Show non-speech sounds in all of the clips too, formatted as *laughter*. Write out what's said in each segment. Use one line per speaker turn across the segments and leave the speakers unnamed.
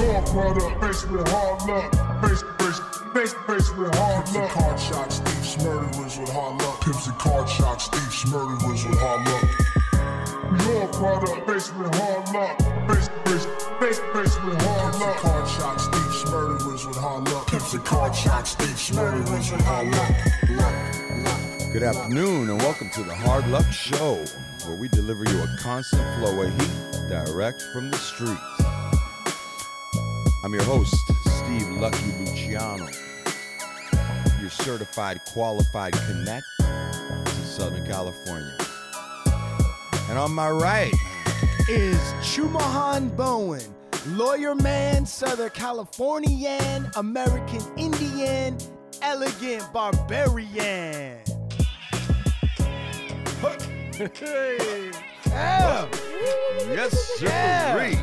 Raw product, faced with hard luck. Faced, faced, faced, faced with hard
Pimps and
luck.
card shots, thieves, murderers with hard luck. Pimps and card shots, thieves, murderers with hard luck.
Your product, faced with hard luck. Faced, faced, faced, faced with hard
Pimps and
luck.
card shots, thieves, murderers with hard luck. Pimps and card shots, thieves, murderers with hard luck.
Good afternoon, and welcome to the Hard Luck Show, where we deliver you a constant flow of heat direct from the streets. I'm your host, Steve Lucky Luciano, your certified, qualified connect to Southern California. And on my right,
is Chumahan Bowen, lawyer man, Southern Californian, American Indian, elegant barbarian. yeah.
yes, sir,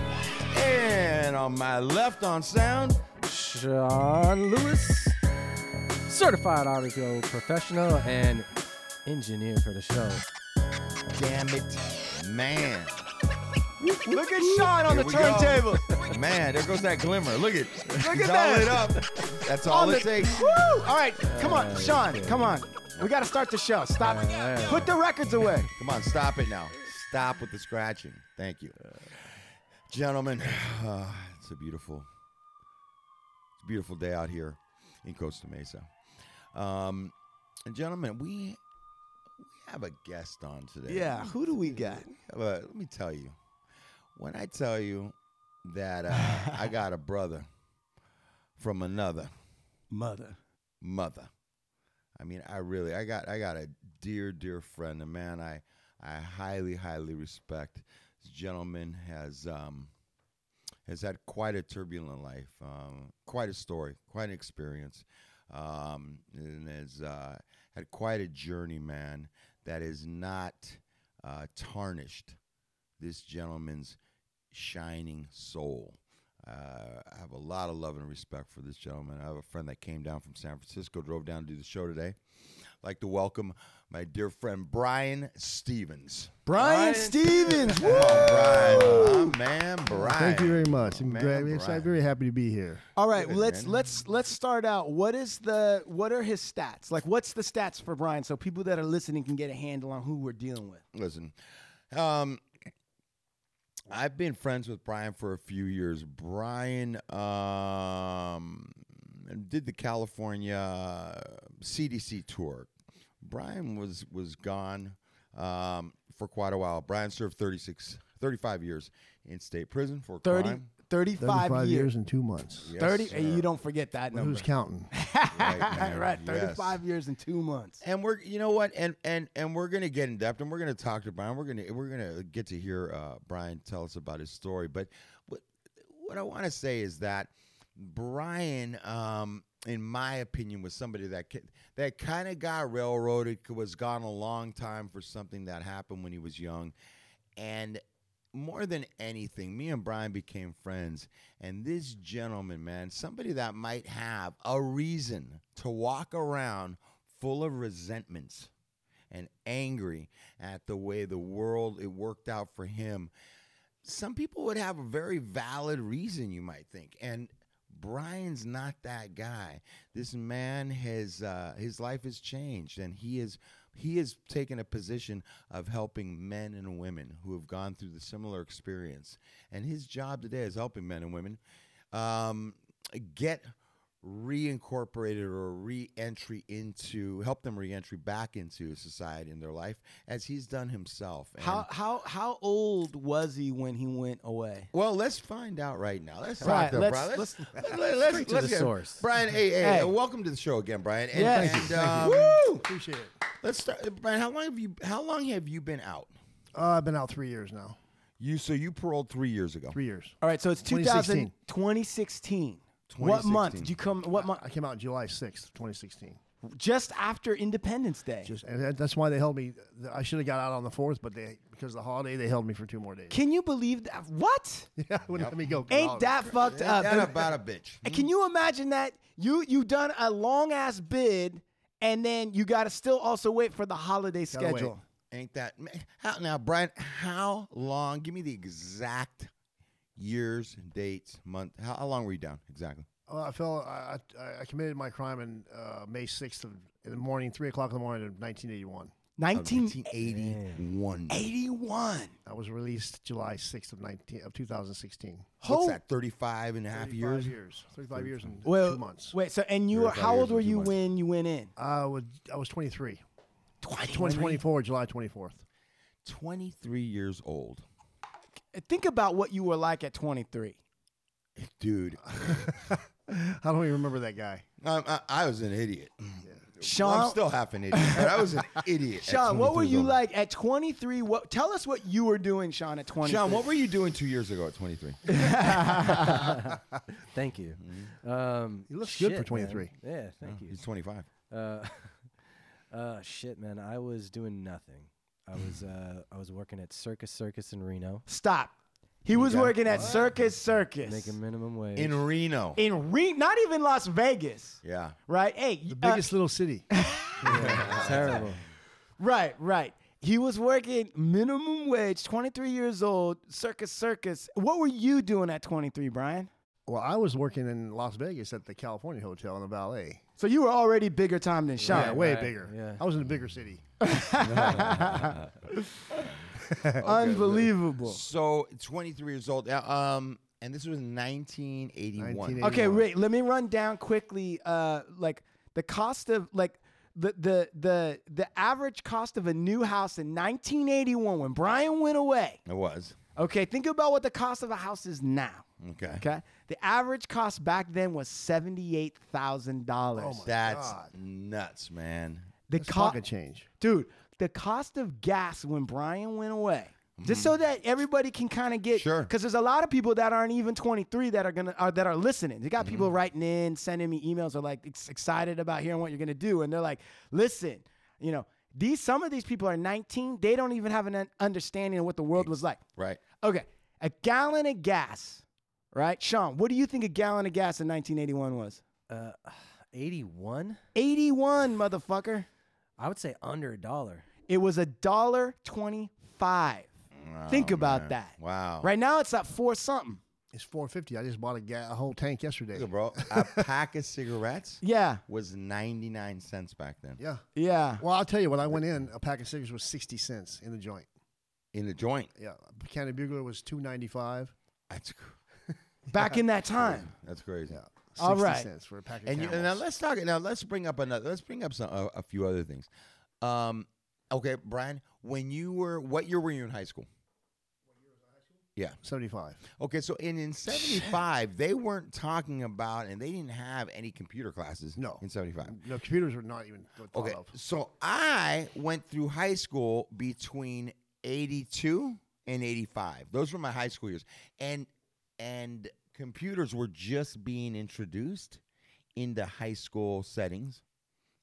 and on my left on sound,
Sean Lewis, certified audio professional and engineer for the show.
damn it, *laughs* man.
Look at Sean on
Here
the
we go.
turntable.
Man, there goes that glimmer. Look at
at
He's all
that.
lit up. That's all
on
it
the-
takes.
Woo! All right, come on, Sean, come on. We got to start the show. Stop. Put the records away.
Come on, stop it now. Stop with the scratching. Thank you. Gentlemen, *sighs* uh, it's a beautiful it's a beautiful day out here in Costa Mesa. Um, and gentlemen, we we have a guest on today.
Yeah, who do we got?
But let me tell you, when I tell you that uh, I got a brother from another
Mother.
mother. I mean, I really, I got, I got a dear, dear friend, a man I, I highly, highly respect. This gentleman has, um, has had quite a turbulent life, um, quite a story, quite an experience, um, and has uh, had quite a journey, man. That is not uh, tarnished this gentleman's shining soul. Uh, I have a lot of love and respect for this gentleman. I have a friend that came down from San Francisco, drove down to do the show today. I'd like to welcome my dear friend Brian Stevens.
Brian
Brian
Stevens. Woo!
Oh, Brian, my man, Brian.
Thank you very much. I'm,
Man,
glad, it's- I'm
Brian.
very happy to be here.
All right, well, let's
man.
let's let's start out. What is the what are his stats? Like, what's the stats for Brian so people that are listening can get a handle on who we're dealing with?
Listen, um, I've been friends with Brian for a few years. Brian um, did the California uh, CDC tour. Brian was was gone um, for quite a while. Brian served 36, 35 years in state prison for
30,
crime.
35,
35
years.
years and two months.
Yes,
Thirty.
sir.
and you don't forget that
Well,
number.
Who's counting?
Right, man.
*laughs* *laughs* right,
Yes.
thirty-five years and two months.
And we're, you know what, and and and we're gonna get in depth, and we're gonna talk to Brian. We're gonna we're gonna get to hear uh, Brian tell us about his story. But what what I want to say is that Brian, um, in my opinion, was somebody that ki- that kind of got railroaded, c- was gone a long time for something that happened when he was young, and more than anything, me and Brian became friends. And this gentleman, man, somebody that might have a reason to walk around full of resentments and angry at the way the world it worked out for him. Some people would have a very valid reason, you might think. And Brian's not that guy. This man has uh, his life has changed, and he is he has taken a position of helping men and women who have gone through the similar experience. And his job today is helping men and women um, get reincorporated or re-entry into help them re-entry back into society in their life as he's done himself. And-
How how how old was he when he went away?
well, let's find out right now. Let's
Right,
talk to
let's-
Brian. Let's
let's-
let's let's,
Straight to
let's
the
get-
source.
Brian, hey, hey,
Hey.
uh, welcome to the show again, Brian. And,
Yes.
and,
Thank you,
um,
Woo!
Appreciate it.
let's start. Brian, how long have you? How long have you been out?
Uh, I've been out three years now.
You so you paroled three years ago.
Three years.
All right, so it's 2000,
2016.
2016. What month
2016.
did you come? What month?
I came out July 6th, 2016.
Just after Independence Day.
Just and that- that's why they held me. I should have got out on the 4th, but they because of the holiday they held me for two more days.
Can you believe that? What?
*laughs* Yeah, wouldn't let me go.
Ain't that fucked
Ain't
up?
that
And-
about a bitch.
And Can you imagine that? You you done a long ass bid, and then you got to still also wait for the holiday
Gotta wait.
schedule.
Ain't that ma- how now, Brian? How long? Give me the exact years, dates, month. How, how long were you down exactly?
Well, I fell. I, I, I committed my crime in uh, May sixth of in the morning, three o'clock in the morning of nineteen eighty one.
Nineteen
1981.
eighty-one.
I was released July sixth of nineteen of two thousand sixteen.
What's that? 35 and a half
35
years.
Thirty five years and
Well,
two months.
wait. So, and you
Three
were
or five
how
years
old
and
were
two
you
months.
when you went in?
I was I was twenty three. Twenty twenty four, July twenty fourth.
23 years old.
Think about what you were like at twenty-three.
Dude,
*laughs* I don't even remember that guy.
Um, I, I, I was an idiot.
Sean,
Well, I'm still half an idiot, but I was
*laughs*
an idiot. at
Sean, what were
23 years
you
old.
like at 23? What tell us what you were doing, Sean, at 23.
Sean, what were you doing two years ago at 23?
Thank you. Um,
You look good for
shit,
23.
man. Yeah, thank you.
He's 25.
Uh, uh, shit, man. I was doing nothing. I *laughs* was uh, I was working at Circus Circus in Reno,
Stop. He was working at Circus Circus
making minimum wage.
In Reno.
in re- not even Las Vegas,
yeah.
right? Hey,
The
uh,
biggest little city.
*laughs* Yeah, terrible.
right, right. He was working minimum wage, 23 years old, Circus Circus. What were you doing at 23, Brian?
Well, I was working in Las Vegas at the California Hotel in the valet.
So you were already bigger time than Sean.
Yeah, way
right,
bigger.
yeah.
I was in a bigger city.
Unbelievable.
So 23 years old. Yeah, Um, and this was 1981.
1981.
Okay,
anymore.
wait. Let me run down quickly. Uh, like the cost of like the the the the average cost of a new house in 1981 when Brian went away.
It was.
Okay, think about what the cost of a house is now.
Okay.
Okay, the average cost back then was seventy eight thousand dollars.
That's
God.
nuts, man.
The
It's
cost,
pocket change.
dude. The cost of gas when Brian went away. Just so that everybody can kind of get,
Sure.
Because there's a lot of people that aren't even 23 that are gonna are, that are listening. You got people writing in, sending me emails, are like ex- excited about hearing what you're gonna do, and they're like, "Listen, you know, these some of these people are 19. They don't even have an un- understanding of what the world was like."
Right.
Okay, a gallon of gas, right? Sean, what do you think a gallon of gas in 1981 was?
Uh, 81?
81, motherfucker.
I would say under a dollar.
It was a dollar 25. Think
Oh,
about
man.
that.
Wow.
Right now it's at four something.
It's four fifty. I just bought a, ga- a whole tank yesterday.
Look,
*laughs*
bro. A pack of cigarettes
*laughs* Yeah,
was 99 cents back then
Yeah.
yeah.
Well, I'll tell you, when I went in, a pack of cigarettes was sixty cents in the joint.
in the joint.
Yeah, County Bugler was two ninety five.
That's cr- *laughs*
Back in that time.
that's crazy.
Yeah,
All right.
cents for a pack of
And, you, and now
Camels.
let's talk. Now let's bring up another. Let's bring up some a, a few other things. Um, okay, Brian, when you were what year were you in high school? Yeah.
seventy five.
Okay. So in in seventy five, they weren't talking about, and they didn't have any computer classes.
No.
In seventy five.
No, computers were not even thought
Okay.
of.
So I went through high school between 82 and 85. Those were my high school years. And and computers were just being introduced into high school settings.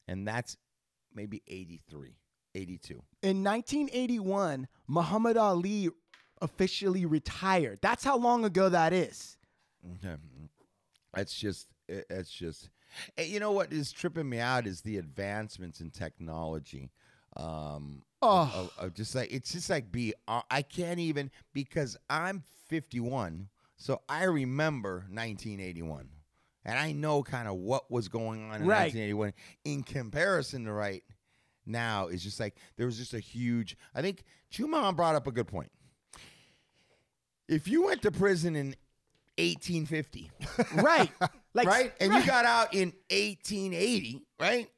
And that's maybe 83, 82.
In 1981, Muhammad Ali officially retired. That's how long ago
*laughs*
that is.
Okay. That's just it- that's just Eh, you know what is tripping me out is the advancements in technology. Um of-
Oh.
of, of just like it's just like be uh, I can't even because I'm 51, so I remember 1981. And I know kind of what was going on in
Right.
1981 in comparison to right now is just like there was just a huge I think Chumon brought up a good point. If you went to prison in 1850,
Right. *laughs* Like
right? And you got out in 1880, right?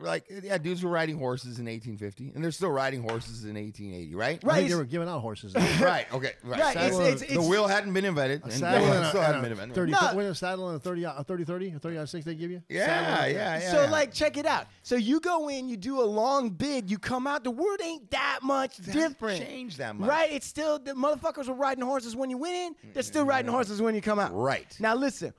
Like, yeah, dudes were riding horses in 1850, and they're still riding horses in 1880, right?
I
Right.
think they were giving out horses.
*laughs*
then.
Right. Okay. Right.
Right,
Saddle-
it's- it's-
the
it's-
wheel hadn't been invented. and
Saddle
the
and
horse
a-
still
and
hadn't been
a
invented.
Thirty.
No.
When a saddle and a 30, a 30, 30, a 30 out of six they give you.
Yeah, yeah, yeah.
so
yeah.
like check it out. So you go in, you do a long bid, you come out, the world ain't that much different.
changed that much.
Right? It's still the motherfuckers were riding horses when you went in, they're still riding horses when you come out.
Right.
Now listen.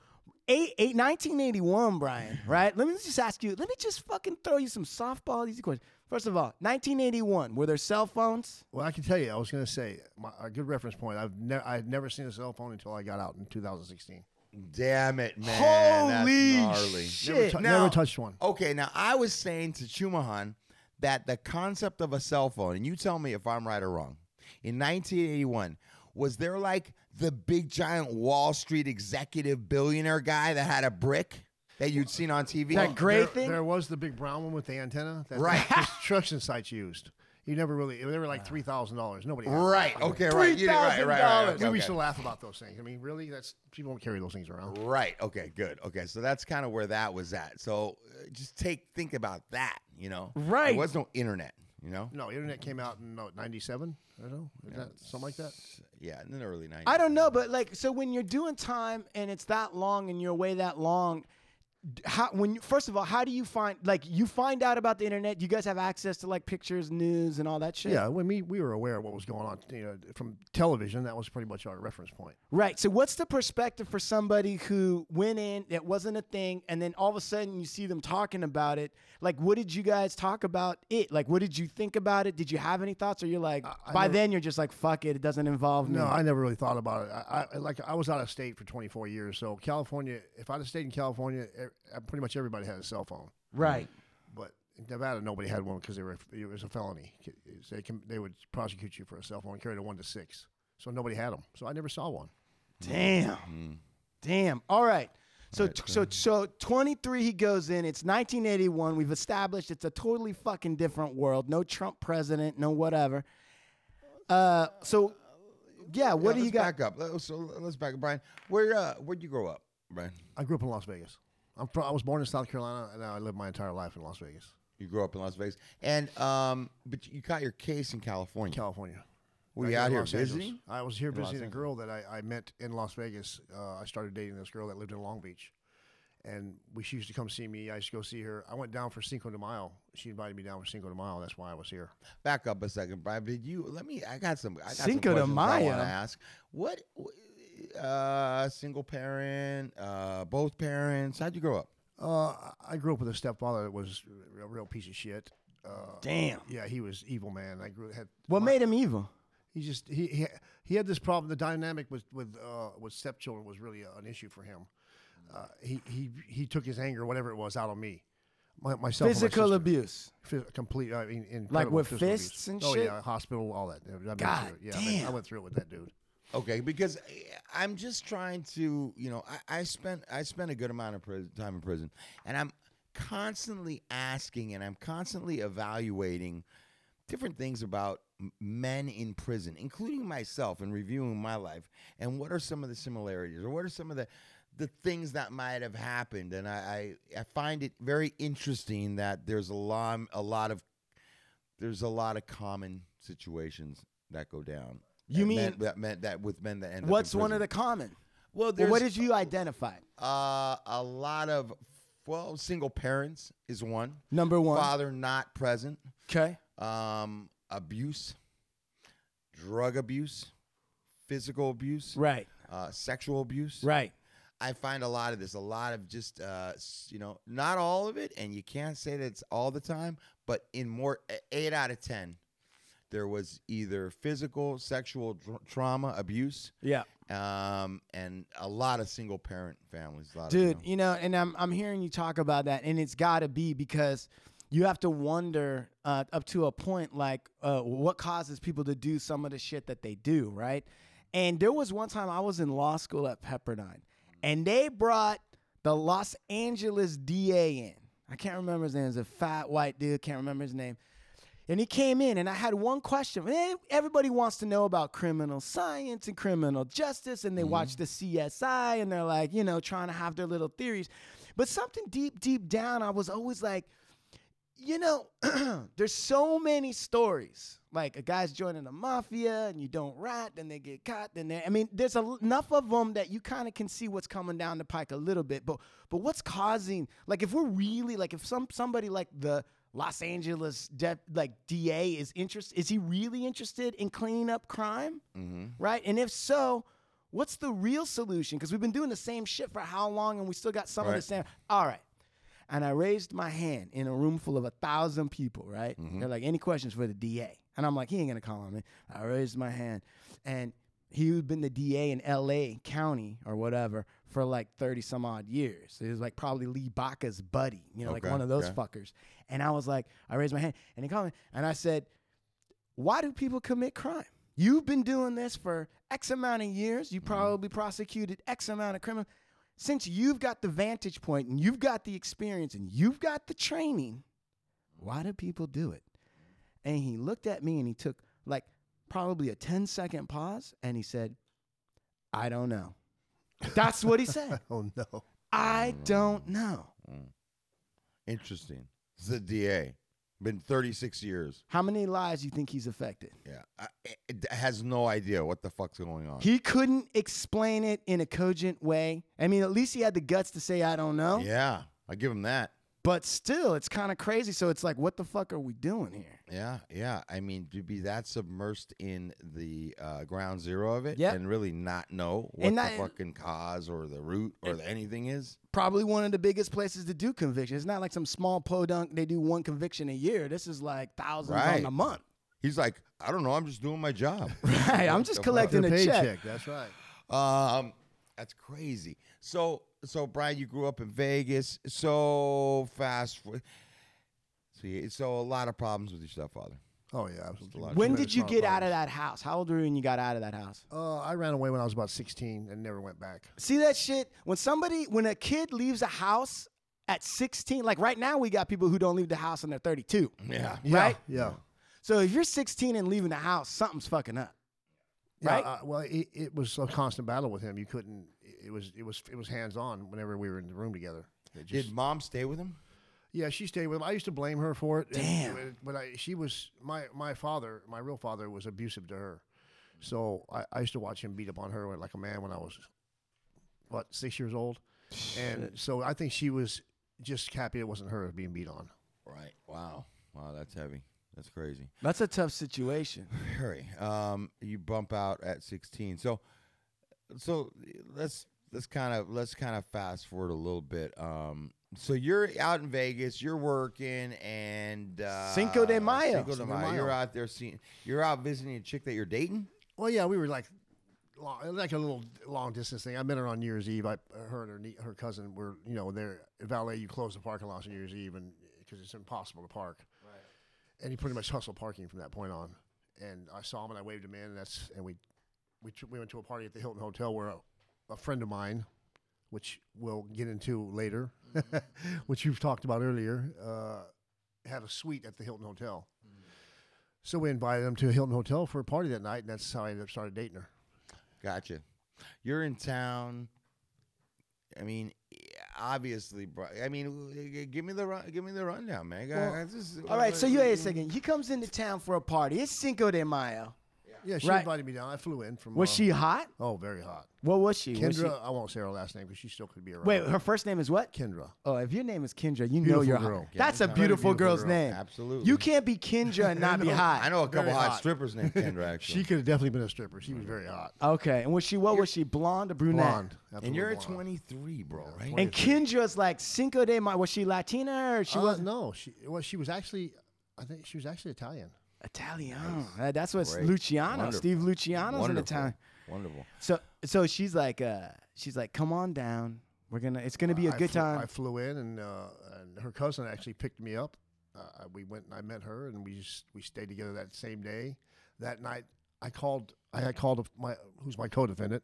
Eight, eight, 1981, Brian, right? Let me just ask you, let me just fucking throw you some softball easy questions. First of all, 1981, were there cell phones?
Well, I can tell you, I was going to say my, a good reference point. I've never, I had never seen a cell phone until I got out in 2016.
damn it, man.
Holy
that's gnarly.
Never,
shit.
tou-
Now-
never touched one.
Okay, now I was saying to Chumahan that the concept of a cell phone, and you tell me if I'm right or wrong, in 1981 Was there like the big giant Wall Street executive billionaire guy that had a brick that you'd seen on TV?
That gray
there,
thing.
There was the big brown one with the antenna. That
Right. *laughs*
The construction sites used. You never really. They were like three thousand dollars. Nobody. had them.
Right. Okay. Right. You- right, Right. Right. right,
$3,000. We
okay,
used
okay.
to laugh about those things. I mean, really, that's people don't carry those things around.
Right. Okay. Good. Okay. So that's kind of where that was at. So uh, just take think about that. You know.
Right.
There was no internet. You know.
No, internet came out in no, '97. I don't know, Is that something like that.
Yeah. In the early nineties.
I don't know, but like, so when you're doing time and it's that long and you're away that long, d- how when you, first of all, how do you find like you find out about the internet? You guys have access to like pictures, news, and all that shit.
Yeah, when we we were aware of what was going on, you know, from television. That was pretty much our reference point.
Right. So what's the perspective for somebody who went in, it wasn't a thing, and then all of a sudden you see them talking about it? Like, what did you guys talk about it? Like, what did you think about it? Did you have any thoughts, or you're like,
I
by
never-
then you're just like, fuck it, it doesn't involve me.
No, I never really thought about it. I, I like I was out of state for 24 years, so California. If I'd have stayed in California, e- pretty much everybody had a cell phone.
right.
But in Nevada, nobody had one because they were it was a felony. They can, they would prosecute you for a cell phone. Carried a one to six, so nobody had them. So I never saw one. Mm-hmm.
Damn. Damn. All right. So, t- so so 23 he goes in it's 1981 we've established it's a totally fucking different world no trump president no whatever uh so yeah what
Yeah,
do you
let's
got
Back up. Let- So let's back up, Brian. Where uh, where'd you grow up, Brian?
I grew up in Las Vegas. I'm from, I was born in South Carolina, and I lived my entire life in Las Vegas,
You grew up in Las Vegas, and um, but you got your case in California.
California.
Were
I
you
grew up
out
in
here
Los Angeles.
visiting?
I was here
Los
visiting a
Angeles.
girl that I, I met in Las Vegas. Uh, I started dating this girl that lived in Long Beach, and we, she used to come see me. I used to go see her. I went down for Cinco de Mayo. She invited me down for Cinco de Mayo. That's why I was here.
Back up a second, Brian. Did you? Let me. I got some. I got
Cinco de
some questions I want
Mayo?
to ask. What? wh- Uh, single parent, uh, both parents. How'd you grow up?
Uh, I- I grew up with a stepfather that was a real- real piece of shit. Uh,
damn
yeah, he was evil, man. I grew had
what made him evil
he just he he, he had this problem. The dynamic with with uh, with stepchildren was really an issue for him. Uh, he he he took his anger, whatever it was, out on me, my, myself, and my
physical
sister.
abuse
Phys- complete. I mean, incredible
with
physical abuse.
fists and
oh,
shit?
yeah, hospital, all that. I've been
God
through it. yeah, I mean, I
damn.
went through it with that dude. *laughs*
Okay, because I- I'm just trying to, you know, I, I spent I spent a good amount of pris time in prison, and I'm constantly asking and I'm constantly evaluating different things about m- men in prison, including myself, and reviewing my life and what are some of the similarities or what are some of the the things that might have happened, and I I, I find it very interesting that there's a lot a lot of there's a lot of common situations that go down.
You
That
mean-
men- that meant that with men that end up in
what's one
prison.
of the common
well,
well,
there's
what did you identify
uh, a lot of well single parents is one
number one
father not present
okay
um abuse drug abuse physical abuse
right
uh, sexual abuse
right
I find a lot of this, a lot of just, uh, s- you know, not all of it, and you can't say that it's all the time, but in more, e- eight out of 10, there was either physical, sexual dr- trauma, abuse,
yeah
um, and a lot of single parent families. A lot
dude
of, you know.
you know and I'm, I'm hearing you talk about that and it's gotta be because you have to wonder uh, up to a point like uh, what causes people to do some of the shit that they do right and there was one time i was in law school at pepperdine and they brought the los angeles da in i can't remember his name it's a fat white dude can't remember his name and he came in, and I had one question. Eh, Everybody wants to know about criminal science and criminal justice, and they watch the CSI and they're like, you know, trying to have their little theories. But something deep, deep down, I was always like, you know, *clears throat* there's so many stories. Like a guy's joining the mafia and you don't rat, then they get caught, then they I mean, there's a, enough of them that you kind of can see what's coming down the pike a little bit. But but what's causing like if we're really like if some somebody like the Los Angeles de- like DA is interested is he really interested in cleaning up crime? Right? And if so, what's the real solution? Because we've been doing the same shit for how long and we still got some of the
Right.
same. All right and I raised my hand in a room full of a thousand people, right?
Mm-hmm.
They're like, any questions for the DA? And I'm like, he ain't gonna call on me. I raised my hand, and he'd been the DA in LA County or whatever for like 30 some odd years. It was like probably Lee Baca's buddy, you know, like
Okay,
one of those
okay.
fuckers. And I was like, I raised my hand, and he called me, and I said, why do people commit crime? You've been doing this for X amount of years. You probably prosecuted X amount of criminal. Since you've got the vantage point and you've got the experience and you've got the training, why do people do it? And he looked at me and he took like probably a 10 second pause and he said, I don't know. That's what he
*laughs*
said.
Oh no.
I don't know.
Interesting. It's the DA. Been 36 years.
How many lives do you think he's affected?
Yeah. I, it- it has no idea what the fuck's going on.
He couldn't explain it in a cogent way. I mean, at least he had the guts to say, I don't know.
yeah. I give him that.
But still, it's kind of crazy. So it's like, what the fuck are we doing here?
Yeah, yeah. I mean, to be that submersed in the uh, ground zero of it
Yep.
and really not know what
And
the
that-
fucking cause or the root or the anything is.
Probably one of the biggest places to do convictions. It's not like some small podunk, they do one conviction a year. This is like thousands on
Right.
a month. *laughs*
He's like, I don't know. I'm just doing my *laughs* job.
Right. I'm
What
just
the fuck?
collecting
Your
a check.
paycheck, That's right.
Um, that's crazy. So, so Brian, you grew up in Vegas. So fast. for- So, you- so a lot of problems with your stepfather.
Oh yeah, absolutely.
lot of
When did you get out of that house? How old were you when you got out of that house?
Uh, I ran away when I was about 16 and never went back.
See that shit? When somebody, when a kid leaves a house at 16, like right now, we got people who don't leave the house and they're 32.
Yeah.
Right?
Yeah.
So if you're 16 and leaving the house, something's fucking up.
Yeah,
Right?
uh, well, it, it was a constant battle with him. You couldn't. It was it was it was hands on whenever we were in the room together. It just-
Did mom stay with him?
yeah, she stayed with him. I used to blame her for it. and-
Damn.
But I, she was my my father, my real father, was abusive to her. So I, I used to watch him beat up on her like a man when I was what six years old, and so I think she was just happy it wasn't her being beat on.
Right. Wow. Wow. That's heavy. That's crazy.
That's a tough situation.
Harry, um, you bump out at 16. So, so let's let's kind of let's kind of fast forward a little bit. Um, so you're out in Vegas, you're working, and uh,
Cinco de Mayo.
Cinco de
Cinco de
Mayo.
Mayo.
You're out there seeing. You're out visiting a chick that you're dating.
Well, yeah, we were like, long, like a little long distance thing. I met her on New Year's Eve. I, her and her, nie- her cousin were, you know, they're in valet. You close the parking lots on New Year's Eve, and because it's impossible to park. Right. And he pretty much hustled parking from that point on. And I saw him, and I waved him in, and that's and we we tr- we went to a party at the Hilton Hotel where a, a friend of mine, which we'll get into later, *laughs* which you've talked about earlier, uh, had a suite at the Hilton Hotel. So we invited him to a Hilton Hotel for a party that night, and that's how I ended up started dating her.
Gotcha. You're in town. I mean, obviously, bro. I mean, give me the run, give me the rundown, man.
Well,
This is-
*laughs* All right, so you wait a second. He comes into town for a party. It's Cinco de Mayo.
Yeah, she
Right.
invited me down. I flew in from.
Was
uh,
she hot? uh,
Oh, very hot.
What was she? Was she-
Kendra. I won't say her last name because she still could be around.
Wait, her first name is what?
Kendra.
Oh, if your name is Kendra, you know
Beautiful
you're
girl.
hot. That's a
Very
beautiful,
beautiful
girl's
girl.
name.
Absolutely.
You can't be Kendra and not be hot.
I know a couple
Very
hot,
hot.
strippers
*laughs*
named Kendra. Actually,
She could have definitely been a stripper. She was very hot.
Okay, and was she what was she? Blonde or brunette?
Blonde.
And
absolutely
you're at
blonde.
23, bro, right?
And Kendra's like Cinco de Mayo. Was she Latina or she
Uh,
was
no, she well, she was actually. I think she was actually Italian.
Italian? Uh, that's what's
Great.
Luciano.
Wonderful.
Steve Luciano's in
Wonderful.
Italian.
Wonderful.
So so she's like uh she's like come on down. We're gonna it's gonna be a
I
good
flew-
time.
I flew in, and, uh, and her cousin actually picked me up. Uh, we went and I met her, and we just, we stayed together that same day. That night, I called. I had called my who's my co-defendant.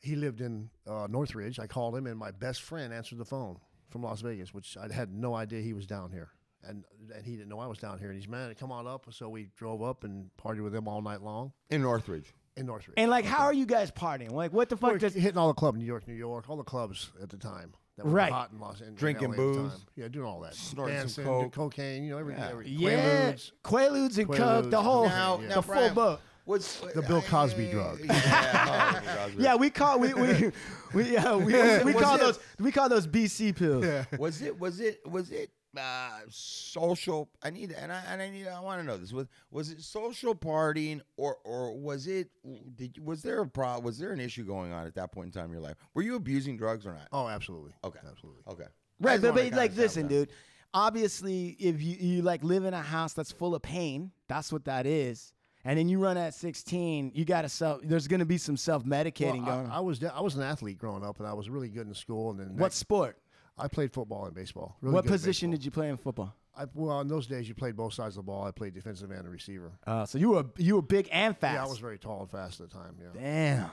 He lived in uh, Northridge. I called him, and my best friend answered the phone from Las Vegas, which I had no idea he was down here, and and he didn't know I was down here. And he's man, come on up. So we drove up and partied with him all night long
In Northridge.
in Northridge.
and like how are you guys partying? Like what the
We're
fuck does
hitting all the club, New York, New York, all the clubs at the time. That were
Right.
Hot in Los Angeles.
Drinking
LA at the
booze.
time. Yeah, doing all that.
Snorting some
Dancing,
coke.
cocaine, you know, everything.
Yeah.
Every,
Yeah,
Quaaludes.
Quaaludes and Coke, the
Quaaludes.
whole
Now-
the
now,
full boat.
What's
The Bill Cosby *laughs* drug.
Yeah, oh, Bill Cosby.
*laughs* Yeah, we call we we *laughs* we, uh, we, we,
What's
call
this?
those we call those BC pills.
Was it? Was it? Was it? Uh, social. I need and I and I need. I want to know this. Was was it social partying or or was it? Did you- was there a pro? Was there an issue going on at that point in time in your life? Were you abusing drugs or not?
Oh, absolutely.
okay,
Absolutely.
Okay, I
Right,
just
but,
wanna
but
kinda
like
establish
listen,
that.
dude. Obviously, if you, you like live in a house that's full of pain, that's what that is. And then you run at 16, you gotta self. There's gonna be some self
Well,
medicating going.
I, I
on.
was de- I was an athlete growing up, and I was really good in school. And then
what sport?
I played football and baseball. Really
What
good at
position
baseball.
did you play in football?
I, well, in those days, you played both sides of the ball. I played defensive end and receiver.
Uh, so you were you were big and fast.
Yeah, I was very tall and fast at the time. Yeah,
Damn.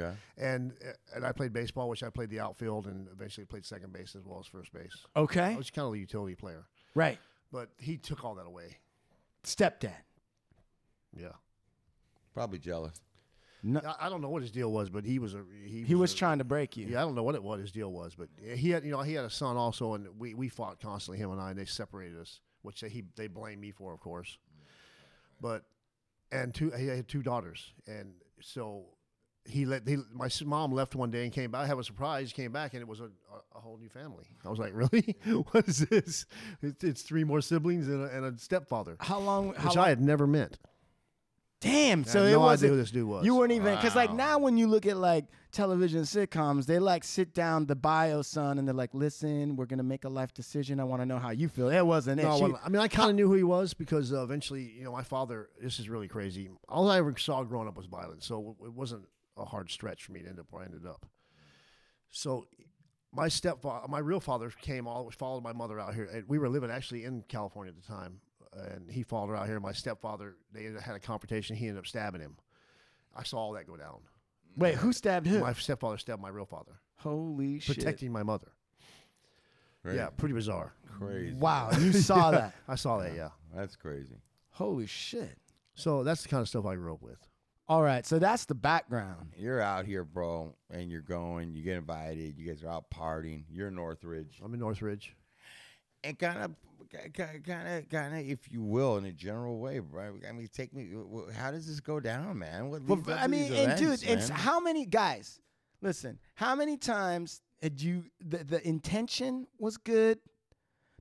Okay.
and and I played baseball, which I played the outfield and eventually played second base as well as first base. I
Okay.
was kind of a utility player,
Oh, Right.
but he took all that away.
Stepdad.
Yeah,
Probably jealous.
I, I don't know what his deal was, but he was a he.
He was
a-
trying to break you.
Yeah, I don't know what it what his deal was, but he had you know he had a son also, and we, we fought constantly him and I, and they separated us, which they, he they blamed me for, of course. But and two he had two daughters, and so he let he, my s- mom left one day and came back. I have a surprise, came back, and it was a, a, a whole new family. I was like, really, *laughs* what is this? It's, it's three more siblings and a, and a stepfather,
How long? How
which
long?
I had never met.
Damn. So
I had
it
no
was.
idea who this dude was.
You weren't even because like
Wow.
now when you look at like television sitcoms, they like sit down the bio son and they're like, listen, we're gonna make a life decision. I want to know how you feel. It wasn't it.
No,
She-
well, I mean, I kind of knew who he was because uh, eventually, you know, my father. This is really crazy. All I ever saw growing up was violence, so it wasn't a hard stretch for me to end up where I ended up. So, my stepfather, my real father, came all followed my mother out here. And we were living actually in California at the time, and he followed her out here. My stepfather, they ended- had a confrontation. He ended up stabbing him. I saw all that go down.
wait, who stabbed who?
My stepfather stabbed my real father,
Holy shit!
protecting my mother.
Right?
Yeah, pretty bizarre.
Crazy.
*laughs*
Wow, Oh, you saw that.
I saw that. Yeah.
That's crazy.
Holy shit!
So that's the kind of stuff I grew up with.
All right, so that's the background.
You're out here, bro, and you're going. You get invited. You guys are out partying. You're in Northridge,
I'm in Northridge.
and kind of, kind of, kind of, if you will, in a general way, right? I mean, take me. wh- wh- How does this go down, man? What
Well,
leads up
I
to
mean,
these
and
events,
dude, it's
man?
how many guys? Listen, how many times had you the, the intention was good,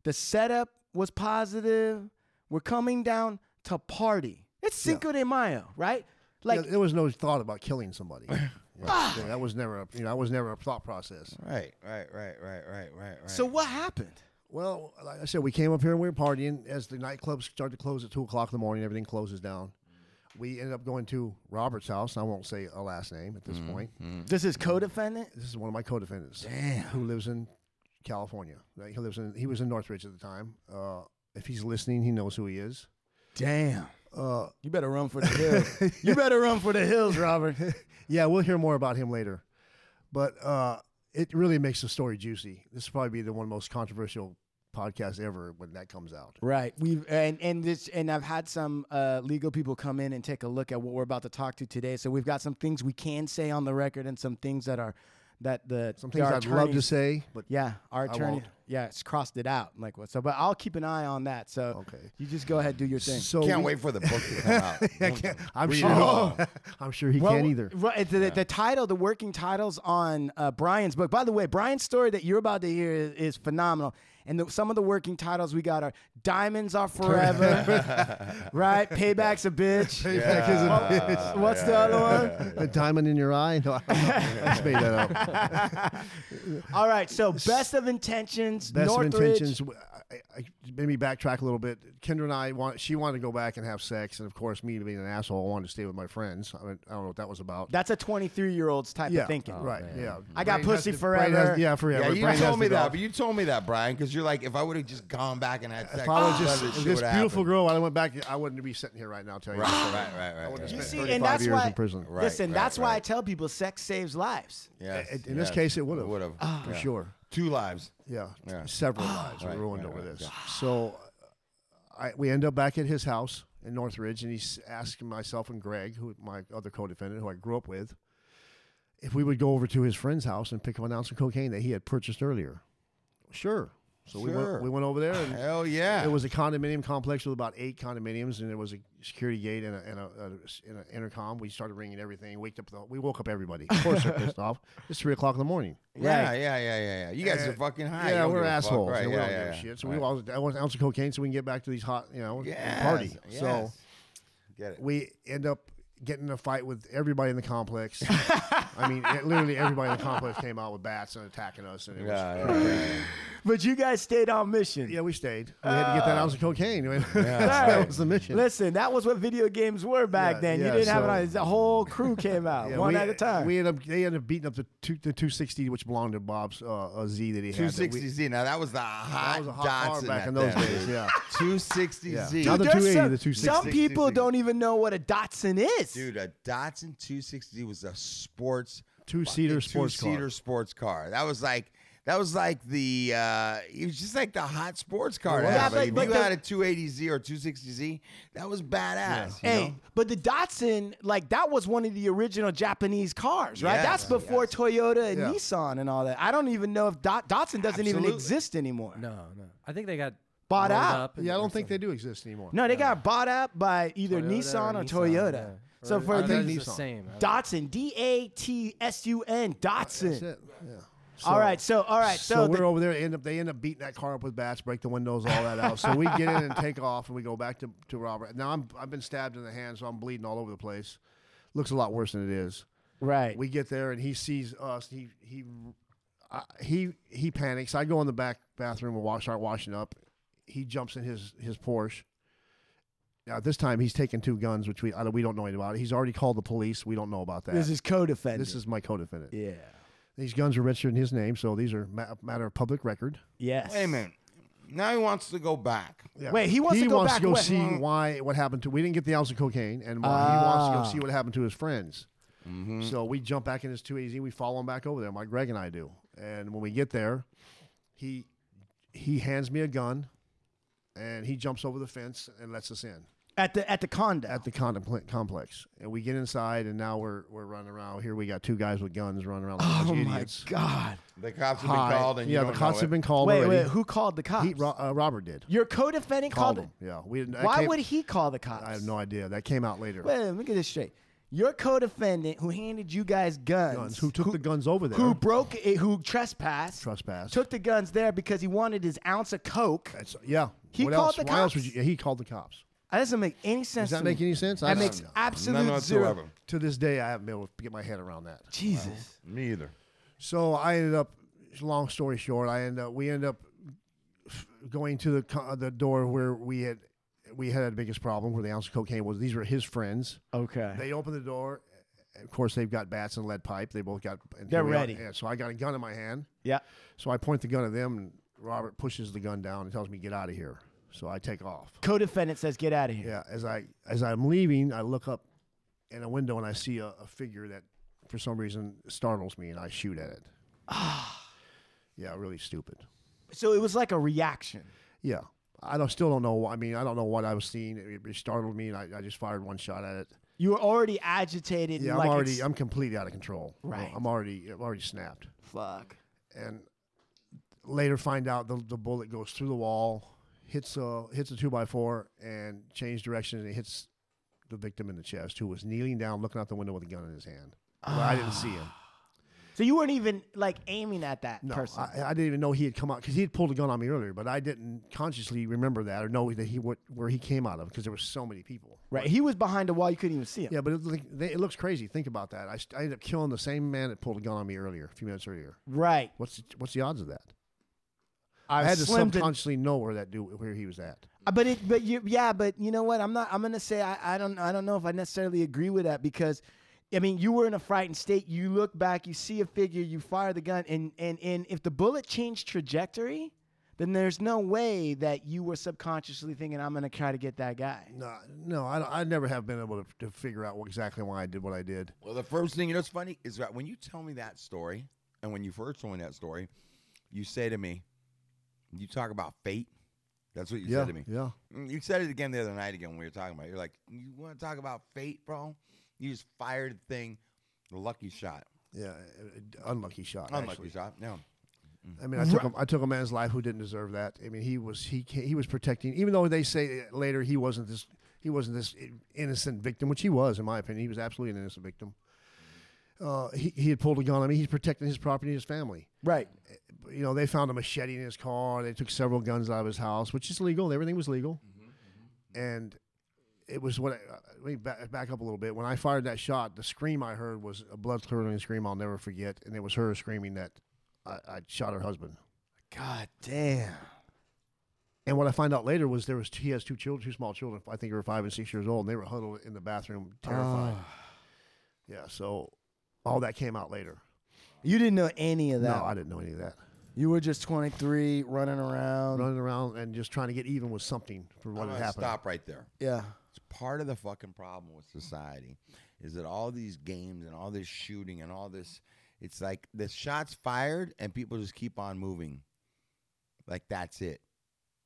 the setup was positive. We're coming down to party. It's Cinco de Mayo, right? Like,
Yeah, there was no thought about killing somebody. Yeah, yeah, that was never a, you know that was never a thought process.
right, right, right, right, right, right, right.
so what happened?
Well, like I said, we came up here and we were partying. As the nightclubs start to close at two o'clock in the morning, everything closes down. We ended up going to Robert's house. I won't say a last name at this point.
This is co-defendant.
This is one of my co-defendants who lives in California. Like, He lives in he was in Northridge at the time. Uh, if he's listening, he knows who he is.
Damn. you better run for the *laughs* hills. you better run for the hills, Robert.
Yeah, we'll hear more about him later. But uh, it really makes the story juicy. This will probably be the one most controversial podcast ever when that comes out.
Right. We've and and this and I've had some uh, legal people come in and take a look at what we're about to talk to today. So we've got some things we can say on the record and some things that are that the
Some things
our
I'd love to
attorneys-
say, but
Yeah, our attorney.
won't.
Yeah, it's crossed it out. Like what? So, but I'll keep an eye on that. So
Okay.
you just go ahead, do your thing.
so
can't
we-
wait for the book to come out.
*laughs* I can't, I'm
Read
sure.
it all.
*laughs* I'm sure he
Well,
can't
*laughs*
either.
Right, the, the title, the working titles on uh, Brian's book. By the way, Brian's story that you're about to hear is, is phenomenal. And the, some of the working titles we got are Diamonds
*laughs*
Are Forever, right? Payback's a Bitch.
*laughs* Payback is a
What- *laughs* What's the other
*laughs*
one?
A diamond in your eye? No, *laughs* I don't know. I just made that up.
*laughs* All right, so Best of Intentions,
Best
Northridge.
of intentions. I, I, made me backtrack a little bit. Kendra and I want. She wanted to go back and have sex, and of course, me being an asshole, I wanted to stay with my friends. I, mean, I don't know what that was about.
That's a 23 year old's type
yeah,
of thinking.
right. Yeah,
I got
Brain has
pussy
to- brain
forever.
has- yeah, forever.
Yeah, you
Brain has
told
to
me
go.
that. But you told me that, Brian, because you're like, if I would have just gone back and had sex,
If I was
none of
just
this,
if
shit
this
would've
beautiful
happened.
girl, I went back. I wouldn't be sitting here right now telling you.
Right, right, right, right. right.
You
see,
see,
and
35
that's
years
why-
in prison.
Oh, Right,
Listen,
right,
that's why I
right.
tell people sex saves lives.
Yes,
in this
yes,
case, it would've. Ah.
Would have
Ah.
For sure.
Two lives.
Yeah.
Yeah. Ah.
Several lives were
Right,
ruined
right,
over
right,
this. So uh, I, we end up back at his house in Northridge, and he's asking myself and Greg, who my other co defendant, who I grew up with, if we would go over to his friend's house and pick up an ounce of cocaine that he had purchased earlier. Sure. So we,
Sure.
went, we went over there and
Hell yeah.
It was a condominium complex with about eight condominiums, and there was a security gate and a, and a, a- and a intercom. We started ringing everything. Waked up the, we woke up everybody. Of course, they're pissed off. It's three o'clock in
*laughs*
the morning.
Yeah, yeah, yeah, yeah, yeah. You guys are
Uh,
fucking high. You
Yeah,
don't
we're
give a fuck,
assholes.
Right,
and we
yeah,
don't
yeah,
give a
yeah.
shit. So we
Right.
all I want an ounce of cocaine so we can get back to these hot, you know,
Yes,
party. So
yes. Get it.
we end up getting in a fight with everybody in the complex. *laughs* I mean, it- literally everybody in the complex came out with bats and attacking us. And it was
Yeah, yeah,
pretty
yeah,
*laughs* crazy.
yeah.
but you guys stayed on mission.
Yeah, we stayed. We had to get that ounce of cocaine. *laughs* that
Right.
was the mission.
Listen, that was what video games were back
Yeah,
then. you
yeah,
didn't have it.
so-
on- The whole crew came out
*laughs* Yeah,
one
we-
at a time.
We ended up they ended up beating up the two, the 260, which belonged to Bob's uh, uh, Z that he had. that we-
260Z. Now that was the hot,
was a hot car
Datsun
back
at
in those
that
days,
age.
yeah.
260Z.
Yeah. Now the
there's
280,
some,
the 260.
Some people
260.
don't even know what a Datsun is.
Dude, a Datsun 260 was a sports
Two-seater
fucking
sports car.
two-seater sports car. That was like that was like the uh, it was just like the hot sports car. to
Yeah,
have.
but-
if
but
you
the-
had a 280Z or 260Z, that was badass. you
Hey,
know?
but the Datsun, like that was one of the original Japanese cars, right?
Yes,
That's before
yes.
Toyota and
Yeah.
Nissan and all that. I don't even know if Dot, Datsun doesn't even
Absolutely.
exist anymore.
No, no. I think they got
Bought
rolled
out.
up and
Yeah, I
or
don't think
something.
they do exist anymore.
No, they got bought up by either
Toyota
Nissan or,
Nissan,
Toyota.
yeah.
So
Or-
for
I
the-
think it's the
Nissan.
same. I don't-
Datsun, D A T S U N,
That's
Datsun.
it. Yeah.
all right, so all right, so,
so,
the-
we're over there. End up they end up beating that car up with bats, break the windows, all that
*laughs*
out. So we get in and take off, and we go back to, to Robert. Now I'm I've been stabbed in the hand, so I'm bleeding all over the place. Looks a lot worse than it is.
right.
We get there and he sees us. He he I, he he panics. I go in the back bathroom and wash, start washing up. He jumps in his his Porsche. Now this time he's taking two guns, which we I don't, we don't know anything about. He's already called the police. We don't know about that.
this is co-defendant.
this is my co-defendant.
yeah.
These guns are registered in his name, so these are ma- matter of public record.
Yes.
Wait a minute. Now he wants to go back.
Yeah.
Wait, he wants to go back west.
see why what happened to. We didn't get the ounce of cocaine, and why he wants
Ah. Mm-hmm.
to go see what happened to his friends. So we jump back in his 280Z, and we follow him back over there. My Greg and I do, and when we get there, he he hands me a gun, and he jumps over the fence and lets us in
At the at the condo.
at the contem- complex. And we get inside, and now we're we're running around here. We got two guys with guns running around like a
oh
bunch of
my
idiots.
God.
The cops have
Hi.
been called, and
yeah,
you
the
don't
cops
know it.
have been called.
Wait,
already.
wait. Who called the cops?
He, Ro- uh, Robert did.
Your co-defendant called,
Called
it.
him. Yeah, we didn't. that
Why
came-
would he call the cops?
I have no idea. That came out later.
Wait, let me get this straight. Your co-defendant who handed you guys guns,
guns. Who took the guns over there?
who broke it, who trespassed,
Trespass.
took the guns there because he wanted his ounce of coke.
That's, yeah.
He
what
called
else?
the
Why else
cops.
would you? yeah, He called the cops.
That doesn't make any sense.
Does that
to
make
me.
any sense? I
That
don't
makes
know.
absolute
None
zero.
whatsoever.
To this day, I haven't been able to get my head around that.
Jesus.
Me either.
So I ended up. Long story short, I end up. We end up f- going to the co- the door where we had we had the biggest problem where the ounce of cocaine was. These were his friends.
Okay.
They opened the door. Of course, they've got bats and lead pipe. They both got. and
They're
here we are.
ready.
Yeah, so I got a gun in my hand.
yeah.
So I point the gun at them, and Robert pushes the gun down and tells me get out of here. So I take off.
Co-defendant says, "Get out of here."
Yeah, as I as I'm leaving, I look up in a window and I see a, a figure that, for some reason, startles me, and I shoot at it. yeah, really stupid.
So it was like a reaction.
Yeah, I don't, still don't know. why- I mean, I don't know what I was seeing. It, it startled me, and I, I just fired one shot at it.
You were already agitated.
Yeah,
and like
I'm already
ex-
I'm completely out of control.
Right.
I'm already I'm already snapped.
Fuck.
and later find out the, the bullet goes through the wall, hits a hits a two by four, and changes direction and it hits the victim in the chest, who was kneeling down, looking out the window with a gun in his hand. Well, I didn't see him.
Ah, So you weren't even like aiming at that
No,
person.
I, I didn't even know he had come out because he had pulled a gun on me earlier, but I didn't consciously remember that or know that he what, where he came out of because there were so many people.
right. He was behind a wall. You couldn't even see him.
Yeah, but it, look- they- it looks crazy. Think about that. I, st- I ended up killing the same man that pulled a gun on me earlier, a few minutes earlier.
Right.
What's the, what's the odds of that?
I,
I had to
slim to-
subconsciously know where that dude where he was at.
Uh, But it, but you, yeah, but you know what? I'm not. I'm gonna say I, I don't. I don't know if I necessarily agree with that because, I mean, you were in a frightened state. You look back, you see a figure, you fire the gun, and and and if the bullet changed trajectory, then there's no way that you were subconsciously thinking, "I'm gonna try to get that guy."
No, no, I, I never have been able to, to figure out what, exactly why I did what I did.
Well, the first thing you know, it's funny is that when you tell me that story, and when you first told me that story, you say to me, "You talk about fate." That's what you
yeah,
said to me.
yeah.
Mm, You said it again the other night again when we were talking about. it. You're like, "You want to talk about fate, bro? You just fired the thing, the lucky shot,
Yeah, uh, unlucky shot.
unlucky Mm-hmm.
actually.
shot." No,
I mean, I took, a, I took a man's life who didn't deserve that. I mean, he was he ca- he was protecting, even though they say later he wasn't this he wasn't this innocent victim, which he was in my opinion. He was absolutely an innocent victim. Uh, he he had pulled a gun. I mean, he's protecting his property, and his family.
Right.
You know, they found a machete in his car. They took several guns out of his house, which is legal. Everything was legal. and it was what I, let me back, back up a little bit. When I fired that shot, the scream I heard was a blood curdling scream I'll never forget, and it was her screaming that I, I shot her husband.
God damn.
And what I find out later was there was he has two children, two small children. I think they were five and six years old, and they were huddled in the bathroom, terrified. Yeah, so all that came out later.
You didn't know any of that.
No, I didn't know any of that.
you were just 23, running around.
Running around and just trying to get even with something for what
I'm
had
gonna
happened.
Stop right there.
Yeah.
It's part of the fucking problem with society is that all these games and all this shooting and all this it's like the shots fired and people just keep on moving. Like that's it.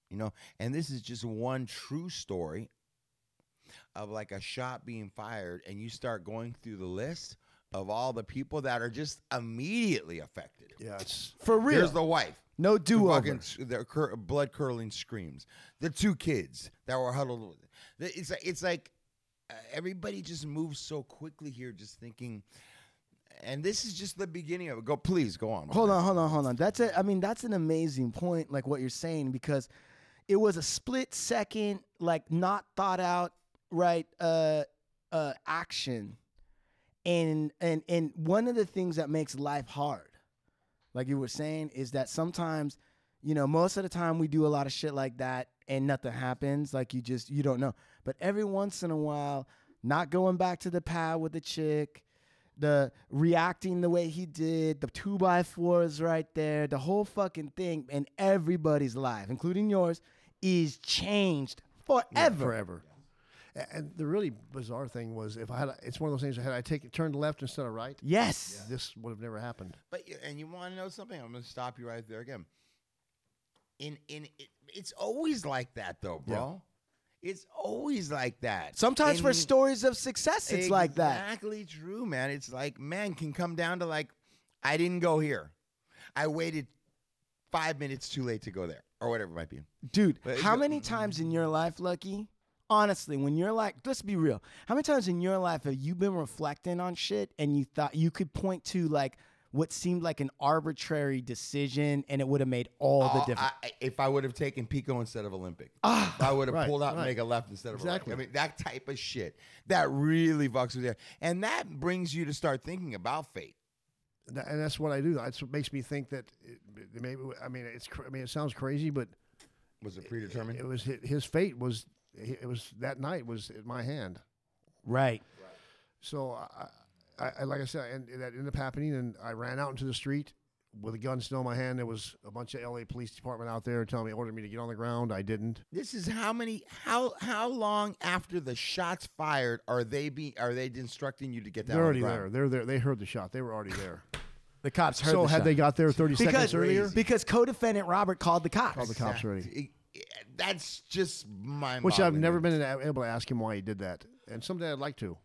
You know, and this is just one true story of like a shot being fired and you start going through the list of all the people that are just immediately affected.
Yeah, it's
For real.
There's the wife.
no
The
do over.
fucking s- their cur- blood curdling screams. The two kids that were huddled. With the- It's like, it's like uh, everybody just moves so quickly here, just thinking. And this is just the beginning of it. Go, please, go on. my
Hold
man.
on, hold on, hold on. That's a, I mean, that's an amazing point, like what you're saying, because it was a split second, like not thought out, right, uh, uh, action. And, and, and one of the things that makes life hard, like you were saying, is that sometimes, you know, most of the time we do a lot of shit like that and nothing happens. Like you just, you don't know. But every once in a while, not going back to the pad with the chick, the reacting the way he did, the two by fours right there, the whole fucking thing, and everybody's life, including yours, is changed forever.
forever. A- And the really bizarre thing was if I had, it's one of those things. Had I taken turned left instead of right,
Yes.
this would have never happened.
But you- and you want to know something? I'm going to stop you right there again. In in it, it's always like that though, bro. It's always like that.
Sometimes for
In-
stories of success, it's like that.
Exactly true, man. It's like man can come down to like, I didn't go here, I waited five minutes too late to go there, or whatever it might be.
Dude,
But-
how many times in your life, Lucky? Honestly, when you're like, let's be real. How many times in your life have you been reflecting on shit and you thought you could point to like what seemed like an arbitrary decision and it would have made all the
Oh,
difference?
I- if I would have taken Pico instead of Olympic, If I would have
Right,
pulled out
right.
and make a left instead of
Exactly.
a right. I mean, that type of shit that really fucks with you, and that brings you to start thinking about fate.
And tha- and that's what I do. That's what makes me think that it, it maybe. I mean, it's. cr- I mean, it sounds crazy, but
Was it predetermined?
it was hi- his fate was. It was that night was in my hand.
right.
So I, I, I like I said, and and that ended up happening. And I ran out into the street with a gun still in my hand. There was a bunch of L.A. Police Department out there telling me, ordered me to get on the ground. I didn't.
This is how many how how long after the shots fired are they be are they instructing you to get down?
They're
on
already
the
there.
ground?
They're there. They heard the shot. They were already there.
The cops heard
so
the
had
shot.
they got there 30
because
seconds earlier,
because co-defendant Robert called the cops.
called the cops already.
It- it- That's just my.
Which I've never been a- able to ask him why he did that. And someday I'd like to.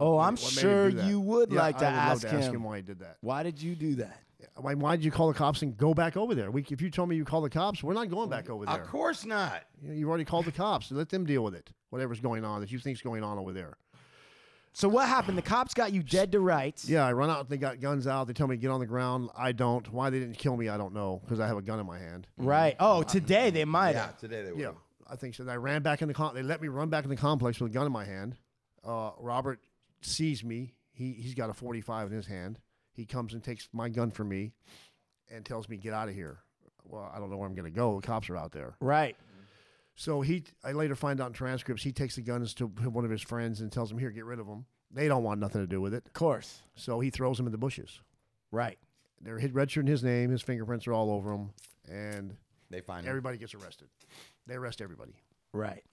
Oh,
What
I'm
made him do
sure
that?
you would
Yeah,
like to
I would
ask,
love
him,
to ask him why he did that.
Why did you do that?
Why, why did you call the cops and go back over there? We, if you told me you called the cops, we're not going back over there.
Of course not.
You know, you've already called the cops. Let them deal with it. Whatever's going on that you think's going on over there.
So what happened? The cops got you dead to rights.
Yeah, I run out. They got guns out. They tell me to get on the ground. I don't. Why they didn't kill me, I don't know because I have a gun in my hand.
Right. Oh, today they might
Yeah,
have.
today they were.
Yeah, I think so. I ran back in the con. They let me run back in the complex with a gun in my hand. Uh, Robert sees me. He he's got a 45 in his hand. He comes and takes my gun from me, and tells me get out of here. Well, I don't know where I'm gonna go. The cops are out there.
Right.
So he, I later find out in transcripts, he takes the guns to one of his friends and tells him, "Here, get rid of them." They don't want nothing to do with it,
Of course.
so he throws them in the bushes.
Right.
They're hid- registering his name. His fingerprints are all over him, and
They find him.
everybody gets arrested. They arrest everybody.
Right.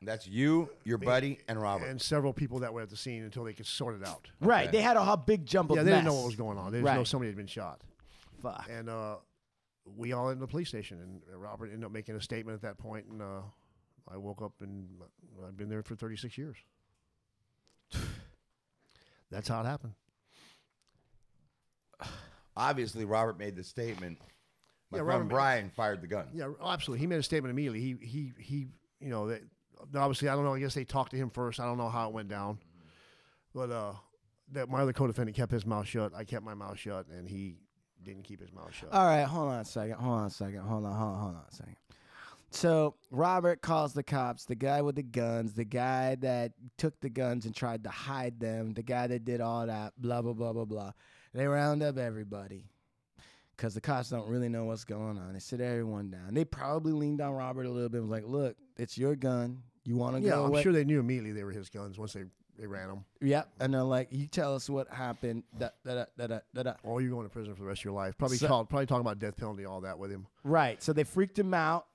That's you, your buddy, and Robert.
and several people that were at the scene until they could sort it out.
Right. They had a hot big jumble.
yeah, they didn't know what was going on. They just know
Right.
somebody had been shot,
Fuck.
and uh, we all ended up in the police station. And Robert ended up making a statement at that point, and uh, I woke up and I'd been there for 36 years. *sighs* That's how it happened.
Obviously, Robert made the statement. My
Yeah,
friend
Robert made-
Brian fired the gun.
Yeah, oh, absolutely. He made a statement immediately. He he he. You know, they, obviously, I don't know. I guess they talked to him first. I don't know how it went down, but uh, that my other co-defendant kept his mouth shut. I kept my mouth shut, and he didn't keep his mouth shut.
All right, hold on a second. Hold on a second. Hold on, hold on, hold on a second. So Robert calls the cops, the guy with the guns, the guy that took the guns and tried to hide them, the guy that did all that, blah, blah, blah, blah, blah. They round up everybody. because the cops don't really know what's going on. They sit everyone down. They probably leaned on Robert a little bit. Was like, look, it's your gun. You want to
Yeah,
go
I'm
away?
sure they knew immediately they were his guns once they, they ran them.
Yep. And they're like, you tell us what happened. Da, da, da, da, da, da, da.
Or Oh, you're going to prison for the rest of your life. Probably
So-
called, probably talking about death penalty, all that with him.
Right. So they freaked him out.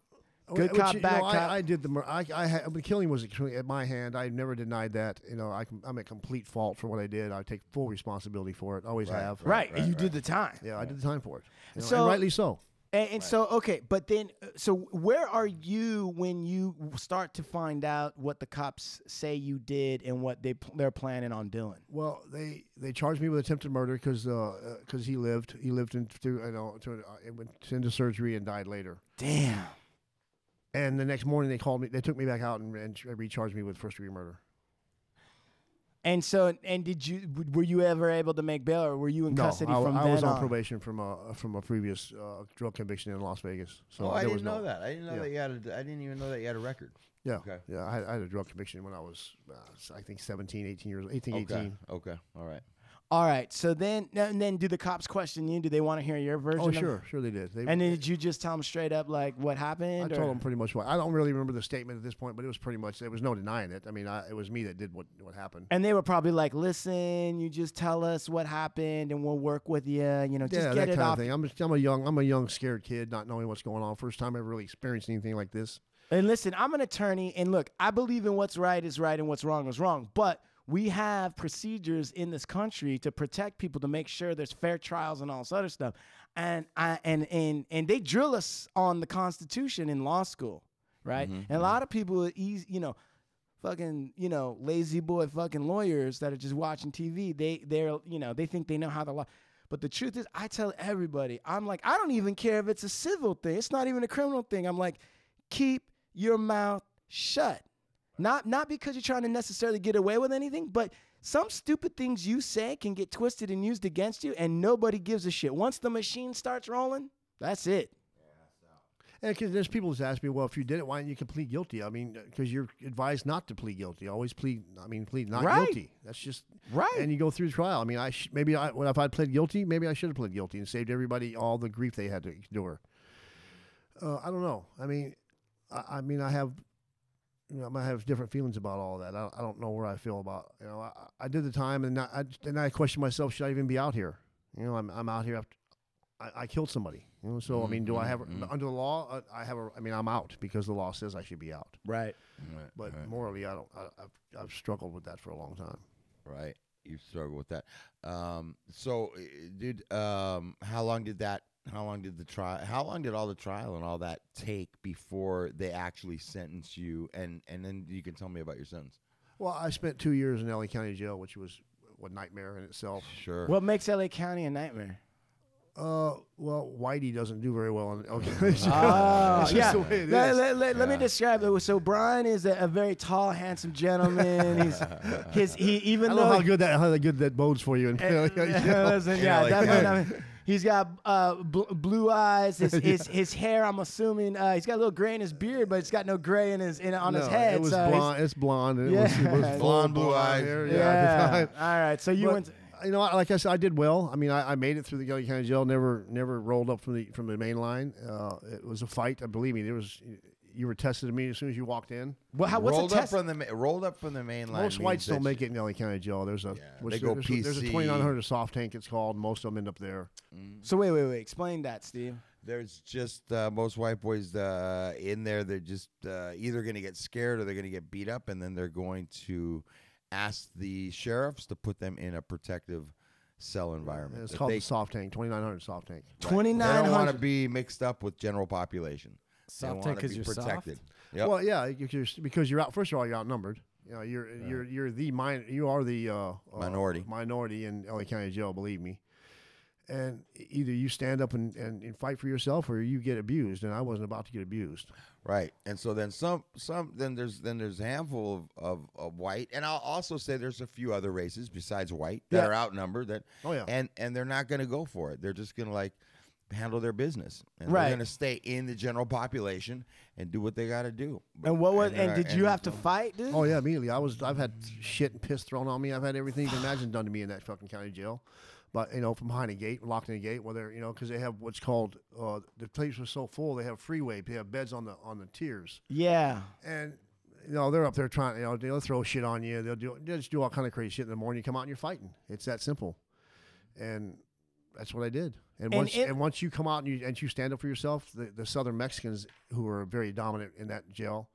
Good
Which,
cop,
you know,
bad
I,
cop.
I did the mur- I, I had, the killing was extremely at my hand. I never denied that. You know, I, com- I'm at complete fault for what I did. I take full responsibility for it. Always have.
right. and you did the time.
Yeah, I did the time for it. You know,
So-
and rightly so.
And, and so, okay, but then, uh, so where are you when you start to find out what the cops say you did and what they pl- they're planning on doing?
Well, they they charged me with attempted murder because because he lived he lived in through you know to, uh, it went into surgery and died later.
Damn.
And the next morning they called me. They took me back out and, and recharged me with first degree murder.
And so, and did you w- were you ever able to make bail, or were you in
No,
custody
I,
from
I
then
was on,
on?
probation from a from a previous uh, drug conviction in Las Vegas. So
oh,
there
I
was
didn't
no,
know that. I didn't know
yeah.
that you had. A, I didn't even know that you had a record.
Yeah,
Okay.
yeah. I had, I had a drug conviction when I was uh, s- I think 17, 18 years, 18,
Okay.
18.
Okay. All right.
All right. So then, now- and then, do the cops question you? Do they want to hear your version?
Oh
of-
sure, sure they did. They,
And then did you just tell them straight up like what
I
happened? or-
told them pretty much what. I don't really remember the statement at this point, but it was pretty much there was no denying it. I mean, I, it was me that did what what happened.
And they were probably like, "Listen, you just tell us what happened, and we'll work with you. You know, just
yeah,
get
that
it
kind
off
of thing. I'm just, I'm a young I'm a young scared kid, not knowing what's going on. First time I really experienced anything like this.
And listen, I'm an attorney, and look, I believe in what's right is right and what's wrong is wrong. But we have procedures in this country to protect people to make sure there's fair trials and all this other stuff. And I and and and they drill us on the Constitution in law school, right?
Mm-hmm,
And a lot of people, are easy, you know, fucking you know lazy boy fucking lawyers that are just watching TV. They they're you know they think they know how the law. But the truth is, I tell everybody, I'm like, I don't even care if it's a civil thing. It's not even a criminal thing. I'm like, keep your mouth shut. Not not because you're trying to necessarily get away with anything, but some stupid things you say can get twisted and used against you, and nobody gives a shit. Once the machine starts rolling, that's it.
And 'cause there's people that ask me, well, if you did it, why didn't you plead guilty? I mean, because you're advised not to plead guilty. Always plead. I mean, plead not
Right.
guilty. That's just
Right.
And you go through the trial. I mean, I sh- maybe I well, if I pled guilty, maybe I should have pled guilty and saved everybody all the grief they had to endure. Uh, I don't know. I mean, I, I mean, I have. You know, I might have different feelings about all that. I, I don't know where I feel about. You know, I, I did the time, and I and I question myself: Should I even be out here? You know, I'm I'm out here after I, I killed somebody. You know, so I mean, do I have
Mm-hmm,
under the law? uh, I have a. I mean, I'm out because the law says I should be out.
Right.
But morally, I don't. I, I've, I've struggled with that for a long time.
Right. You struggle with that. Um, so, uh, dude, um, how long did that? How long did the trial? How long did all the trial and all that take before they actually sentence you? And and then you can tell me about your sentence.
Well, I spent two years in LA County Jail, which was a nightmare in itself.
Sure.
What makes LA County a nightmare?
Uh, well, Whitey doesn't do very well in LA
*laughs*
County Jail.
Oh,
It's
yeah.
just the way it
let,
is.
let- let- let me describe it. So Brian is a, a very tall, handsome gentleman.
*laughs*
He's his he even
I
though
love how good that how good that bodes for you
Eh,
in LA County Jail.
Listen, *laughs* yeah,
like
definitely.
that.
not- He's got uh, bl- blue eyes.
*laughs*
His, his his hair. I'm assuming uh, he's got a little gray in his beard, but he's got no gray in his in on his
No,
head.
It was
so he's-
blonde. It's blonde. And
Yeah.
it was,
*laughs*
it was full
Blonde, blue eyes.
hair,
Yeah.
Yeah. *laughs* at the time.
All right. So *laughs* you
But,
went.
you know, like I said, I did well. I mean, I, I made it through the Gully County Jail. Never, never rolled up from the from the main line. Uh, it was a fight. I believe me. There was you were tested me as soon as you walked in.
Well, how, what's
rolled
a
up
test?
from the ma- rolled up from the main line.
most
means
whites
that
don't
you-
make it in Gully County Jail. There's a which
they go
there's, a- there's a
PC.
2900 soft tank. It's called. Most of them end up there.
so wait, wait, wait. Explain that, Steve.
There's just uh, most white boys uh, in there. They're just uh, either going to get scared or they're going to get beat up, and then they're going to ask the sheriffs to put them in a protective cell environment.
It's
that
called
they
the soft tank. 2900 soft tank.
Twenty
They
nine
don't want to
hundred.
be mixed up with general population. They
Soft
wanna
tank 'cause
be
you're soft?
protected. Yep.
Well, yeah, because you're, because you're out. First of all, you're outnumbered. You know, you're you're you're the min- You are the uh, uh,
Minority.
minority in LA County Jail. Believe me. And e, either you stand up and, and, and fight for yourself, or you get abused. And I wasn't about to get abused.
right. And so then some some then there's then there's a handful of, of, of white and I'll also say there's a few other races besides white that
Yeah.
are outnumbered that
Oh, yeah.
and and they're not going to go for it. They're just going to like handle their business. And
Right.
they're going to stay in the general population and do what they got to do.
And what was? And
uh,
did you have to
so-
fight, dude?
Oh yeah, immediately. I was. I've had shit and piss thrown on me. I've had everything you can imagine done to me in that fucking county jail. but you know, from Heine Gate, Lockton Gate, where they're you know, because they have what's called uh, the place was so full, they have freeway, they have beds on the on the tiers,
Yeah.
and you know they're up there trying, you know, they'll throw shit on you, they'll do, they'll just do all kind of crazy shit in the morning. You come out and you're fighting. It's that simple, and that's what I did. And,
And
once
it-
and once you come out and you and you stand up for yourself, the, the Southern Mexicans who were very dominant in that jail,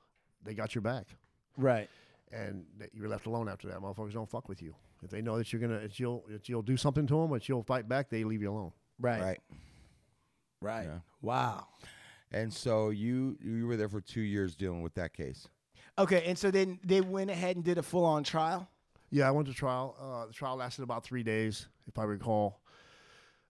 they got your back
Right.
and that you're left alone after that. Motherfuckers don't fuck with you. If they know that you're gonna, that you'll, that you'll do something to them, that you'll fight back, they leave you alone.
Right. Right.
right?
right. Wow.
And so you you were there for two years dealing with that case.
Okay, and so then they went ahead and did a full on trial.
Yeah, I went to trial. Uh, the trial lasted about three days, if I recall.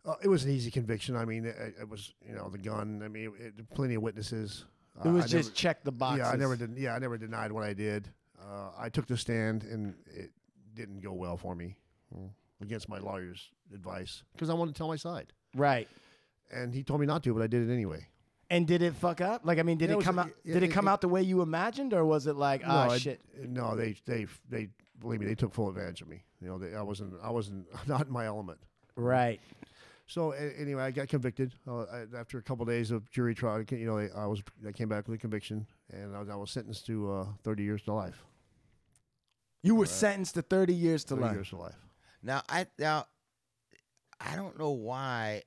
Uh, it was an easy conviction. I mean, it, it was, you know, the gun. I mean, it, it- plenty of witnesses.
It
Uh,
was
I
just
never-
check the boxes.
Yeah, I never did. Yeah, I never denied what I did. Uh, I took the stand, and it didn't go well for me mm, against my lawyer's advice because I wanted to tell my side,
Right.
and he told me not to, but I did it anyway.
And did it fuck up? Like I mean, did
Yeah, it
it,
was-
come out?
yeah,
did it,
it-
come
it-
out the way you imagined, or was it like, ah,
I-
shit?
no, they they they believe me. They took full advantage of me. You know, they, I wasn't I wasn't *laughs* not in my element.
Right.
So a- anyway, I got convicted uh, I, after a couple days of jury trial. You know, I, I was I came back with a conviction, and I, was- I was sentenced to uh, thirty years to life.
You were sentenced to thirty years to
30
life.
years to life.
Now I now I don't know why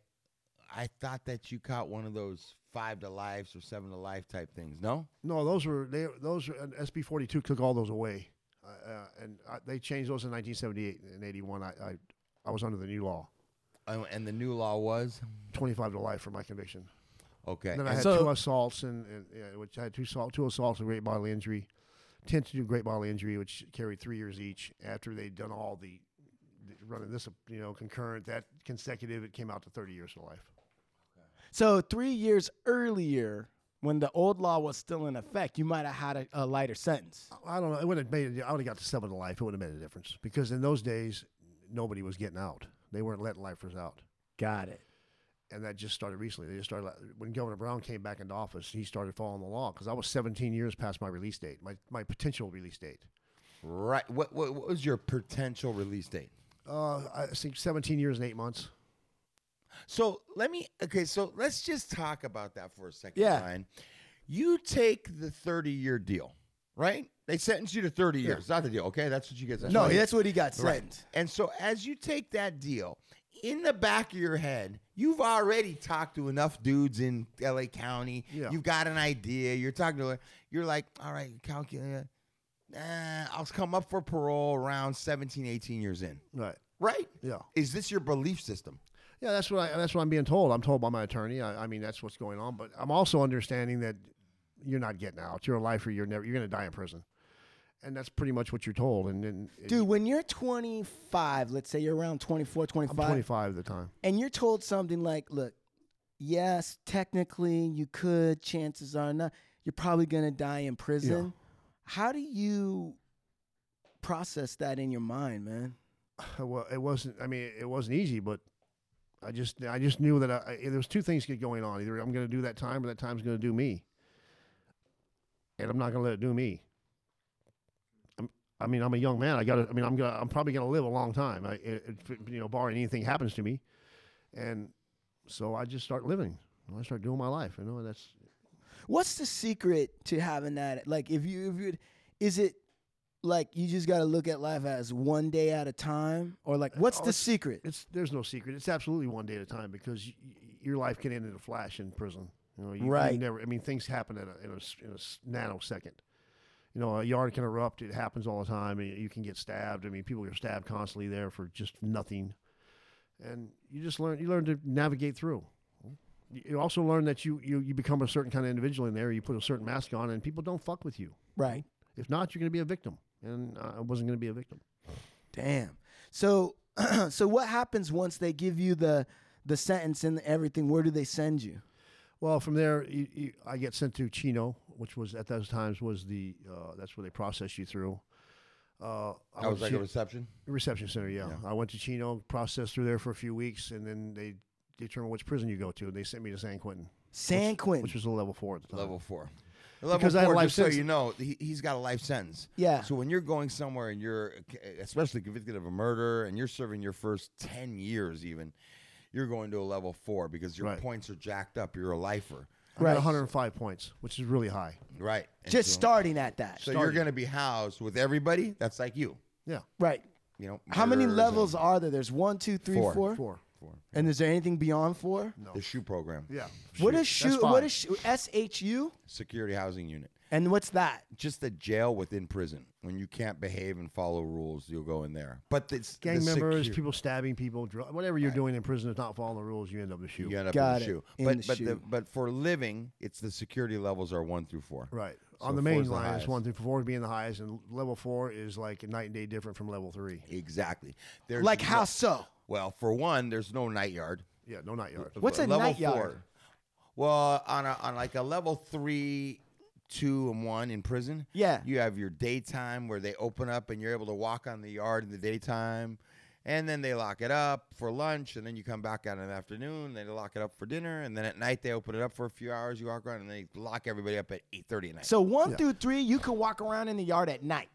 I thought that you caught one of those five to lives or seven to life type things. No,
No, those were they those were, and SB forty two took all those away, uh, uh, and I, they changed those in nineteen seventy eight and eighty one. I, I I was under the new law,
and, and the new law was
twenty five to life for my conviction.
okay.
And then I had
So-
two assaults, and, and yeah, which I had two, assault, two assaults and great bodily injury, ten to do great bodily injury, which carried three years each. After they'd done all the, the running this, you know, concurrent, that consecutive, it came out to thirty years to life.
So three years earlier, when the old law was still in effect, you might have had a, a lighter sentence.
I don't know. It would have made. it- I would have got to seven to life. It would have made a difference because in those days, nobody was getting out. They weren't letting lifers out.
Got it.
And that just started recently. They just started when Governor Brown came back into office. He started following the law because I was 17 years past my release date, my my potential release date.
right. What, what what was your potential release date?
Uh, I think 17 years and eight months.
So let me okay. So let's just talk about that for a second.
Yeah.
Ryan. you take the thirty-year deal, right? They sentence you to thirty years. It's Not the deal. Okay, that's what you get. sentenced
No,
to.
that's what he got
Right.
sentenced.
And so as you take that deal, in the back of your head, you've already talked to enough dudes in LA County.
Yeah.
You've got an idea. You're talking to you're like, all right, calculate. Nah, I'll come up for parole around 17, 18 years in.
Right.
Right?
Yeah.
Is this your belief system?
Yeah, that's what I, that's what I'm being told. I'm told by my attorney. I, I mean, that's what's going on. But I'm also understanding that you're not getting out. You're a lifer. You're never. You're going to die in prison, and that's pretty much what you're told. And then
Dude, when you're 25, let's say you're around 24, 25,
I'm 25 at the time.
and you're told something like, look, yes, technically you could, chances are not, you're probably going to die in prison. How do you process that in your mind, man?
Uh, Well, it wasn't. I mean, it wasn't easy, but I just I just knew that I, I, there was two things get going on. Either I'm going to do that time, or that time's going to do me, and I'm not going to let it do me. I'm, I mean, I'm a young man. I got. to I mean, I'm gonna. I'm probably going to live a long time. I, it, it- you know, barring anything happens to me, and so I just start living. I start doing my life. You know, and that's
What's the secret to having that? Like, if you, if you, is it like you just got to look at life as one day at a time, or like, what's
Oh,
the
it's-
secret?
it's. There's no secret. It's absolutely one day at a time because y- y- your life can end in a flash in prison. You know, you, you
Right.
never. I mean, things happen in a, in a s- in a s- nanosecond. You know, a yard can erupt. It happens all the time. and You can get stabbed. I mean, people are stabbed constantly there for just nothing, and you just learn. You learn to navigate through. You- You also learn that you you, you become a certain kind of individual in there. You put a certain mask on, and people don't fuck with you.
Right.
If not, you're going to be a victim. And I wasn't going to be a victim.
Damn. So, *clears throat* so what happens once they give you the the sentence and everything? Where do they send you?
Well, from there, you, you, I get sent to Chino, which was at those times was the uh, that's where they process you through. Uh, I
That was
went to
Oh, like a
Chi-
reception.
reception center. Yeah. I went to Chino, processed through there for a few weeks, and then they determine which prison you go to. And they sent me to San Quentin,
San Quentin.
which was a level four at the time.
Level four. Level
because I had a
four,
life
just so
sentence.
you know, he, he's got a life sentence.
Yeah.
So when you're going somewhere and you're, uh, especially convicted of a murder, and you're serving your first ten years, even, you're going to a level four because your
Right.
points are jacked up. You're a lifer,
I got
Right.
105 points, which is really high.
right? And
Just
so,
starting at that.
So you're going to be housed with everybody that's like you.
Yeah,
right.
You know.
How many
murderers
levels
and
are there? There's one, two, three, four.
Four.
four.
And is there anything beyond four?
The shoe program,
Yeah.
What is
That's
shoe?
five.
What is shoe? S H U?
security housing unit.
And what's that?
Just the jail within prison. When you can't behave and follow rules, you'll go in there. But it's
gang
the
members,
secu-
people stabbing people, dr- whatever you're doing in prison is not following the rules. You end up with shoe.
You end up
Got
in
it,
the shoe.
in
but
the
but The,
shoe.
but for living, it's the security levels are one through four.
Right.
So
On the
four
main
is the
line, it's
highest.
one through four being the highest, and level four is like night and day different from level three.
Exactly. There's
Like
no-
how so?
Well, for one, there's no night yard.
Yeah, no night yard.
What's
But
a
level
night yard?
four- Well, on a, on like a level three, two and one in prison.
Yeah.
You have your daytime where they open up and you're able to walk on the yard in the daytime. And then they lock it up for lunch, and then you come back out in the afternoon. They lock it up for dinner, and then at night they open it up for a few hours. You walk around, and they lock everybody up at eight thirty at night.
So one through three, you can walk around in the yard at night.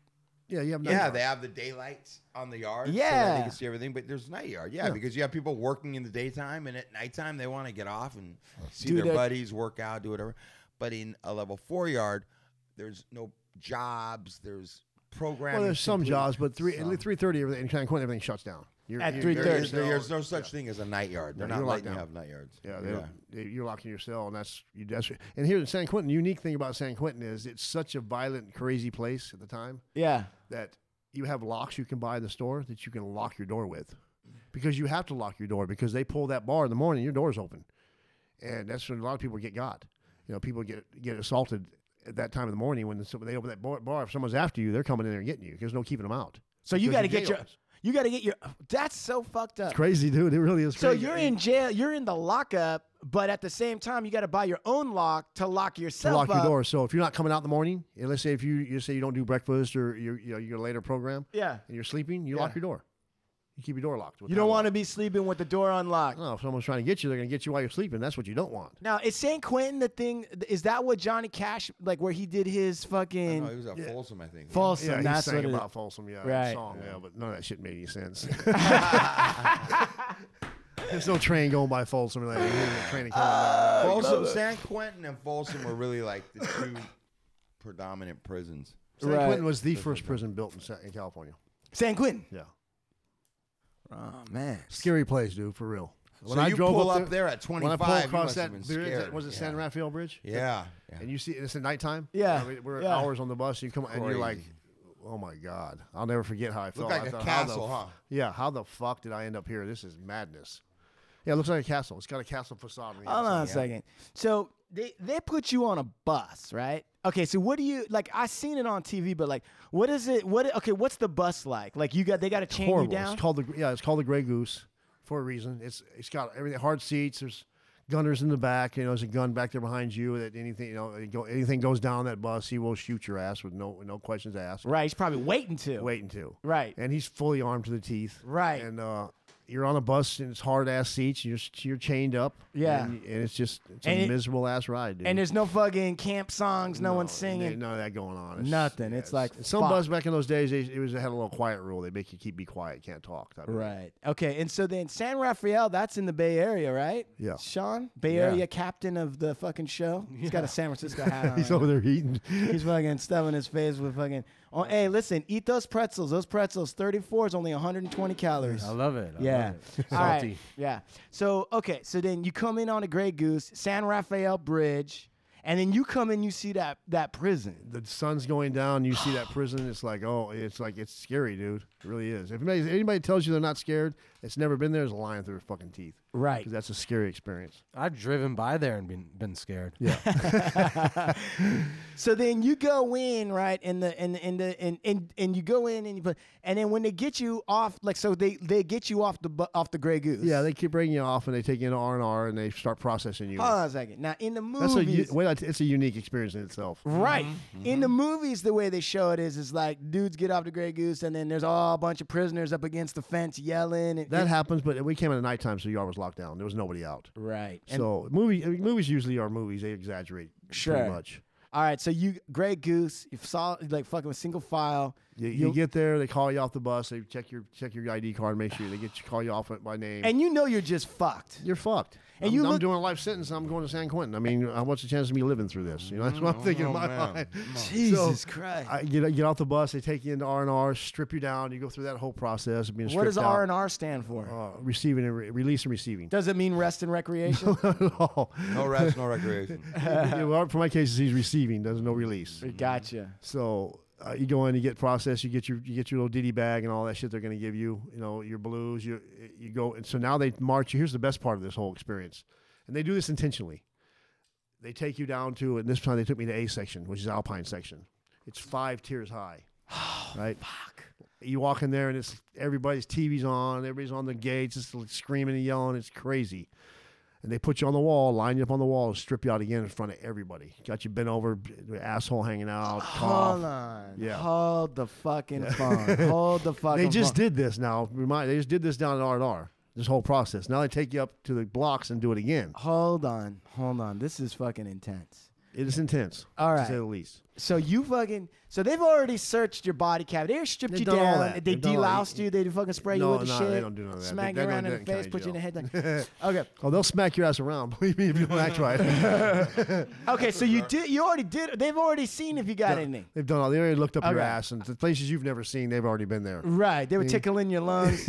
Yeah, you have night
Yeah,
yard.
they have the daylights on the yard. so that they
Yeah.
can see everything. But there's night yard. Yeah, because you have people working in the daytime, and at nighttime they want to get off and
Oh,
see
Do
their
their-
buddies, work out, do whatever. But in a level four yard, there's no jobs. There's programming.
Well, there's some
complete-
jobs, but three
some.
at three thirty, everything in County Court, everything shuts down. You're,
At
you're-
3:30.
There is,
there's no-
there's no such thing as a night yard. They're
No,
not
you're
letting
locked
you
down.
have night yards.
Yeah, they don't- they- you're locked in your cell, and that's you. That's and here in San Quentin. The unique thing about San Quentin is it's such a violent, crazy place at the time
Yeah.
that you have locks you can buy in the store that you can lock your door with, because you have to lock your door because they pull that bar in the morning, your door's open, and that's when a lot of people get got. You know, people get get assaulted at that time of the morning when some- they open that bar. bar if someone's after you, they're coming in there and getting you. There's no keeping them out.
So you
Because
got to
your
get
jail
your.
is-
You got to get your. That's so fucked up.
Crazy dude, it really is.
So
crazy.
you're in jail. You're in the lockup, but at the same time, you got to buy your own lock to lock
to
yourself
lock your
up.
door. So if you're not coming out in the morning, and let's say if you you say you don't do breakfast or you're, you know your later program,
Yeah.
and you're sleeping, you lock your door. You keep your door locked.
You don't want to be sleeping with the door unlocked.
No, if someone's trying to get you, they're going to get you while you're sleeping. That's what you don't want.
Now, is San Quentin the thing? Is that what Johnny Cash like? Where he did his
No,
fucking
Oh, he was at Folsom, I think.
false?
yeah, Oh, he's
that's
saying
what it-
about Folsom, yeah, that
Right.
song, yeah, but none of that shit made any
*laughs*
sense. *laughs* There's no train going by Folsom. Like, there's no train to
*laughs*
come by.
Folsom, San Quentin, and Folsom were really like the
*laughs*
two predominant prisons.
San
Right.
Quentin was the first prison built in, Sa- in California.
San Quentin.
Yeah,
Oh man.
scary place, dude, for real. When
so
I
you
drove
pull
up
up there, at 25,
when I pull
you must
across
have
that
been
bridge, that-
scared.
was it San Rafael Bridge?
Yeah. yeah.
and you see it's at nighttime.
Yeah,
I mean, we're
yeah.
hours on the bus. You come and you're like,
Crazy.
oh my god, I'll never forget how I felt.
like
I
a
thought, how the
castle,
f-
huh?
Yeah, how the fuck did I end up here? This is madness. Yeah, it looks like a castle. It's got a castle facade. On the
Hold on a
outside.
second. So they they put you on a bus, right? Okay, so what do you like? I seen it on TV, but like, what is it? What okay? What's the bus like? Like you got they got to chain you
Horrible.
down.
It's called the yeah. It's called the Gray Goose for a reason. It's it's got everything hard seats. There's gunners in the back. You know, there's a gun back there behind you. That anything you know, it go, anything goes down that bus, he will shoot your ass with no no questions asked.
right, he's probably waiting to.
Waiting to.
Right.
And he's fully armed to the teeth.
Right.
And uh, you're on a bus and it's hard ass seats. And you're s- you're chained up.
Yeah.
And, and it's just it's
And
a
it-
miserable ass ride, dude.
And there's no fucking camp songs. No,
No,
one's
there ain't
singing.
None of that going on. It's-
Nothing. It's like
Some
fuck.
bus back in those days, they, it was they had a little quiet rule. They make you keep be quiet, can't talk. type of thing.
Right. Okay. And so then San Rafael, that's in the Bay Area, right?
Yeah.
Sean, Bay Area captain of the fucking show. He's got a San Francisco
*laughs*
hat on.
*laughs* He's
right now.
over there eating.
He's fucking stuffing his face with fucking. Oh, hey, listen, eat those pretzels. Those pretzels, 34 is only 120 calories.
I love it. I
yeah.
Love it.
All right.
Salty.
Yeah. So, okay. So then you come in on a Grey Goose, San Rafael Bridge, and then you come in, you see that that prison.
the sun's going down. You see that prison. It's like oh, it's like it's scary, dude. It really is. If anybody, anybody tells you they're not scared, it's never been there. Is lying through their fucking teeth.
Right.
Because that's a scary experience.
I've driven by there and been been scared.
So then you go in, right? And the and and the and and, and you go in and you put, and then when they get you off, like so they they get you off the bu- off the Grey Goose.
Yeah, they keep bringing you off and they take you into R and R and they start processing you.
Hold on a second. Now in the
That's a u-
Ah, movies,
well, it's it's a unique experience in itself.
right?
Mm-hmm.
In the movies, the way they show it is is like dudes get off the Grey Goose, and then there's all a bunch of prisoners up against the fence yelling. And,
That happens, but we came in at nighttime, so the yard was locked down. There was nobody out.
right? And
so movie I mean, movies usually are movies. They exaggerate
Sure.
pretty much.
All right, so you Grey Goose, you saw like fucking with single file.
You,
You'll-
you get there, they call you off the bus, they check your check your ID card, make sure they get you call you off by name.
and you know you're just fucked.
you're fucked.
and
I'm,
you
I'm
look-
doing a life sentence. I'm going to San Quentin. I mean, uh, what's the chance of me living through this? You know, that's what
Oh,
I'm thinking in my mind.
Jesus Christ.
I get get off the bus. They take you into R and R, strip you down. You go through that whole process of being
what does
stripped out,
R and R stand for?
uh, receiving and re- release and receiving. *laughs*
does it mean rest and recreation? *laughs*
Not at all. *laughs*
No rest, no recreation.
Yeah, well, for my cases, he's receiving. There's no release.
gotcha.
So uh, you go in, you get processed, you get your you get your little ditty bag and all that shit they're gonna give you. You know your blues. You you go and so now they march you. Here's the best part of this whole experience, and they do this intentionally. They take you down to, and this time they took me to A section, which is Alpine section. It's five
*sighs*
tiers high.
Oh,
right. Fuck. You walk in there and it's everybody's TV's on, everybody's on the gates, it's like screaming and yelling, it's crazy and they put you on the wall, line you up on the wall, and strip you out again in front of everybody. Got you bent over, b- asshole hanging
Oh, Hold
out, cough.
on.
Yeah.
Hold the
*laughs*
fucking phone. Hold the fucking.
They just
phone.
did this now. Remind they just did this down at R and R. This whole process. Now they take you up to the blocks and do it again.
Hold on. Hold on. This is fucking intense.
It is intense,
All
to say
right.
the least.
So you fucking. So they've already searched your body cavity. They stripped
They've
you
done all
down.
that.
They
They've done all that.
deloused you. They fucking spray
No,
you with the
no,
shit.
they don't do none of that. They-
Smack
they
you
don't
around
do
in
that
the
in
face.
county
Put you in the
jail.
head.
*laughs*
okay.
Oh, they'll smack your ass around. *laughs* Believe me if you don't
*laughs*
act right.
Okay. So you did. You already did. They've already seen if you got anything.
They've done all. They already looked up your
Okay. Mm-hmm.
ass and the places you've never seen. They've already been there.
Right. They were tickling your
*laughs*
lungs.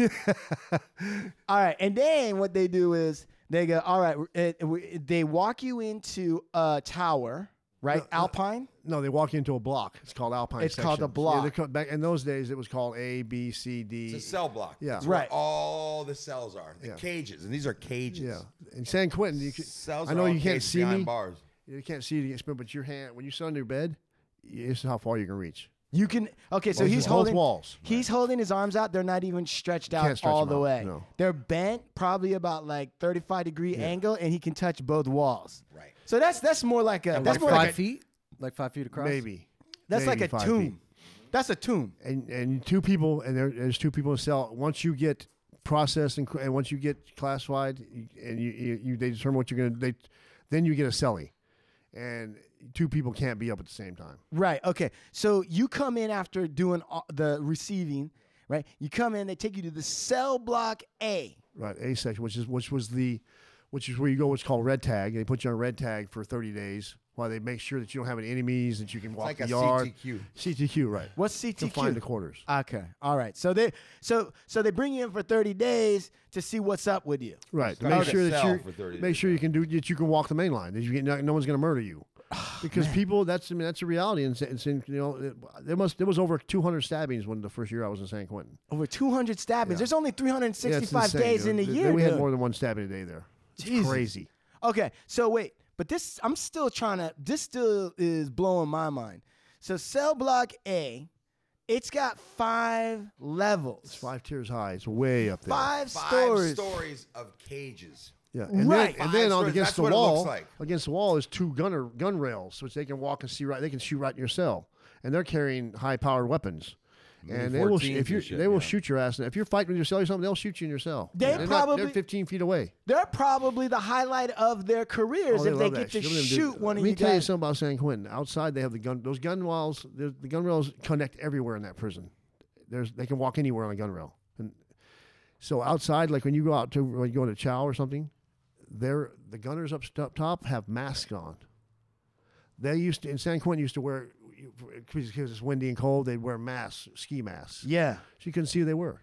all right. And then what they do is they go, all right, it, it- they walk you into a tower, right? Alpine?
No, they walk you into a block. It's called Alpine.
It's called a
sections.
block.
Yeah, they called- back in those days, it was called A, B, C, D.
It's a cell block.
Yeah.
It's where
Right.
all the cells are. The
Yeah.
cages. And these are cages.
Yeah, in San Quentin, you can,
Cells
I
are
know
all
you can't
caged
see
behind
me.
bars.
You can't see it against me, but your hand when you sit on your bed, y- this is how far you can reach.
You can okay, so
Well,
he's
both
holding
walls.
He's holding his arms out. They're not even stretched out
can't stretch
all
them
the
out,
way.
no.
They're bent, probably about like thirty-five degree angle, and he can touch both walls.
Right.
So that's that's more like a that's
like
more
five
like a,
feet, like five feet across.
Maybe
that's
maybe
like a
five
tomb.
feet.
That's a tomb.
And and two people, and there, there's two people in a cell. Once you get processed and, cr- and once you get classified, you- and you, you, you they determine what you're gonna they, then you get a cellie, and two people can't be up at the same time.
Right. Okay. So you come in after doing all the receiving, right? You come in, they take you to the cell block A.
Right, A section, which is which was the, which is where you go. What's called red tag. They put you on red tag for 30 days while they make sure that you don't have any enemies, that you can walk
like
the
a
yard.
CTQ.
CTQ, right?
What's
To
CTQ?
find the quarters.
Okay. All right. So they so so they bring you in for 30 days to see what's up with you.
Right. To
Start
make
to
sure that
sell
you
for 30
make
days,
sure you can do that. You can walk the main line. That you get, no, no one's going to murder you,
Ah,
because people. That's I mean, that's a reality. And, and, you know, it, there must there was over 200 stabbings when the first year I was in San Quentin.
Over 200 stabbings. There's only
Yeah, it's
365
insane,
days
dude.
in a
Th-
year.
We had
dude.
more than one stabbing a day there. It's
Jesus.
crazy.
Okay, so wait, but this I'm still trying to. This still is blowing my mind. So cell block A, it's got five levels,
It's five tiers high. It's way up there.
five
Five
stories.
stories of cages.
Yeah, and
Right.
Then, and then
Five
on
stories,
against
that's
the
what it looks
wall,
like.
against the wall is two gunner gun rails, which they can walk and see right. They can shoot right in your cell, and they're carrying high powered weapons. And they will, sh-
14s
if you
and shit,
they will
yeah.
shoot your ass. And if you're fighting with your cell or something, they'll shoot you in your cell.
They
They're not-
probably-
they're 15 feet away.
They're probably the highlight of their careers if
Oh,
they
love
get
that
to
shit. Look at them do-
shoot one
Let
of
me
you
tell you
guys.
something about San Quentin. Outside, they have the gun. Those gun walls, the the gun rails connect everywhere in that prison. There's they can walk anywhere on a gun rail. And so outside, like when you go out to when you go to Chow or something, there the gunners up st- up top have masks on. They used to in San Quentin used to wear because it's windy and cold. They'd wear masks, ski masks.
yeah.
so you couldn't see who they were.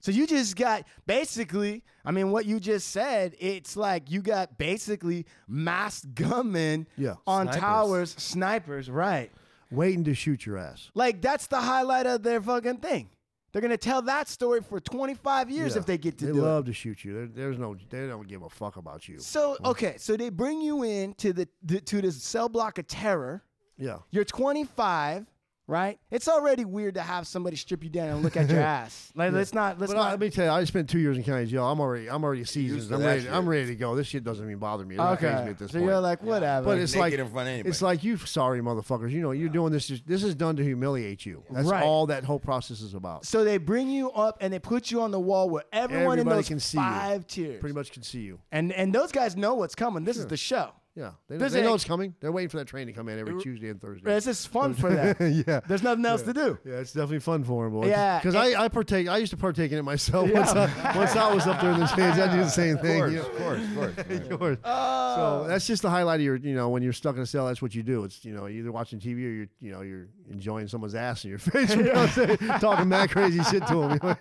So you just got basically, I mean, what you just said, it's like you got basically masked gunmen
Yeah.
on
Snipers.
towers, snipers, right?
Waiting to shoot your ass.
Like that's the highlight of their fucking thing. They're gonna tell that story for 25 years
Yeah.
if they get to
they
do
love to shoot you. There, there's no, they don't give a fuck about you.
it. So okay, so they bring you in to the, the to this cell block of terror.
Yeah.
You're 25, right? It's already weird to have somebody strip you down and look
*laughs*
at your ass. Like let's not let's
But uh, I,
not.
let me tell you, I spent two years in county jail. I'm already, I'm already
used
seasoned.
to
I'm
that
ready. I'm
shit.
ready to go. This shit doesn't even bother me. It doesn't faze me
okay,
at this
so
point.
you're like whatever.
but it's
Naked
like
in front of anybody.
it's like you sorry motherfuckers. You know you're doing this. Is, this is done to humiliate you. That's
Right.
all that whole process is about.
so they bring you up and they put you on the wall where everyone in
Everybody
those
can see you.
five tiers,
Pretty much can see you.
and and those guys know what's coming. This is the show.
Yeah, they, know,
There's
they know
a-
it's coming. They're waiting for that train to come in every Tuesday and Thursday.
This is fun for them.
*laughs* yeah,
There's nothing else to do.
Yeah, it's definitely fun for him, boy.
Yeah,
because I, I partake. I used to partake in it myself.
Yeah.
Once, I, once I was up there in *laughs* the stage, I did the same
Of
thing.
course,
you
of course, of course.
*laughs* know. Yours.
Oh.
So that's just the highlight of your. You know, when you're stuck in a cell, that's what you do. It's you know, you're either watching TV or you're you know you're enjoying someone's ass in your *laughs* face, you know
*laughs*
what I'm saying? talking mad crazy shit to him.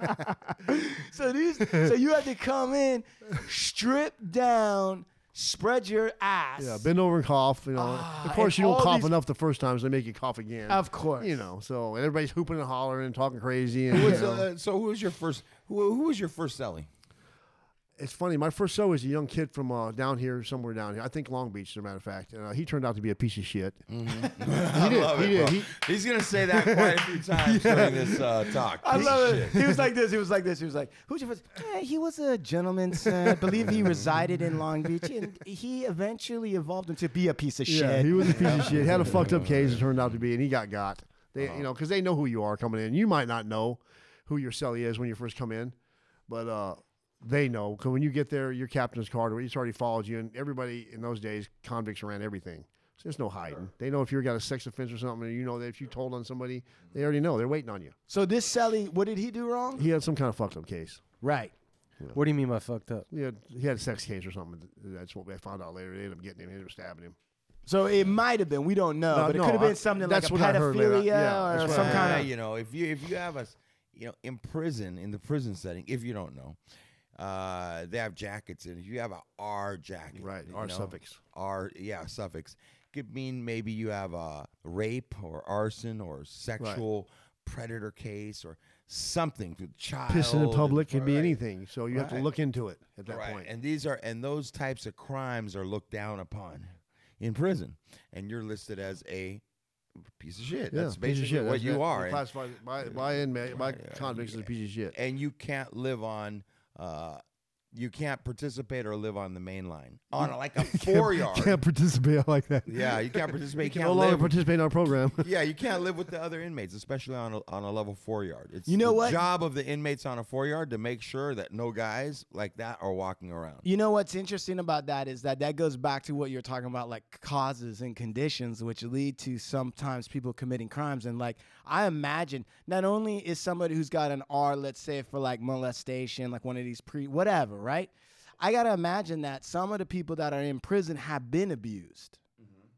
So these, so you have to come in, strip down, spread your ass.
yeah, bend over and cough. You know, of course
Ah, and
you don't
all
cough
these-
enough the first time, so they make you cough again.
Of course.
You know, so and everybody's hooping and hollering and talking crazy. And,
Who
you
was,
know.
uh, so who was your first? Who, who was your first selling?
it's funny. My first show was a young kid from uh, down here, somewhere down here. I think Long Beach, as a matter of fact. And uh, he turned out to be a piece of shit. he did.
Love
he
it,
did.
bro.
He,
He's gonna say that quite a few
*laughs*
times during this uh, talk.
I love it. He was like this. He was like this. He was like, "Who's your first? Eh, he was a gentleman. Sir. I believe he resided in Long Beach, and he eventually evolved into be a piece of
yeah, Uh-huh.
shit.
he was a piece of shit. Had a fucked up case. It turned out to be, and he got got. They, you know, because they know who you are coming in. You might not know who your cellie is when you first come in, but uh, they know. Because when you get there, your captain's card, or he's already followed you, and everybody in those days, convicts ran everything. So there's no hiding. They know if you've got a sex offense or something, and you know that if you told on somebody, they already know. They're waiting on you.
so this Sally, what did he do wrong?
He had some kind of fucked up case.
Right.
What do you mean by fucked up?
He had, he had a sex case or something. That's what I found out later. They ended up getting him. They ended up stabbing him.
So it might have been. We don't know,
No,
but it
no,
could have
I-
been something like
that's
a
what I heard later.
pedophilia
Yeah,
or
that's what
some
I
kind
Yeah,
of.
you know if you if you have us you know in prison in the prison setting if you don't know uh they have jackets and if you have a r jacket
Right,
you
R
know,
suffix.
r yeah suffix could mean maybe you have a rape or arson or sexual predator case or something to child
Pissing in public could be
right,
anything. So you have to
Right.
look into it at that
right.
point.
and these are and those types of crimes are looked down upon in prison and you're listed as a piece of shit
Yeah,
that's
piece
basically
of shit.
what
That's-
you
that-
are
they
And-
Classify my my, inmate, my convicts as a piece of shit.
and you can't live on uh you can't participate or live on the main line on *laughs* like a four yard
participate. *laughs* I like that.
yeah you can't participate you
Can
can't
no longer
live
participate in
*laughs*
our program.
yeah you can't live with the other inmates especially on a, on a level four yard it's
You know
the
what?
job of the inmates on a four yard to make sure that no guys like that are walking around
You know what's interesting about that is that that goes back to what you're talking about, like causes and conditions, which lead to sometimes people committing crimes. And like, I imagine not only is somebody who's got an R, let's say for like molestation, like one of these pre whatever, right? I gotta imagine that some of the people that are in prison have been abused,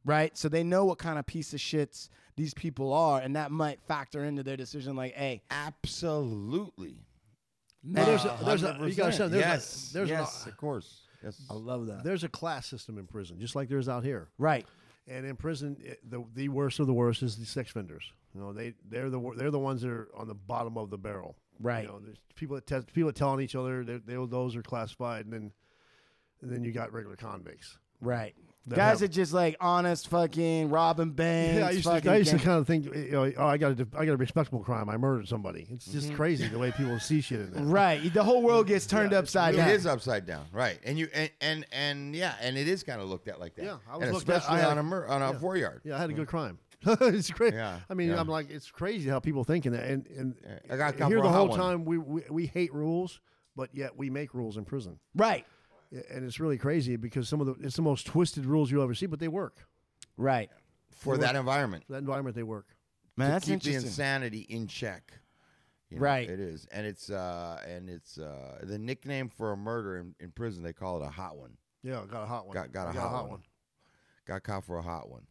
right? So they know what kind of piece of shits these people are, and that might factor into their decision. Like, hey,
absolutely
Well, there's a, there's a, you gotta
100%.
understand, there's a-
yes
there's an-
yes of course yes
I love that.
there's a class system in prison, just like there is out here.
Right.
And in prison, it, the the worst of the worst is the sex offenders. You know, they they're the wor- they're the ones that are on the bottom of the barrel.
Right.
You know, there's people that test people that tell on each other. They, they those are classified, and then and then you got regular convicts.
Right.
That
Guys
happen-
are just like honest fucking robbing banks.
Yeah, I used,
fucking
to, I used to
gang-
kind of think, you know, oh, I got a, def- I got a respectable crime. I murdered somebody. It's
Mm-hmm.
just crazy the way people see shit in
*laughs*
there.
right. The whole world gets turned upside
It
down.
is upside down, right? And you and and, and yeah, and it is kind of looked at like that.
Yeah,
I
I was
was and
looked at-
especially
I had-
on a mur- on a four yard.
Yeah, I had a good crime. *laughs* it's crazy.
Yeah,
I mean,
yeah.
I'm like, it's crazy how people think in that. And and
I got caught
here
for
the
a hot
whole
one.
time we, we we hate rules, but yet we make rules in prison.
Right.
And it's really crazy because some of the it's the most twisted rules you'll ever see, but they work.
Right.
for that environment.
For that environment, they work.
Man,
to
that's
keep the
interesting.
insanity in check. You know,
Right.
It is. And it's uh and it's uh the nickname for a murder in, in prison they call it a hot one.
Yeah, got a hot one.
Got got a, hot, one. Got caught for a hot one.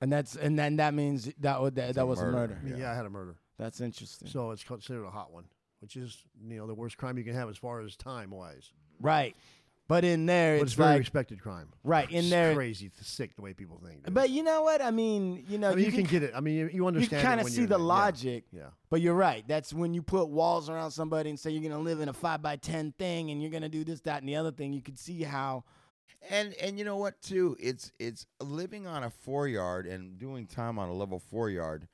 And that's and then that means that would that, that
a
was a
murder.
murder.
I mean, yeah. I had a murder,
That's interesting.
so it's considered a hot one, which is you know the worst crime you can have as far as time wise.
right. But in there
But
it's,
it's, very
like
respected crime.
right in
It's
there.
crazy, th- sick the way people think. dude.
But you know what? I mean, you know,
I mean, you,
you,
can, get it. I mean, you, you
you
understand. it
kind of
when
see
you're
the
in it. Yeah.
logic.
Yeah.
But you're right. That's when you put walls around somebody and say you're gonna live in a five by ten thing and you're gonna do this, that, and the other thing. You could see how
And and you know what too? It's it's living on a four yard and doing time on a level four yard.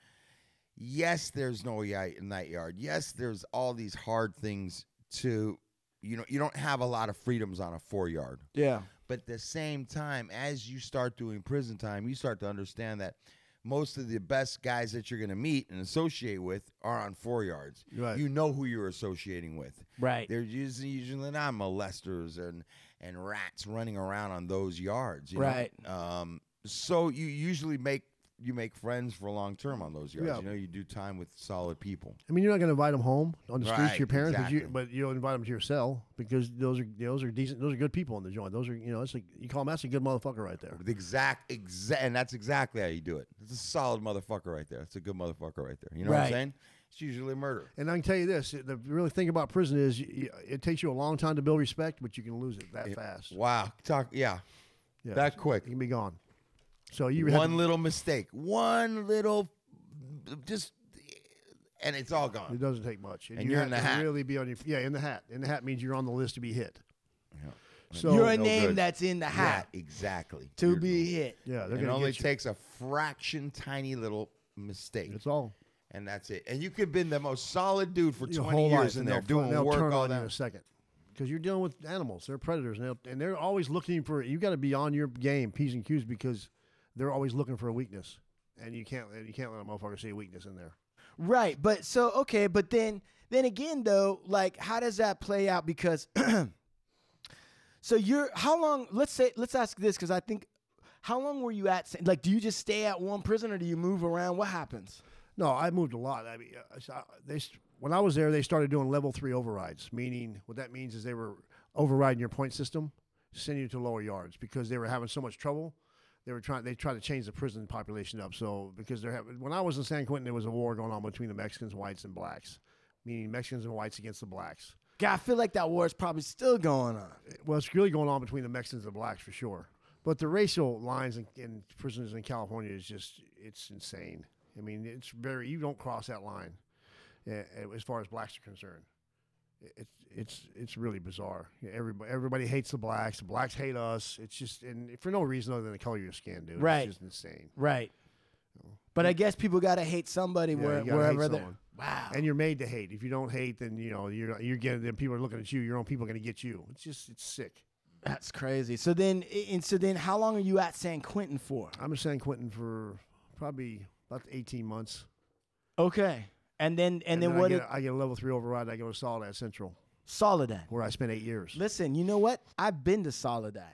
Yes, there's no yi- night yard. Yes, there's all these hard things to you know you don't have a lot of freedoms on a four yard.
Yeah.
But at the same time, as you start doing prison time, you start to understand that most of the best guys that you're going to meet and associate with are on four yards.
Right.
You know who you're associating with.
Right.
They're usually, usually not molesters and, and rats running around on those yards. you know?
Right.
Um, so you usually make you make friends for long term on those yards.
Yeah.
You know, you do time with solid people.
I mean, you're not going to invite them home on the streets
Right,
to your parents,
exactly.
but, you, but you'll invite them to your cell because those are those are decent, those are good people in the joint. Those are you know, it's like you call them that's a good motherfucker right there.
The exact, exact, and that's exactly how you do it. It's a solid motherfucker right there. It's a good motherfucker right there. You know what I'm
Right.
saying? It's usually a murder.
And I can tell you this: the really thing about prison is y y- it takes you a long time to build respect, but you can lose it that fast.
Wow. Talk. Yeah.
Yeah,
That quick.
it can be gone. So you have
One little mistake. One little, just, and it's all
It
gone.
doesn't take much,
And you're
have
in the
to
hat.
Really be on your yeah, in the hat. In the hat means you're on the list to be hit. So
You're a
no
name
good.
that's in the hat
Yeah, exactly.
to
You're-
be hit.
yeah, they're
It
gonna
only
get you.
takes a fraction, tiny little mistake.
It's all
and that's it. And you could have been the most solid dude for
your
20
whole
years
life,
and they're
they'll fu-
doing
they'll
work
turn
all
on you in a
that.
second because you're dealing with animals. They're predators, and, they'll- and they're always looking for. You got to be on your game, p's and q's, because they're always looking for a weakness, and you can't and you can't let a motherfucker see a weakness in there.
Right, but so okay, but then then again though, like how does that play out? Because *clears throat* so you're how long? Let's say let's ask this because I think how long were you at? Like, do you just stay at one prison or do you move around? What happens?
No, I moved a lot. I mean, uh, so I- they s- when I was there, they started doing level three overrides. Meaning, what that means is they were overriding your point system, sending you to lower yards because they were having so much trouble. They were trying. They tried to change the prison population up. So because they're having, when I was in San Quentin, there was a war going on between the Mexicans, whites, and blacks, meaning Mexicans and whites against the blacks.
God, I feel like that war is probably still going on.
Well, it's really going on between the Mexicans and the blacks for sure. But the racial lines in, in prisons in California is just it's insane. I mean, it's very you don't cross that line eh, eh, as far as blacks are concerned. It- It's it's it's really bizarre. Yeah, Everybody everybody hates the blacks. The blacks hate us. It's just and for no reason other than the color of your skin, dude.
Right.
It's just insane.
Right. But I guess people gotta hate somebody
Yeah,
where,
you gotta hate
wherever they.
someone.
Wow.
And you're made to hate. If you don't hate, then you know you're you're getting. Then people are looking at you. Your own people are going to get you. It's just it's sick.
That's crazy. So then, and so then, how long are you at San Quentin for?
I'm in San Quentin for probably about 18 months.
Okay. And then, and, then,
I
what?
get,
It,
a- I get a level three override. I go to Soledad Central,
Soledad.
where I spent eight years.
Listen, you know what? I've been to Soledad.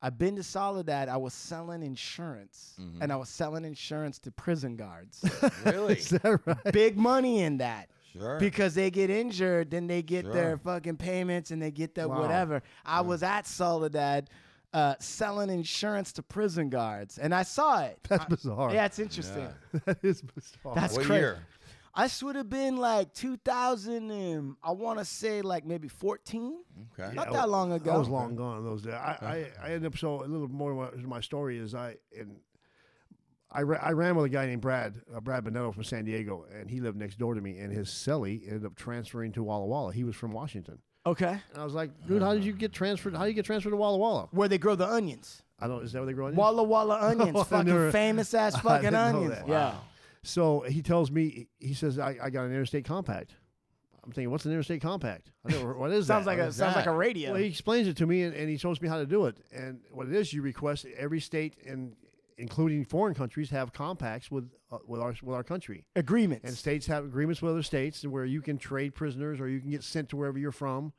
I've been to Soledad. I was selling insurance, and I was selling insurance to prison guards.
Mm-hmm. *laughs*
*laughs*
Really?
Is that right?
Big money in that.
Sure.
Because they get injured, then they get
Sure.
their fucking payments and they get their
Wow.
whatever. I was at Soledad uh, selling insurance to prison guards, and I saw it.
That's bizarre.
Yeah, it's interesting.
*laughs* that is bizarre.
That's
what
crazy.
year?
I should have been like 2000, and I want to say like maybe 14.
Okay.
Not that long ago.
I was long gone those days. I, I, I ended up so a little more. of My, my story is I and I, ra- I ran with a guy named Brad uh, Brad Bonetto from San Diego, and he lived next door to me. And his cellie ended up transferring to Walla Walla. He was from Washington,
Okay.
and I was like, dude, how did you get transferred? How do you get transferred to Walla Walla?
Where they grow the onions.
I don't. Is that where they grow? onions?
Walla
*laughs*
Walla onions,
Oh, I
fucking
never-
famous ass
*laughs* I
fucking
didn't know
onions.
that.
Yeah.
So he tells me, he says, I, I got an interstate compact. I'm thinking, what's an interstate compact? I never, what
*laughs*
is
Sounds
that?
like a
What is
sounds like
that?
a radio.
Well, he explains it to me, and, and he shows me how to do it. And what it is, you request every state, and including foreign countries, have compacts with uh, with our with our country.
Agreements.
And states have agreements with other states where you can trade prisoners, or you can get sent to wherever you're from,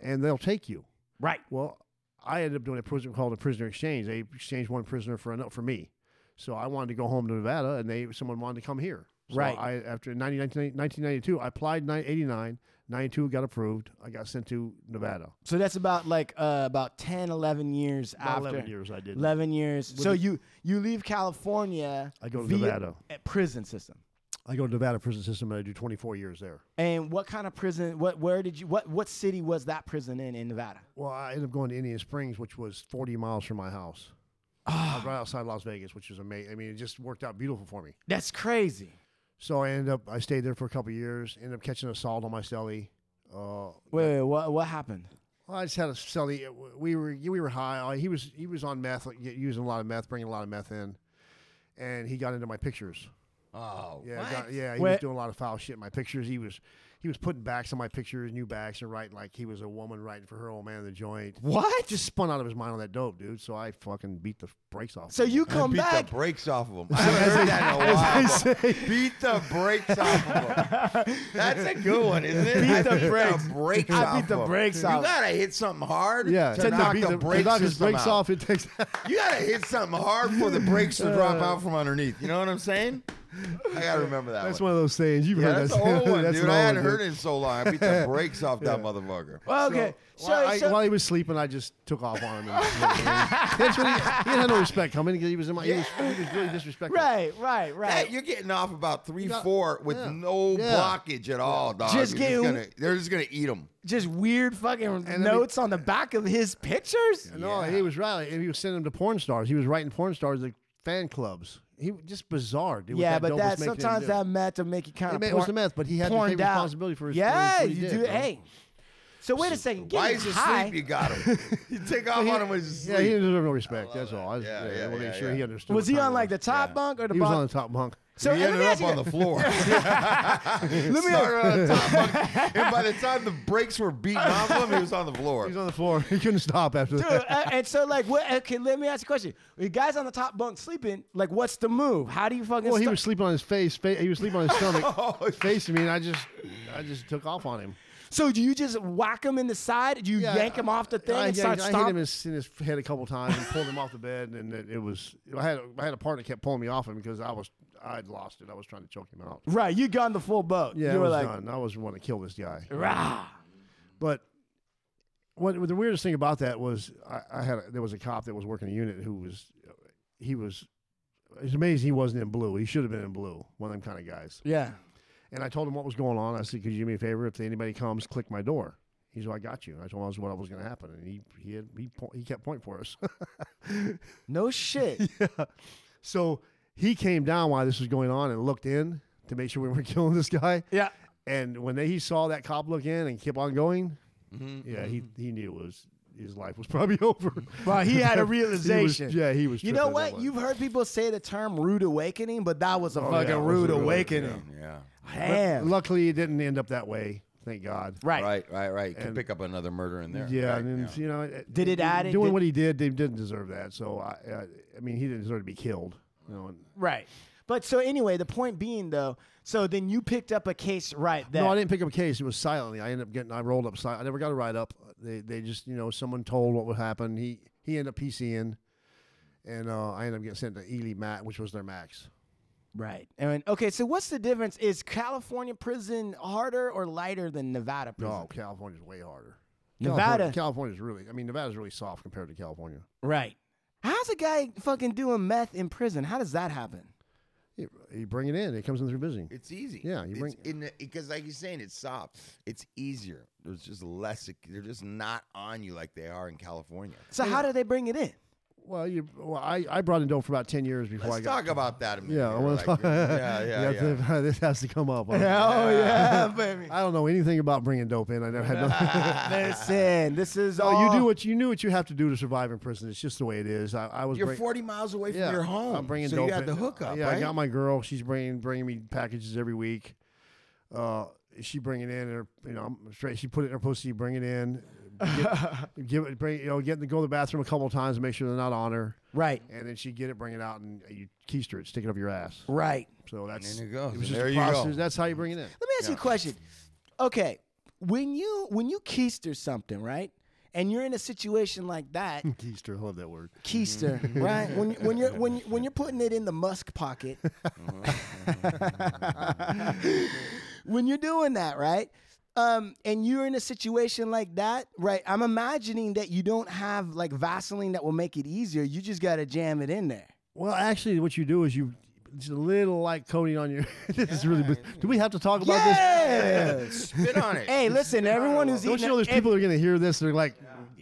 and they'll take you.
right.
Well, I ended up doing a prison called a prisoner exchange. They exchanged one prisoner for another for me. So I wanted to go home to Nevada, and they someone wanted to come here. So
Right.
I after 90, 1992, I applied in 89, 92 got approved. I got sent to Nevada.
So that's about like uh, about 10, 11 years
About
after.
11 years I did.
11 years. So you you leave California.
I go to
via-
Nevada.
at prison system.
I go to Nevada prison system, and I do 24 years there.
And what kind of prison? What where did you? What what city was that prison in in Nevada?
Well, I ended up going to Indian Springs, which was 40 miles from my house. I was right outside Las Vegas, which was amazing. I mean, it just worked out beautiful for me.
That's crazy.
So I ended up, I stayed there for a couple of years, ended up catching assault on my cellie. Uh,
Wait, wait what what happened?
Well, I just had a celly. We were we were high. Uh, He was he was on meth, like, using a lot of meth, bringing a lot of meth in, and he got into my pictures.
Oh,
Yeah,
what?
got- yeah, he
Where-
was doing a lot of foul shit in my pictures. He was he was putting backs on my pictures, new backs, and writing like he was a woman writing for her old man in the joint.
What?
Just spun out of his mind on that dope, dude. So I fucking beat the brakes off.
So
him.
you
I
come
beat
back.
the brakes off of him. I haven't heard that in a while. Beat the brakes off of him. That's a good one, isn't it?
Beat
I
the brakes.
brakes
I
off
beat the
of 'em.
brakes
You
off.
gotta hit something hard
yeah,
to
to
knock
beat
the, brakes
to knock his
system
brakes
out.
off. It takes. *laughs*
You gotta hit something hard for the brakes to drop out from underneath. You know what I'm saying? I gotta remember that
that's
one.
one of those sayings. You've
yeah,
heard
that's
that
an
*laughs*
old one,
that's
dude.
an
I
old
hadn't
one,
heard
dude.
it in so long. I beat the brakes off that motherfucker.
Well, okay. So,
while, I-
so
while he was sleeping, I just took off on him. And,
*laughs*
that's when he, he didn't have no respect coming because he was in my. He, was, he was really disrespectful.
right, right, right.
That- you're getting off about three,
got-
four with
yeah.
no
Yeah.
blockage at all, dog.
Just
You're
get-
gonna, they're just gonna eat them.
Just weird fucking
then he-
notes on the back of his pictures.
No, he was right. Like, he was sending them to porn stars. He was writing porn stars like fan clubs. He just bizarre, dude. what
Yeah,
that
but
dope was
that
making him
sometimes
do.
that meth will make you kind
It
of
ma- it was the meth, but he had to take responsibility for his- for
Yeah,
what he
you
did,
do.
bro.
Hey, so wait a second.
Why
Getting
is asleep?
high,
You got
*laughs*
him. you take off on him when he's asleep.
Yeah, he didn't deserve no respect. That's all. I just,
Yeah,
yeah,
yeah,
I wanna
yeah,
make sure
yeah.
he understood.
was
what
he
time
on
it
like the
was.
top bunk or the
He was on
bottom?
the top bunk.
So
he
and
ended
let me ask
up
you
on the
*laughs*
this.
floor.
Let me
Started on the top
*laughs*
bunk, and by the time the brakes were beating off him, he was on the floor.
He was on
*laughs*
the floor. He couldn't stop after
Dude,
that.
uh, and so like, what? Okay, let me ask you a question. The guys on the top bunk sleeping. Like, what's the move? How do you fucking?
Well, he
sta-
was sleeping on his face. Fa- he was sleeping on his
*laughs* Oh,
stomach, facing me, and I just, I just took off on him.
so do you just whack him in the side? Do you
Yeah,
yank him off the thing
I,
and
yeah,
start
I hit him
stomping?
in his, in his head a couple times and pulled him off the bed, and it, it was. I had, I had a partner kept pulling me off him because I was, I'd lost it. I was trying to choke him out.
Right, you gone the full boat.
Yeah,
you
I
were
was
like,
done. I was want to kill this guy.
rah.
But what, what the weirdest thing about that was I, I had a, there was a cop that was working a unit who was he was it's amazing he wasn't in blue. He should have been in blue. One of them kind of guys.
Yeah.
And I told him what was going on. I said, "Could you do me a favor? If anybody comes, click my door." He's like, "I got you." And I told him what was going to happen, and he he had, he, po- he kept pointing for us. *laughs*
No shit.
so he came down while this was going on and looked in to make sure we weren't *laughs* killing this guy.
yeah.
And when they, he saw that cop look in and kept on going,
Mm-hmm,
yeah, he, he knew it was his life was *laughs* probably over.
Well, Uh, he had a
*laughs* He was-
realization.
yeah, he was.
You
tripping
know
at
what?
that
You've
one.
heard people say the term rude awakening, but that was a
Oh, yeah,
fucking
it was
rude
a rude-
awakening.
Yeah.
Damn.
Luckily, it didn't end up that way. Thank God.
right.
Right, right, right. Could pick up another murder in there.
Yeah,
Right,
and then,
yeah.
you know, it-
Did it add it-
doing
did-
what he did? They didn't deserve that. So I, I, I mean, he didn't deserve to be killed. You know, and-
Right. But so anyway, the point being though, so then you picked up a case right then.
No, I didn't pick up a case. It was silently. I ended up getting. I rolled up. si- I never got a write up. They they just you know someone told what would happen. He he ended up PCing, and uh, I ended up getting sent to Ely Mac, which was their max.
Right. And okay, so what's the difference? Is California prison harder or lighter than Nevada prison?
No, Oh, California's way harder.
Nevada.
California, California's really. I mean, Nevada's really soft compared to California.
Right. How's a guy fucking doing meth in prison? How does that happen?
You, you bring it in. It comes in through visiting.
It's easy.
Yeah, you bring-
it's in because like you're saying, it's soft. It's easier. There's just less. They're just not on you like they are in California.
So how do they bring it
*laughs*
in?
Well, you. Well, I, I brought in dope for about ten years before
Let's
Oh, I got.
talk about that a minute.
yeah, I
We're
want
like,
to talk.
Yeah, yeah,
*laughs* You
yeah.
have to- this has to come up.
Oh
*laughs*
yeah, baby.
I don't know anything about bringing dope in. I never had nothing.
Listen, this
*laughs*
is
Oh,
all
you do what you knew what you have to do to survive in prison. It's just the way it is. I, I was
You're
bring-
40 miles away from
yeah,
your home.
I'm bringing
so
dope
you had
in.
the hookup,
Yeah,
right?
I got my girl. She's bringing bringing me packages every week. Uh, she bringing in her, you know, I'm straight. She put it in her pussy. Bring it in.
*laughs*
Get, give it. Bring you know. Get go to the bathroom a couple of times. Make sure they're not on her.
Right.
And then she get it. Bring it out and you keister it. Stick it up your ass.
Right.
So that's
there you go.
It
So
was just
there
a
you go.
process. That's how you bring it in.
Let me ask you a question. Okay, when you when you keister something, right? And you're in a situation like that,
Keister. I love that word.
keister, right? When when you're when you- when you're putting it in the musk
*laughs*
pocket, when you're doing that, right? Um, and you're in a situation like that, right? I'm imagining that you don't have like Vaseline that will make it easier. You just gotta jam it in there.
Well, actually, what you do is you it's a little light coating on your. *laughs* this is really. bus- Do we have to talk about
Yes.
*laughs*
Spit on it.
hey, listen, everyone
this?
who's
Don't
eating
you know there's people that are going to hear this? They're like,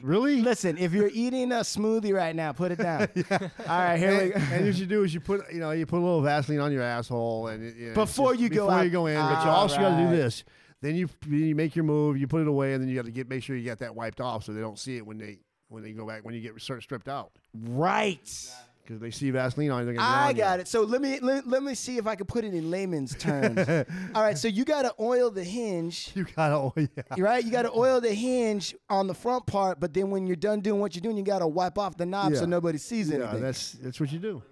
really?
Listen, if you're eating a smoothie right now, put it
*laughs*
down. All right, here we
And,
go.
and what you do is you put you know you put a little Vaseline on your asshole and it, it's
Before
just-
you go
before
out.
you go in, but you also got to
Alright.
do this. Then you you make your move, you put it away, and then you got to get make sure you got that wiped off so they don't see it when they when they go back when you get start stripped out
Right.
because they see Vaseline on it. They're gonna
I got it. So let me let, let me see if I can put it in layman's
*laughs*
terms. All right, so you got to oil the hinge,
You got oh yeah.
right? You got to oil the hinge on the front part, but then when you're done doing what you're doing, you got to wipe off the knob so
Yeah.
nobody sees
Yeah,
anything.
that's that's what you do.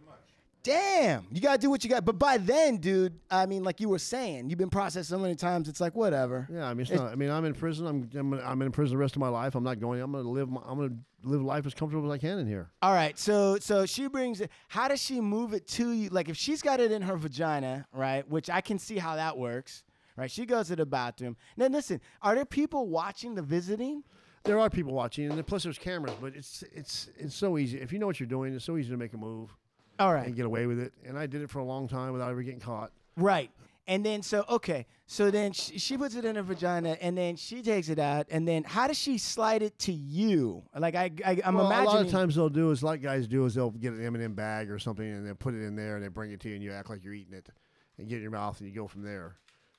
Damn, you got to do what you got. But by then, dude, I mean, like you were saying, you've been processed so many times, it's like whatever.
Yeah, I mean, it's, not, I mean, I'm in prison. I'm, I'm I'm in prison the rest of my life. I'm not going. I'm gonna live. My, I'm gonna live life as comfortable as I can in here.
All right, so so she brings it. How does she move it to you? Like if she's got it in her vagina, right? Which I can see how that works, right? She goes to the bathroom. Now listen, are there people watching the visiting?
There are people watching, and plus there's cameras. But it's it's it's so easy if you know what you're doing. It's so easy to make a move
All
and
right,
get away with it. And I did it for a long time without ever getting caught.
right. And then so okay, so then she, she puts it in her vagina, and then she takes it out, and then how does she slide it to you? Like I, I I'm
well,
imagining.
a lot of times they'll do is like guys do is they'll get an M&M bag or something and they put it in there and they bring it to you and you act like you're eating it and get it in your mouth and you go from there.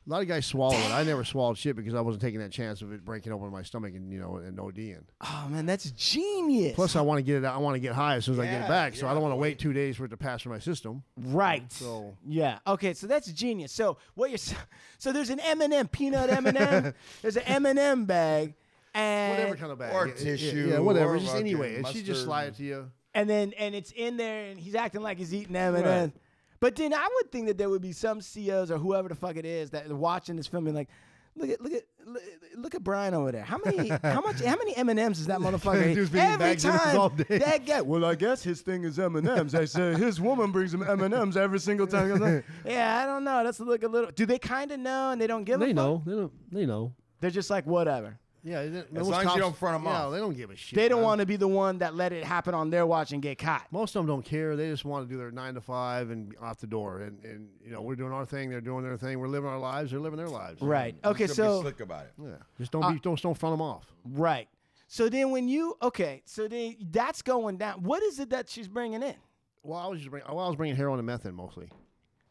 A lot of guys swallow it. I never swallowed shit because I wasn't taking that chance of it breaking open my stomach and you know and ODing.
oh man, that's genius.
Plus, I want to get it. out. I want to get high as soon as I get it back, so I don't want to wait two days for it to pass through my system.
Eh. Right.
So-
yeah. Okay. So that's genius. So what you're s- *laughs* so there's an M and M peanut M and
*laughs*
M. There's an M and M bag, and
Whatever kind of bag,
Or
Yeah, yeah,
tissue,
yeah, whatever.
or
just
fucking
anyway, and she
mustard.
just slide it to you.
and then and it's in there, and he's acting like he's eating M and M.
Right.
But then I would think that there would be some CEOs or whoever the fuck it is that are watching this film and like. Look at look at look- look at Brian over there. How many how much how many M and M's is
*laughs*
that motherfucker?
Dude's
eat?
been eating
Every
bags of M&Ms
time
all day.
that guy. Well, I guess
*laughs*
his thing is M and M's. I say his woman brings him M and M's every single time.
yeah, I don't know. That's look a little. Do they kind of know and they don't give a
they
fuck?
know. They know. They know.
They're just like whatever.
Yeah, as
long as you don't front 'em
yeah,
off.
they don't give a shit.
They don't
man.
want to be the one that let it happen on their watch and get caught.
most of them don't care. They just want to do their nine to five and be off the door. And, and you know, we're doing our thing. They're doing their thing. We're living our lives. They're living their lives.
Right. Okay.
Just gotta be
So
slick about it.
Yeah. Just don't be. Don't, just don't front them off.
right. So then when you okay, so then that's going down. What is it that she's bringing in?
Well, I was just bring, well, I was bringing heroin and method mostly.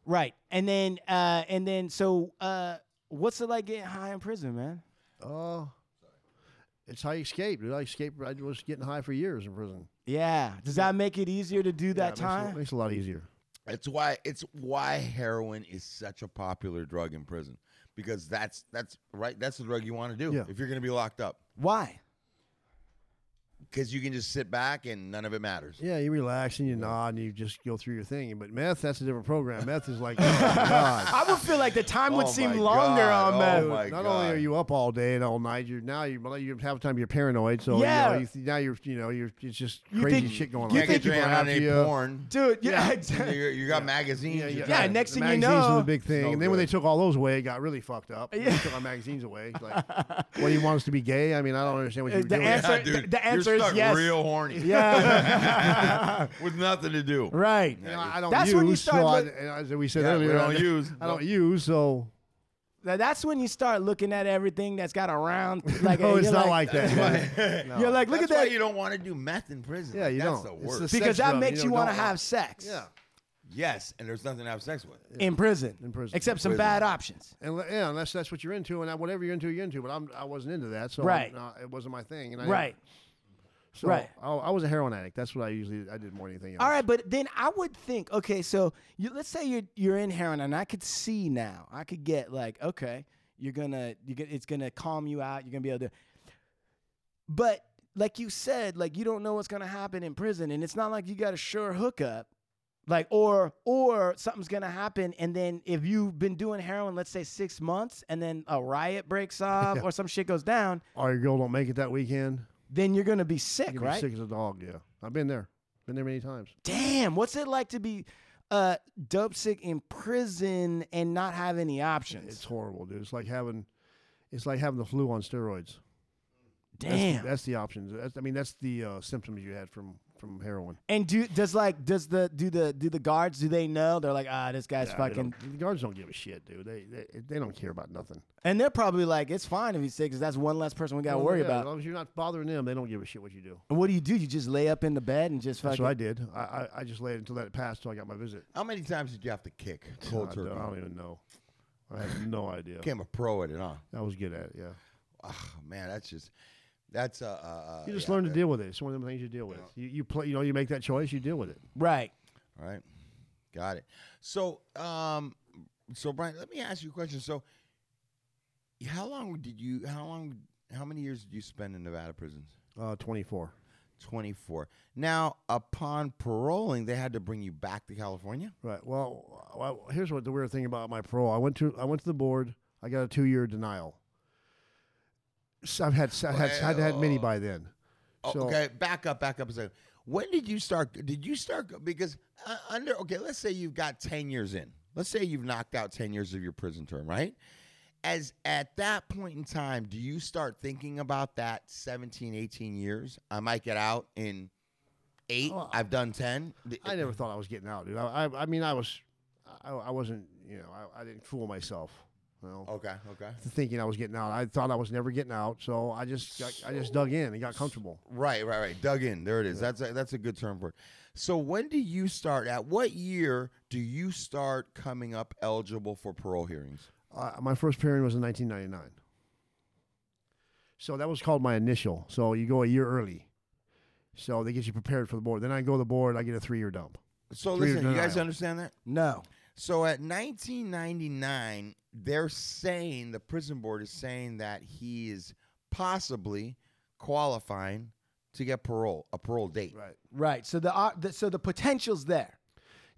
Right. And then uh and then so uh what's it like getting high in prison, man?
Oh, it's how you escape. Dude. I escaped. I was getting high for years in prison.
Yeah. Does that make it easier to do that
Yeah, it makes,
time?
it makes it a lot easier.
It's why it's why heroin is such a popular drug in prison because that's that's right that's the drug you want to do
Yeah.
if you're going to be locked up
Why?
because you can just sit back and none of it matters.
Yeah, you relax and you nod and you just go through your thing. But meth, that's a different program. Meth is like, *laughs* oh, my God.
I would feel like the time would
*laughs* Oh
seem
my
longer
God.
on
Oh
that.
my
not only are
God.
you up all day and all night, you're now you you half the time you're paranoid. So
Yeah.
you know, you th- now you're you know you're it's just
You
crazy
think-
shit going
you
on.
Can't get
think
your
People
hand
are
on
after
any
you.
porn.
*laughs* Dude, yeah,
You,
exactly.
you got magazines.
Yeah,
you
yeah.
got-
Yeah, next
the
thing you
magazines
know-
are the big thing,
No
and then when they
good.
took all those away, it got really
*laughs*
fucked up. When They took our magazines away. It's Like, what do you want us to be gay? I mean, I don't understand what you
Uh,
were
the
doing.
answer-
*laughs*
Yeah, dude,
the- the answer
you're
is
stuck
yes.
Real horny.
Yeah.
with nothing to do.
right.
You know, I don't
That's
use.
when you
so I,
start look-
and as we said
Yeah, we
earlier,
don't
I,
use.
I don't use. So
Now, that's when you start looking at everything that's got a round like
*laughs* no,
uh,
it's
you're
not like, that.
You're like, look
That's
at
why
that.
you don't want to do meth in prison.
Yeah, you
That's
don't. It's
the worst.
the
because
sex
that
drug,
makes
you
you
know,
want to
don't-
have sex.
yeah,
yes, and there's nothing to have sex with.
In prison.
In prison.
Except some
Prison.
bad options.
and le- yeah, unless that's what you're into, and I, whatever you're into, you're into. But I'm I wasn't into that, so
Right.
uh, it wasn't my thing. And I,
Right.
So
Right.
I, I was a heroin addict. That's what I usually I did more than anything else.
All right, but then I would think, okay, so you, let's say you're you're in heroin, and I could see now, I could get like, okay, you're gonna, you get, it's gonna calm you out, you're gonna be able to. But like you said, like you don't know what's gonna happen in prison, and it's not like you got a sure hookup, like or or something's gonna happen, and then if you've been doing heroin, let's say six months, and then a riot
*laughs*
breaks off or some shit goes down,
Or your girl don't make it that weekend.
then you're gonna be sick,
You're gonna
right?
be sick as a dog. Yeah, I've been there. Been there many times.
damn, what's it like to be uh dope sick in prison and not have any options?
It's horrible, dude. It's like having, it's like having the flu on steroids.
damn.
That's the options. That's, I mean, that's the uh, symptoms you had from from heroin.
and do does like does the do the do the guards do they know? They're like, ah, this guy's
Yeah, they
fucking
don't- the guards don't give a shit, dude. They they, they don't care about nothing.
and they're probably like, it's fine if he's sick because that's one less person we gotta
Well,
worry
Oh, yeah,
about.
As long as you're not bothering them, they don't give a shit what you do.
And what do you do? You just lay up in the bed and just
That's
fucking
what I did. I I, I just laid until that passed, till I got my visit.
How many times did you have to kick cold
I,
turkey?
don't, I don't even know. I have no idea.
Became a pro at it, huh?
I was good at it. Yeah.
Oh man, that's just That's uh, uh, uh
You just
yeah,
learn to
that-
deal with it. It's one of the things you deal with. You, you play. You know, you make that choice. You deal with it.
Right.
All right. Got it. So, um, so Brian, let me ask you a question. So, how long did you? How long? How many years did you spend in Nevada prisons?
Uh, Twenty four.
Twenty-four. Now, upon paroling, they had to bring you back to California.
Right. Well, well, here's what the weird thing about my parole. I went to I went to the board. I got a two year denial. So I've had I've had, I'd had many by then.
Oh,
So-
okay, back up, back up a second. When did you start? Did you start because uh, under okay, let's say you've got ten years in. Let's say you've knocked out ten years of your prison term, right? As at that point in time, do you start thinking about that 17, 18 years? I might get out in eight.
Oh,
I've done ten.
I never thought I was getting out, dude. I I, I mean I was, I, I wasn't. You know, I, I didn't fool myself. You know,
Okay, okay.
thinking I was getting out. I thought I was never getting out, so I just got, I just dug in and got comfortable.
Right, right, right. Dug in. There it is. That's a, that's a good term for it. So when do you start? At what year do you start coming up eligible for parole hearings?
Uh, my first pairing was in 1999. So that was called my initial. So you go a year early. So they get you prepared for the board. Then I go to the board. I get a three year dump.
So
Three
listen, you guys
denial.
understand that?
No.
So at 1999, they're saying the prison board is saying that he is possibly qualifying to get parole, a parole date.
Right.
Right. So the, uh, the so the potential's there.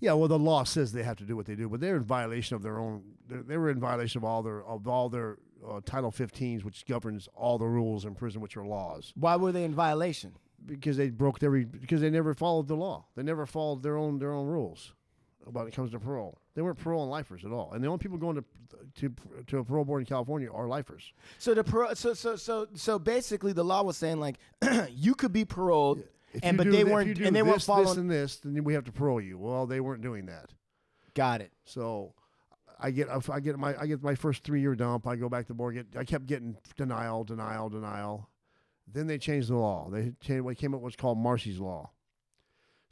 Yeah. Well, the law says they have to do what they do, but they're in violation of their own. they're- They were in violation of all their of all their uh, Title 15s, which governs all the rules in prison, which are laws,
Why were they in violation?
because they broke every because they never followed the law. They never followed their own their own rules. When it comes to parole, they weren't parole and lifers at all. And the only people going to to to a parole board in California are lifers.
So the par- so so so so basically the law was saying like *clears throat* you could be paroled
If
and
you
but
do
they
th- if you
weren't
do
and they weren't
this, this
following
and this, then we have to parole you. Well, they weren't doing that.
Got it.
So I get I get my I get my first three year dump. I go back to board. Get I kept getting denial, denial, denial. Then they changed the law. They changed what came up was called Marcy's law.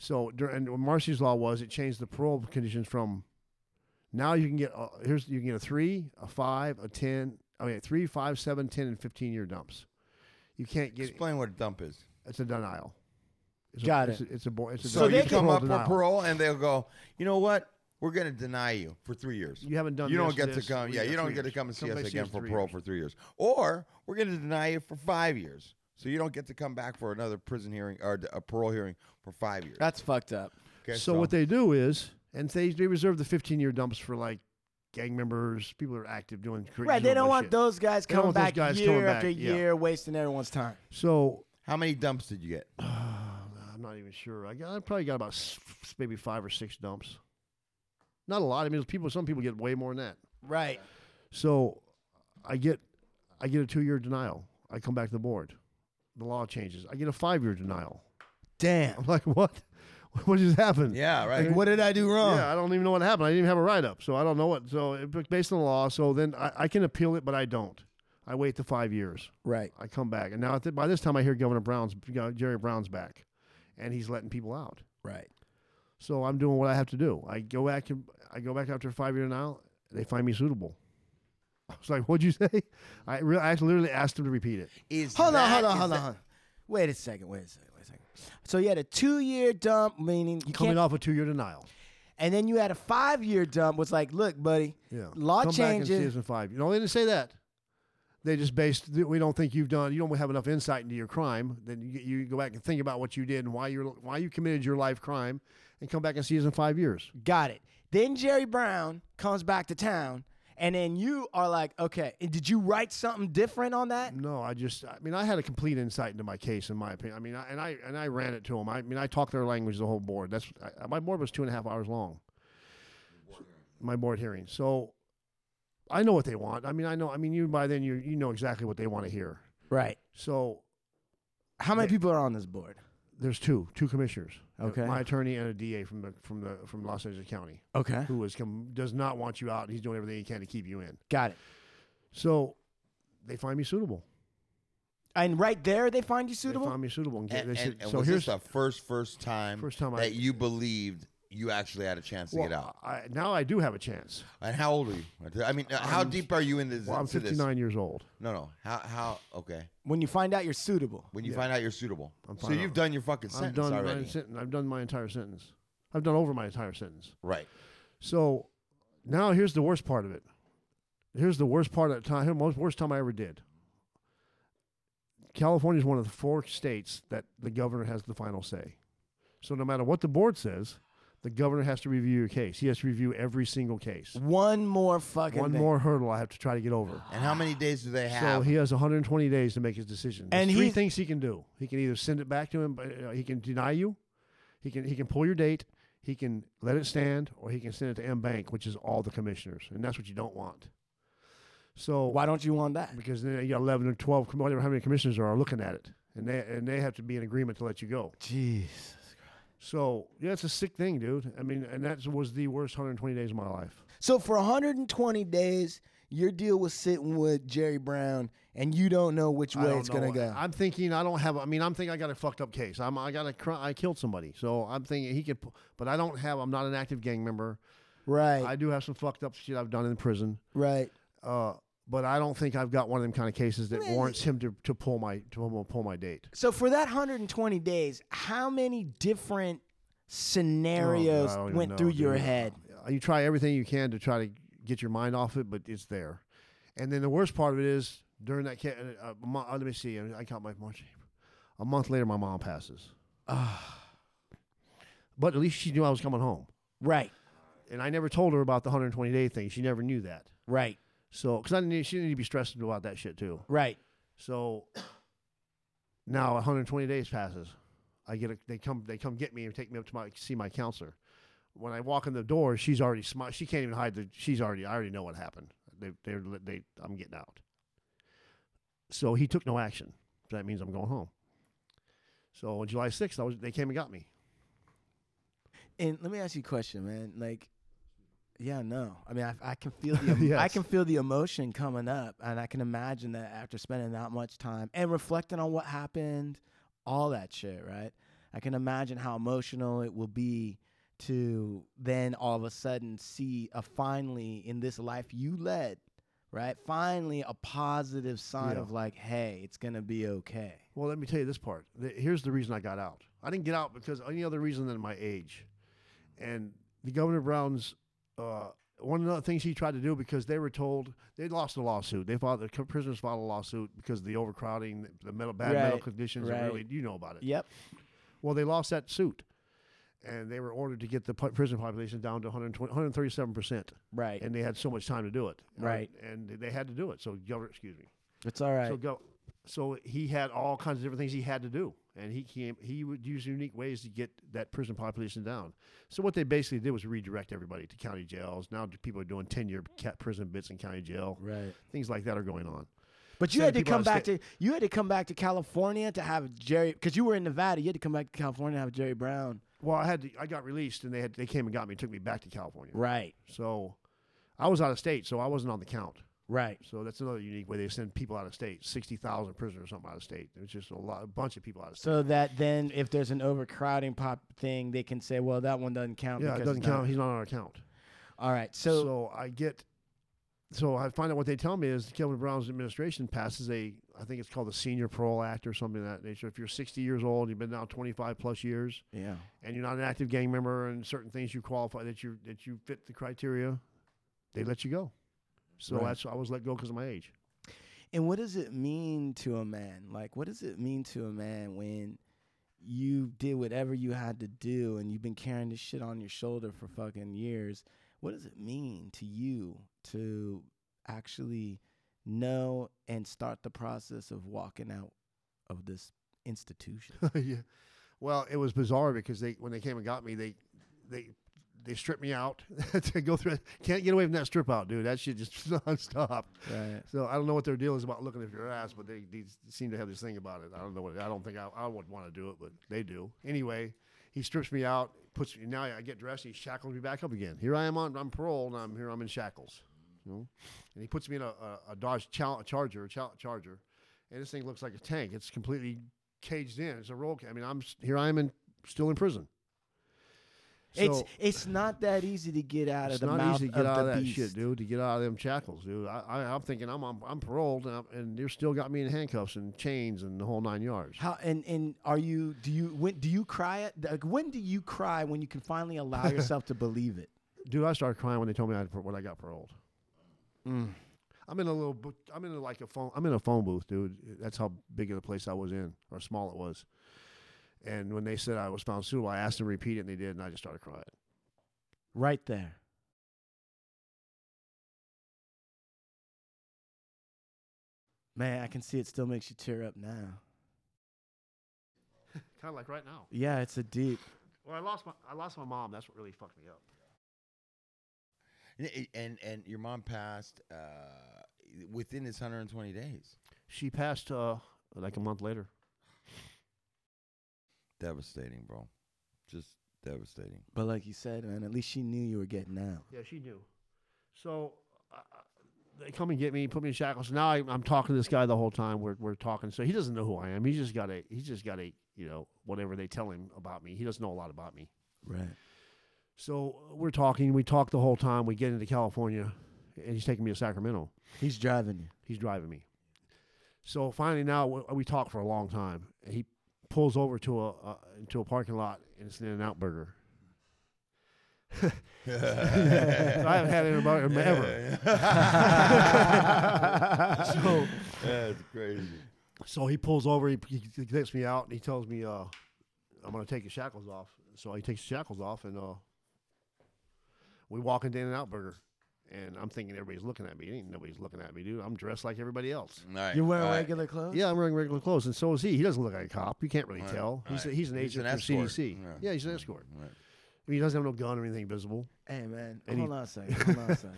So dur- and what Marcy's law was it changed the parole conditions from now you can get uh, here's you can get a three, a five, a ten. I mean, three, five, seven, ten, and fifteen year dumps. You can't get
Explain what a dump is.
it's a denial. It's
Got
a, It's
it.
a, it's a, bo- it's a
So
denial.
you
It's a
come
parole
up
denial.
for parole, and they'll go, you know what? We're going to deny you for three years.
You haven't done
You don't
this,
get
this,
to come.
we
Yeah,
got
you don't
three
get to
years.
come and see
Come
us
back, see
again
us
for
three
parole
years.
for three years, or we're going to deny you for five years. So you don't get to come back for another prison hearing or a parole hearing for five years.
That's fucked up.
Okay,
so, what they do is, and they, they reserve the 15 year dumps for like gang members, people who are active doing crazy
Right, they don't
dumb
want
shit.
those guys
They don't
coming
want those
back
guys
year
coming back,
after
yeah.
year wasting everyone's time.
So uh,
How many dumps did you get?
I'm not even sure. I got I probably got about s- s- maybe five or six dumps. Not a lot. I mean, people some people get way more than that.
Right.
So I get I get a two year denial. I come back to the board. The law changes. I get a five year denial.
Damn.
I'm like, *laughs* what? What just happened?
Yeah, right.
Like, what did I do wrong?
Yeah, I don't even know what happened. I didn't even have a write up, so I don't know what. So it- but based on the law, so then I, I can appeal it, but I don't. I wait the five years.
Right.
I come back, and now at the, by this time I hear Governor Brown's Jerry Brown's back, and he's letting people out.
Right.
So I'm doing what I have to do. I go back and I go back after a five year denial. They find me suitable. *laughs* I was like, "What'd you say?" I, re- I literally asked him to repeat it.
Is
Hold on,
that-
hold on,
is
hold on.
that-
hold on. Wait a second, wait a second, wait a second. So you had a two year dump, meaning you
Coming
can't,
off a two year denial.
and then you had a five year dump was like, look, buddy,
Yeah.
law
Come Back and see us
changes.
in five. You know, they didn't say that. They just based. th- We don't think you've done. You don't have enough insight into your crime. Then you, you go back and think about what you did and why you are why you committed your life crime, and come back and see us in five years.
Got it. Then Jerry Brown comes back to town, and then you are like, okay, and did you write something different on that?
No, I just. I mean, I had a complete insight into my case, in my opinion. I mean, I, and I and I ran it to them. I mean, I talked their language the whole board. That's I, my board was two and a half hours long. My board hearing. So, I know what they want. I mean, I know. I mean, you by then you you know exactly what they want to hear.
Right.
So
How many people are on this board?
there's two two commissioners.
Okay.
my attorney and a DA from the from the from Los Angeles County
Okay.
who is com- does not want you out. and He's doing everything he can to keep you in.
Got it.
So they find me suitable.
And right there, they find you
They
suitable.
find me suitable. And, get-
And,
they
and,
said,
and
so
was
here's
this the first first time
First time I-
that you believed you actually had a chance to
Well,
get out.
I, now I do have a chance.
And how old are you? I mean, uh, how deep are you in this?
Well, I'm
into this?
59 years old.
No, no. How? How? Okay.
When you find out you're suitable.
When you find out you're suitable, so
fine.
you've done your fucking
I'm
sentence
done
already,
my sentence. I've done my entire sentence. I've done over my entire sentence.
right?
So now here's the worst part of it. Here's the worst part of the time. Most worst time I ever did. California is one of the four states that the governor has the final say. So no matter what the board says, the governor has to review your case. He has to review every single case.
One more fucking
One
thing.
more hurdle I have to try to get over.
And how many days do they
So
have?
he has 120 days to make his decision. There's
And
three
he's-
things he can do. He can either send it back to him, but uh, he can deny you. He can he can pull your date. He can let it stand, or he can send it to M Bank, which is all the commissioners, and that's what you don't want. So
Why don't you want that?
Because then you got 11 or 12, com- whatever how many commissioners there are looking at it, and they and they have to be in agreement to let you go.
Jeez.
So yeah, it's a sick thing, dude. I mean, and that was the worst 120 days of my life.
So for 120 days, your deal was sitting with Jerry Brown, and you don't know which
I
way
don't
it's gonna
know.
go.
I'm thinking I don't have. I mean, I'm thinking I got a fucked up case. I'm I got a cr- I killed somebody, so I'm thinking he could. pu- But I don't have. I'm not an active gang member.
right.
I do have some fucked up shit I've done in prison.
right.
Uh, but I don't think I've got one of them kind of cases that warrants him to, to pull my to pull my date.
So for that 120 days, how many different scenarios
I don't even
went
know,
through your
dude. Uh,
head?
You try everything you can to try to get your mind off it, but it's there. And then the worst part of it is during that. Ca- uh, a mo- uh, let me see. I got my March. A month later, my mom passes.
Ah.
but at least she knew I was coming home.
Right.
and I never told her about the 120 day thing. She never knew that.
Right.
So, because I didn't, need- she didn't need to be stressed about that shit too.
Right.
So now 120 days passes. I get a, they come they come get me and take me up to my see my counselor. When I walk in the door, she's already smart. She can't even hide the. She's already. I already know what happened. They they they. I'm getting out. So he took no action. So that means I'm going home. So on July 6th, I was they came and got me.
And let me ask you a question, man. Like, yeah, no. I mean, I, I can
*laughs*
feel the em- I
Yes.
can feel the emotion coming up, and I can imagine that after spending that much time and reflecting on what happened, all that shit, right? I can imagine how emotional it will be to then all of a sudden see a finally in this life you led, right? Finally, a positive sign
Yeah.
of like, hey, it's gonna be okay.
Well, let me tell you this part. The- Here's the reason I got out. I didn't get out because any other reason than my age. And the Governor Brown's uh, one of the things he tried to do because they were told they lost a lawsuit. They filed the co- prisoners filed a lawsuit because of the overcrowding, the mental, bad mental
Right,
conditions.
right.
And really, you know about it.
Yep.
Well, they lost that suit, and they were ordered to get the pu- prison population down to 137 percent.
Right.
And they had so much time to do it. Uh,
Right.
And they had to do it. So, Governor, excuse me.
It's all right.
So go. So he had all kinds of different things he had to do, and he came. He would use unique ways to get that prison population down. So what they basically did was redirect everybody to county jails. Now d- people are doing ten-year cat prison bits in county jail.
right.
Things like that are going on.
But you had
send
to
people out
come
of
back
state.
to you had to come back to California to have Jerry because you were in Nevada. You had to come back to California to have Jerry Brown.
Well, I had to, I got released, and they had they came and got me, took me back to California.
Right,
So I was out of state, so I wasn't on the count.
right,
So that's another unique way they send people out of state. Sixty thousand prisoners, or something out of state. There's just a lot, a bunch of people out of state.
So that then if there's an overcrowding pop thing, they can say, well, that one doesn't count.
yeah, it
because
doesn't
it's not-
count. He's not on our count.
All right, so,
So, I get, so I find out what they tell me is Kevin Brown's administration passes a, I think it's called the Senior Parole Act or something of that nature. If you're 60 years old, you've been down 25 plus years,
yeah,
and you're not an active gang member, and certain things you qualify that you that you fit the criteria, they let you go. So
Right.
that's I was let go because of my age.
and what does it mean to a man? Like, what does it mean to a man when you did whatever you had to do and you've been carrying this shit on your shoulder for fucking years? What does it mean to you to actually know and start the process of walking out of this
*laughs*
institution?
yeah. Well, it was bizarre because they when they came and got me, they they they stripped me out *laughs* to go through. Can't get away from that strip out, dude. That shit just *laughs* nonstop.
right.
So I don't know what their deal is about looking at your ass, but they, they seem to have this thing about it. I don't know what I don't think I, I would want to do it, but they do. Anyway, he strips me out, puts me now I get dressed, he shackles me back up again. Here I am on I'm parole and I'm here I'm in shackles. You know? And he puts me in a, a, a Dodge Chal- Charger, Chal- Charger, and this thing looks like a tank. It's completely caged in. It's a roll. ca- I mean, I'm s- here. I am in still in prison.
it's
So-
it's not that easy to get out of
It's
the
not
mouth
easy to
of
get out
the
of that
beast.
shit, dude. To get out of them shackles, dude. I, I, I'm thinking I'm I'm, I'm paroled and, I'm, and you're still got me in handcuffs and chains and the whole nine yards.
How and and are you? Do you when do you cry? At, like when do you cry when you can finally
*laughs*
allow yourself to believe it?
Dude, I started crying when they told me I had, par- when I got paroled.
Mm.
I'm in a little. bo- I'm in a, like a phone. I'm in a phone booth, dude. That's how big of a place I was in, or small it was. And when they said I was found suitable, I asked them to repeat it, and they did, and I just started crying.
Right there. Man, I can see it still makes you tear up now.
Kind of like right now.
Yeah, it's a deep.
Well, I lost my I lost my mom. That's what really fucked me up.
And and, and your mom passed uh, within this 120 days.
She passed uh, like a month later.
Devastating, bro. Just devastating.
But like you said, man, at least she knew you were getting out.
Yeah, she knew. So uh, they come and get me, put me in shackles. Now I, I'm talking to this guy the whole time. We're we're talking. So he doesn't know who I am. He's just got a he's just got a you know whatever they tell him about me. He doesn't know a lot about me.
Right.
So we're talking. We talk the whole time. We get into California, and he's taking me to Sacramento.
He's driving you.
He's driving me. So finally, now we, we talk for a long time. and He pulls over to a uh, into a parking lot, and it's an In-N-Out *laughs* Burger. I haven't had it about ever.
*laughs*
So-
That's crazy.
So he pulls over, he, he he takes me out, and he tells me, uh, "I'm gonna take your shackles off." So he takes the shackles off, and uh, we walk into In-N-Out Burger, and I'm thinking everybody's looking at me. Ain't nobody's looking at me, dude. I'm dressed like everybody else.
All right,
You wearing
all right.
regular clothes?
Yeah, I'm wearing regular clothes, and so is he. He doesn't look like a cop. You can't really
Right,
tell. He's,
right.
he's an
He's
agent
an
for
escort.
CDC.
Yeah.
Yeah. he's an escort.
Right.
I mean, he doesn't have no gun or anything visible.
Hey man,
And
hold
he-
on a second. Hold on a
*laughs*
second.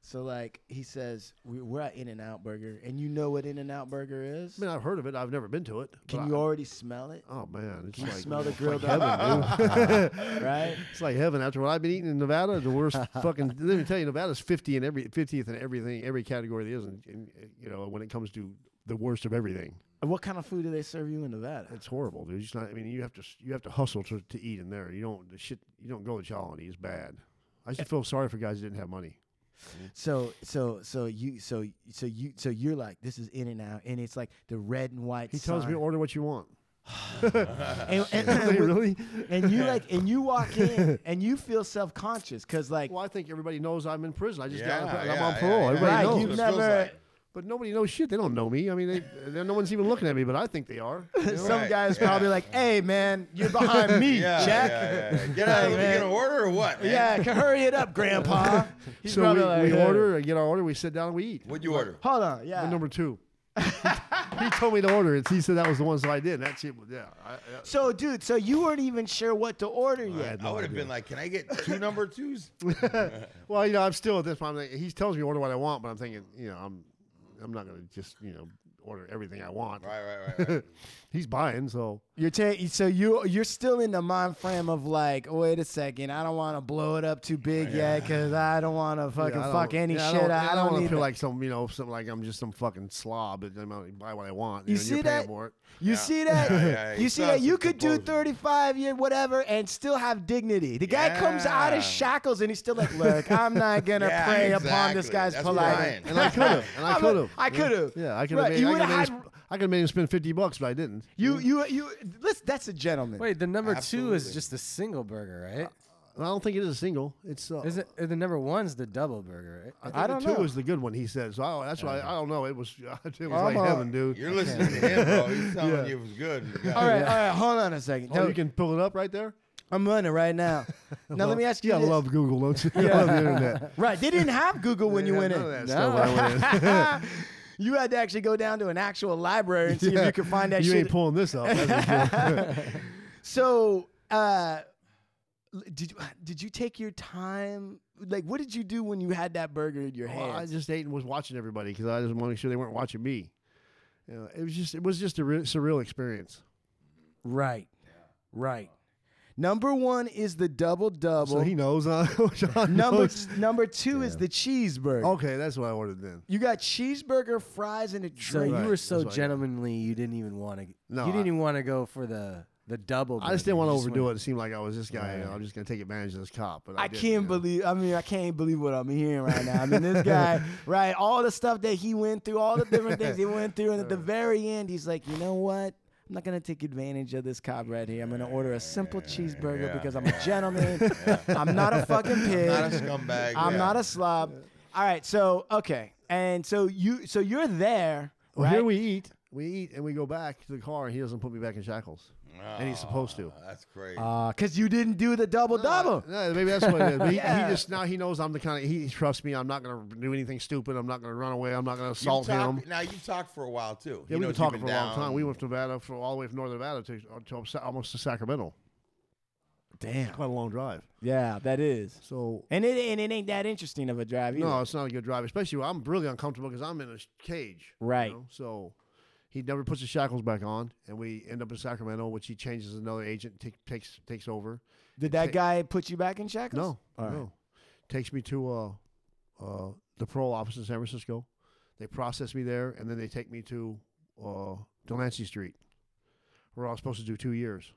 So like he says, we, we're at In and Out Burger, and you know what In and Out Burger is.
I mean, I've heard of it. I've never been to it. but
Can
I-
you already smell
*laughs*
it?
Oh man, it's
Can you
like
smell the
it's like
grilled up?
heaven, dude.
right?
*laughs* It's like heaven after what I've been eating in Nevada. The worst fucking. Let me tell you, Nevada's fifty in every fiftieth in everything, every category there is, and, and you know when it comes to the worst of everything,
What kind of food do they serve you in Nevada?
it's horrible, dude. It's not. I mean, you have to you have to hustle to, to eat in there. You don't the shit. You don't go to Chalani. It's bad. I used to feel sorry for guys that didn't have money.
So so so you so so you so you're like this is in and out and it's like the red and white.
He tells me
sign.
order what you want. *laughs*
and, and,
really?
and you like and you walk
*laughs*
in and you feel self conscious because like
Well, I think everybody knows I'm in prison. I just got out of
Yeah,
prison. I'm
yeah,
on
yeah,
parole.
yeah,
Everybody
right
knows
you've
what it feels
never
like.
but nobody knows shit. They don't know me. I mean, they, they- no one's even looking at me, but I think they are. you know?
some
Right,
guys
yeah.
probably like hey man you're behind
*laughs*
me
Yeah,
Jack
yeah, yeah, yeah. Get out!
Hey,
Let me
man.
get an order or what? man?
Yeah, can hurry it up, Grandpa.
*laughs*
He's
so we,
probably like, uh,
we
"Hey,
order, I get our order, we sit down, and we eat.
What'd you order?
Hold on, yeah.
We're number two. he told me to order it. He said that was the one, so I did. And that shit, was- yeah. I, I,
so, dude, so you weren't even sure what to order yet.
I would have been like, "Can I get two number twos?
well, you know, I'm still at this point. I'm like, he tells me to order what I want, but I'm thinking, you know, I'm, I'm not gonna just, you know, order everything I want.
Right, right, right. right.
*laughs* He's buying, so
You're ta- so you you're still in the mind frame of like, wait a second, I don't want to blow it up too big yet because I don't want to
yeah,
fucking
I don't-
fuck any
yeah,
shit.
I don't,
I, I
want
don't
to
need
feel
that."
like some, you know, something like I'm just some fucking slob. But I'm gonna buy what I want.
You
You, know, and
see
you're paying
that?
for it.
You
Yeah.
*laughs*
see that?
Yeah, yeah,
you
he
see
saw
that?
some
You could do
composure.
35 year whatever and still have dignity. The guy comes out
Yeah.
of shackles and he's still like, look, I'm not
*laughs*
gonna
Yeah,
prey upon this
exactly.
guy's
That's
politeness.
Brian.
And I could have. And
*laughs*
I
I'm
could
a-
have.
I could've.
Yeah, I could
Right,
have.
you
I could
would've
have made,
had-
him sp- I could have made him spend fifty bucks, but I didn't.
You you you. Listen, that's a gentleman.
Wait, the number two is
Absolutely.
just the single burger, right?
I don't think it is a single. It's uh,
Is it? uh, The number one's the double burger,
I
right?
think
I
the
don't
two
know.
is the good one. He said. So I, that's why I, I don't know. It was *laughs* it was
I'm,
like
uh,
heaven, dude.
Uh-huh. You're listening to him, bro. He's telling
Yeah.
you it was good. You got
all
it.
right, all right. Hold on a second.
Oh,
Now-
you can pull it up right there.
I'm running right
*laughs*
now. now let me ask you.
Yeah, I
this.
love Google, don't you? *laughs* I love the internet.
Right, they didn't have Google when you
Yeah,
went
none
in.
of that stuff when I went in.
*laughs* you had to actually go down to an actual library and see *laughs* if
Yeah.
you could find that
You
shit.
ain't pulling
*laughs*
this up. that's for sure.
so, uh, l- did you, did you take your time? Like, what did you do when you had that burger in your
*laughs* Well,
hand?
Oh, I just ate and was watching everybody because I just wanted to make sure they weren't watching me. You know, it was just it was just a re- surreal experience.
right, right. Number one is the double double.
So he knows. *laughs* Huh? Sean
*laughs* number
knows. Oh.
number two is the cheeseburger.
Okay, that's what I ordered then.
You got cheeseburger, fries, and a
So
drink.
you
Right,
were so
that's what I got.
gentlemanly, you didn't even want to.
No,
you didn't
I-
even want to go for the The double.
I just didn't want to overdo
it.
it. It seemed like I was this guy. and I'm just gonna take advantage of this cop. But I,
I
didn't,
can't
you know.
believe. I mean, I can't believe what I'm hearing right now. I
*laughs*
mean, this guy, right? All the stuff that he went through, all the different things he went through, and at the very end, he's like, you know what? I'm not gonna take advantage of this cop right here. I'm gonna order a simple cheeseburger
yeah,
because I'm a gentleman. I'm not a fucking pig.
Not a scumbag.
I'm
yeah.
not a slob. All right. So okay. And so you, so you're there.
Well,
right?
Oh, here we eat. We eat and we go back to the car, and he doesn't put me back in shackles. and he's supposed to.
Ah, That's
Uh,
crazy.
because you didn't do the double double.
No, maybe that's what it is. But he,
Yeah.
he just now he knows I'm the kind of he trusts me. I'm not gonna do anything stupid. I'm not gonna run away. I'm not gonna
You've
assault
talked-
him.
Now you talked for a while too.
Yeah,
He
we've been
knows
talking
you've
for a long time.
down.
We went from Nevada for all the way from northern Nevada to, to Sa- almost to Sacramento.
Damn.
Quite a long drive.
Yeah, that is.
So
And it and it ain't that interesting of a drive either.
no, it's not a good drive, especially when I'm really uncomfortable because I'm in a sh- cage. you
Right.
know? So he never puts his shackles back on, and we end up in Sacramento, which he changes another agent ta- takes takes over.
Did that
Ta-
guy put you back in shackles?
No,
All right.
no. Takes me to uh, uh, the parole office in San Francisco. They process me there, and then they take me to uh, Delancey Street, where I was supposed to do two years.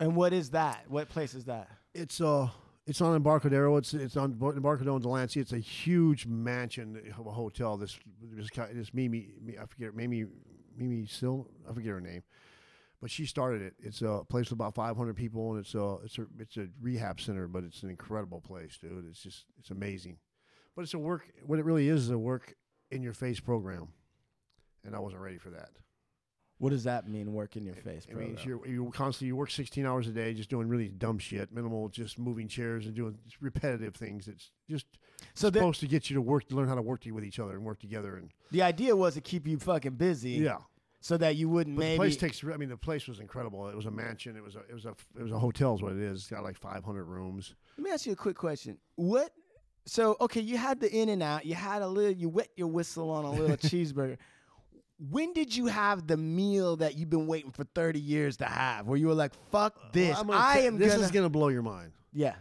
And what is that? What place is that?
It's uh, it's on Embarcadero. It's it's on Bo- Embarcadero in Delancey. It's a huge mansion, of a hotel. This this guy, this Mimi, Mi- I forget Mimi, Mimi Sil, I forget her name, but she started it. It's a place with about 500 people, and it's a it's a it's a rehab center, but it's an incredible place, dude. It's just it's amazing, but it's a work. What it really is is a work in your face program, and I wasn't ready for that.
What does that mean? Work in your face,
I
bro.
mean, you're, you constantly you work 16 hours a day, just doing really dumb shit, minimal, just moving chairs and doing just repetitive things. It's just
So the,
supposed to get you to work, to learn how to work to- with each other and work together. And
the idea was to keep you fucking busy,
yeah,
so that you wouldn't
but
maybe.
the place takes. I mean, the place was incredible. It was a mansion. It was a it was a it was a hotel. Is what it is. It's got like 500 rooms.
Let me ask you a quick question. What? So okay, you had the in and out. You had a little. You wet your whistle on a
*laughs*
little cheeseburger. When did you have the meal that you've been waiting for 30 years to have? Where you were like, "Fuck this!
I'm gonna
I
t-
am
This
gonna."
is gonna blow your mind.
yeah.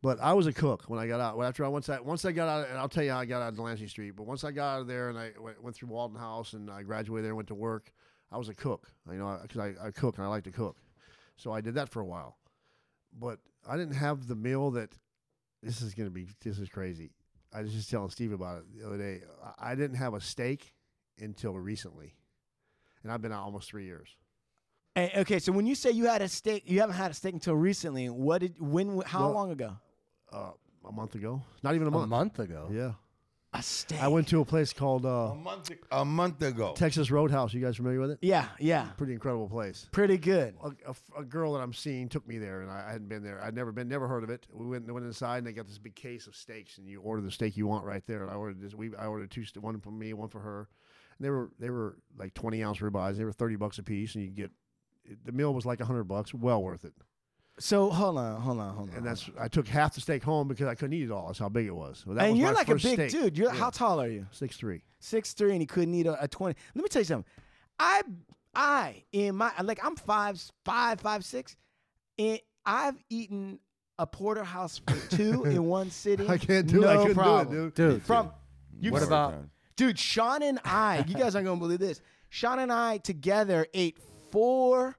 But I was a cook when I got out. Well, After I once I once I got out, and I'll tell you how I got out of Delancey Street. But once I got out of there and I went, went through Walden House and I graduated there and went to work, I was a cook. You know, because I, I cook and I like to cook, so I did that for a while. But I didn't have the meal that. This is gonna be this is crazy. I was just telling Steve about it the other day. I, I didn't have a steak until recently, and I've been out almost three years.
And, okay, so when you say you had a steak, you haven't had a steak until recently. What did? When? How
Well-
long ago?
Uh, a month ago, not even a
A
month.
month ago.
Yeah,
A steak.
I went to a place called uh,
a month ag- a month ago.
Texas Roadhouse. You guys familiar with it?
Yeah, yeah.
pretty incredible place.
Pretty good.
A, a f- a girl that I'm seeing took me there, and I, I hadn't been there. I'd never been, never heard of it. We went went inside, and they got this big case of steaks, and you order the steak you want right there. And I ordered this. We I ordered two, st- one for me, one for her. And they were they were like 20 ounce ribeyes. They were 30 bucks a piece, and you get it- the meal was like 100 bucks, well worth it.
So hold on, hold on, hold on.
And that's I took half the steak home because I couldn't eat it all. That's how big it was. So that
and
was
you're
my
like a
first
big
steak.
dude. You're
Yeah.
how tall are you?
Six three.
Six three, and he couldn't eat a, a twenty. Let me tell you something. I I in my like I'm five five five six, and I've eaten a porterhouse for
*laughs*
two in one sitting.
I can't do it. I
No
couldn't
problem.
do it, dude.
Dude.
From
what about
Dude, Sean and I, you guys aren't gonna believe this. Sean and I together ate four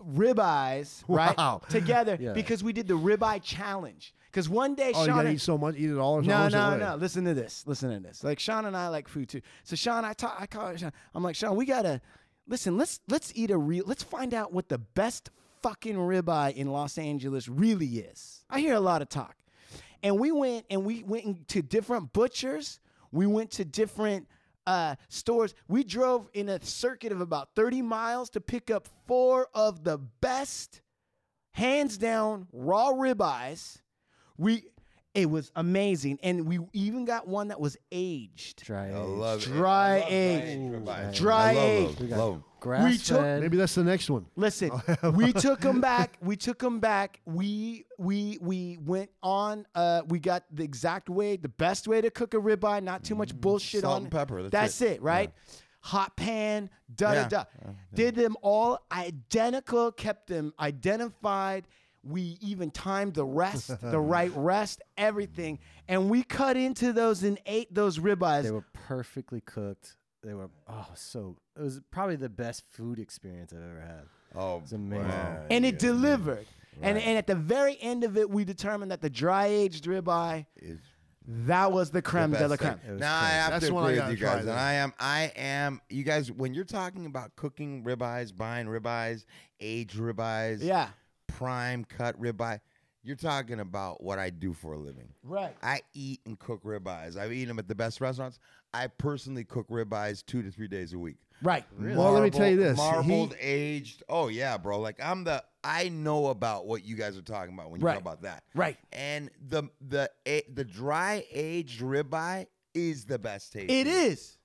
ribeyes, right?
Wow.
Together
Yeah.
because we did the ribeye challenge. Because one day
Oh, you
Sean
gotta
and,
eat so much, eat it all or
no,
throw it
no,
away.
no. Listen to this. Listen to this. Like Sean and I like food too. So Sean, I talk, I call Sean. I'm like Sean, we gotta listen. Let's let's eat a real. Let's find out what the best fucking ribeye in Los Angeles really is. I hear a lot of talk, and we went and we went in- to different butchers. We went to different uh, stores. We drove in a circuit of about 30 miles to pick up four of the best, hands down, raw ribeyes. We it was amazing, and we even got one that was aged,
dry
I
aged?
love it.
dry
I love
aged,
ribeyes.
dry
I love
aged.
those. Love 'em.
Grass fed.
Maybe that's the next one.
*laughs*
Listen, we took them back. We took them back. We we we went on. Uh, we got the exact way, the best way to cook a ribeye. Not too much bullshit
Mm, Salt
on
and
it.
pepper, that's
That's
it.
it, right? Hot pan, da da
Yeah.
da. Did them all identical. Kept them identified. We even timed
*laughs*
the rest, the right rest, everything, and we cut into those and ate those ribeyes.
They were perfectly cooked. They were oh so. It was probably the best food experience I've ever had.
Oh,
It's amazing.
wow.
and it delivered. And, and at the very end of it, we determined that the dry aged ribeye,
It's
that was the creme de la
best thing.
creme.
was
Now I have
That's
to
one I
agree with
gotta
you
try
guys, and
then.
I am, I am. You guys, when you're talking about cooking ribeyes, buying ribeyes, age ribeyes,
Yeah.
prime cut ribeye, you're talking about what I do for a living.
Right.
I eat and cook ribeyes. I've eaten them at the best restaurants. I personally cook ribeyes two to three days a week.
Right.
Well, let me tell you this.
Marbled,
He-
aged. Oh yeah, bro. Like I'm the. I know about what you guys are talking about when you
Right.
talk about that.
Right.
And the the a- the dry aged ribeye is the best taste.
It is.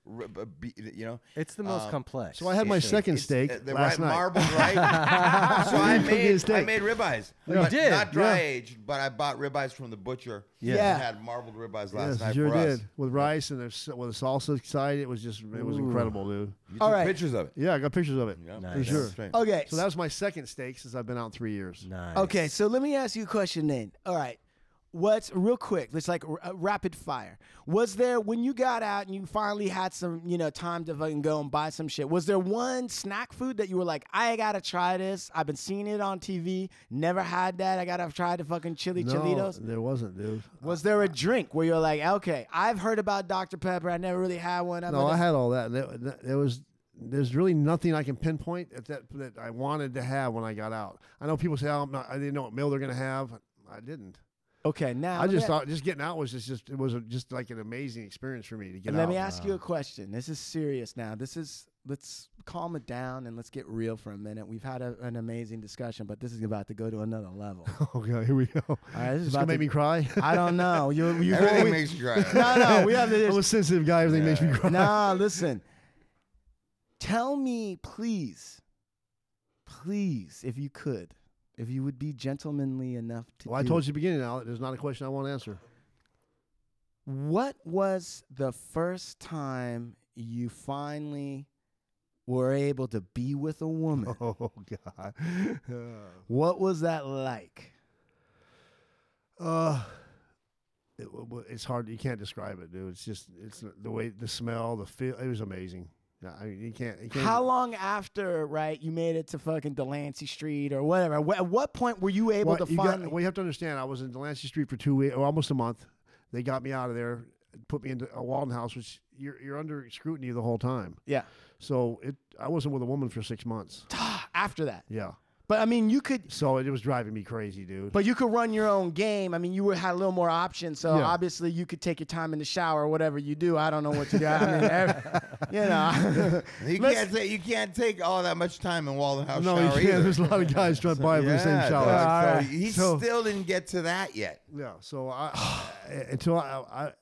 you know.
It's the most
Um,
complex.
Uh, So I had my
for sure.
second
It's,
steak
uh, the
last
right,
night.
marbled right.
*laughs*
so I
Cooking a
made I
steak.
made ribeyes.
Yeah.
But
You did,
not dry
yeah.
aged, but I bought ribeyes from the butcher.
Yeah.
Yeah.
and had marbled ribeyes last
Yes,
night
sure
for us.
did with rice and the, with the salsa side. It was just it was incredible, dude.
You
All
took
right.
pictures of it.
Yeah, I got pictures of it.
Yeah,
Nice.
yeah,
sure. Oh,
that's right.
Okay.
So that was my second steak since I've been out three years.
Nice.
Okay, so let me ask you a question then. All right. What's real quick? It's like r- uh, rapid fire. Was there when you got out and you finally had some, you know, time to fucking go and buy some shit? Was there one snack food that you were like, I gotta try this. I've been seeing it on TV. Never had that. I gotta try the fucking chili
No,
chilitos.
there wasn't, dude.
Was there a drink where you're like, okay, I've heard about Dr Pepper. I never really had one. I'm
No,
gonna-
I had all that. There, there was there's really nothing I can pinpoint at that that I wanted to have when I got out. I know people say, "Oh, I'm not, I didn't know what meal they're gonna have." I didn't.
okay, now
I
let me
just
a-
thought just getting out was just, just it was a, just like an amazing experience for me to get
Let
out.
me ask you
*laughs*
a question. This is serious now. This is let's calm it down and let's get real for a minute. We've had a, an amazing discussion, but this is about to go to another
*laughs*
level.
Okay, Oh, here we go. All
right, this is about
gonna make
to-
me cry.
*laughs* I don't know. You, you
Everything
we-
makes you
*laughs*
cry.
no, no. We have to
I'm a sensitive guy. Everything makes me *laughs* cry.
Nah, listen. Tell me, please, please, if you could, if you would be gentlemanly enough to.
Well, I
do
told you at the beginning. Al, there's not a question I won't answer.
What was the first time you finally were able to be with a woman?
*laughs* *laughs* Oh God.
What was that like?
Uh, it, w- w- it's hard. You can't describe it, dude. It's just it's the- the way the smell, the feel. It was amazing. Yeah, I mean, you can't. You can't
How long after, right, you made it to fucking Delancey Street or whatever? Wh- At what point were you able
Well,
to
you got-
finally?
well, you have to understand. I was in Delancey Street for two weeks, or almost a month. They got me out of there, put me into a Walden house, which you're you're under scrutiny the whole time.
yeah,
So it, I wasn't with a woman for six months.
after that.
Yeah.
But I mean, you could,
So it, was driving me crazy, dude.
but you could run your own game. I mean, you were- had a little more options, so
Yeah.
obviously you could take your time in the shower or whatever you do. I don't know what you do. I mean, every,
*laughs*
you know, *laughs*
You
Let's-
can't take you can't take all that much time in Walden House
no, you
shower
can't.
either.
There's a lot of guys drive by for the same
Yeah,
shower.
dog.
All
So
right.
he
So-
still didn't get to that yet.
Yeah. So I *sighs* until I, I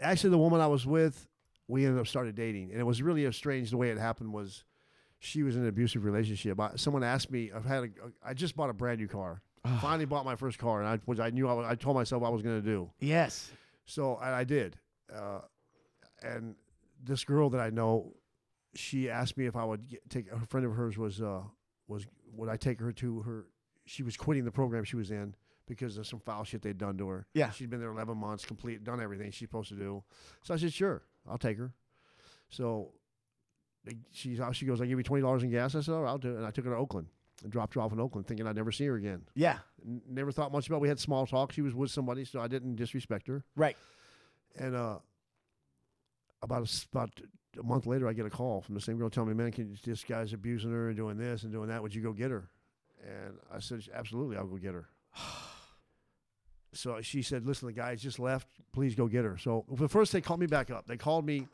actually the woman I was with, we ended up started dating, and it was really a strange the way it happened was she was in an abusive relationship. I, someone asked me, I've had a, I just bought a brand new car.
Ah.
Finally bought my first car, and I which I knew I, was, I told myself I was going to do.
yes,
So and I did, uh, and this girl that I know, she asked me if I would get, take a friend of hers was uh, was would I take her to her? She was quitting the program she was in because of some foul shit they'd done to her.
Yeah.
she'd been there eleven months, complete, done everything she's supposed to do. So I said, sure, I'll take her. So like, she's out. She goes, I give you twenty dollars in gas. I said, all right, I'll do it. And I took her to Oakland and dropped her off in Oakland, thinking I'd never see her again.
yeah,
N- never thought much about. It. We had small talk. She was with somebody, so I didn't disrespect her
right,
and uh, about a, s- about a month later, I get a call from the same girl telling me, "Man, can, this guy's abusing her and doing this and doing that. Would you go get her?" And I said, "Absolutely, I'll go get her." *sighs* so she said, "Listen, the guy's just left. Please go get her." So the first they called me back up. They called me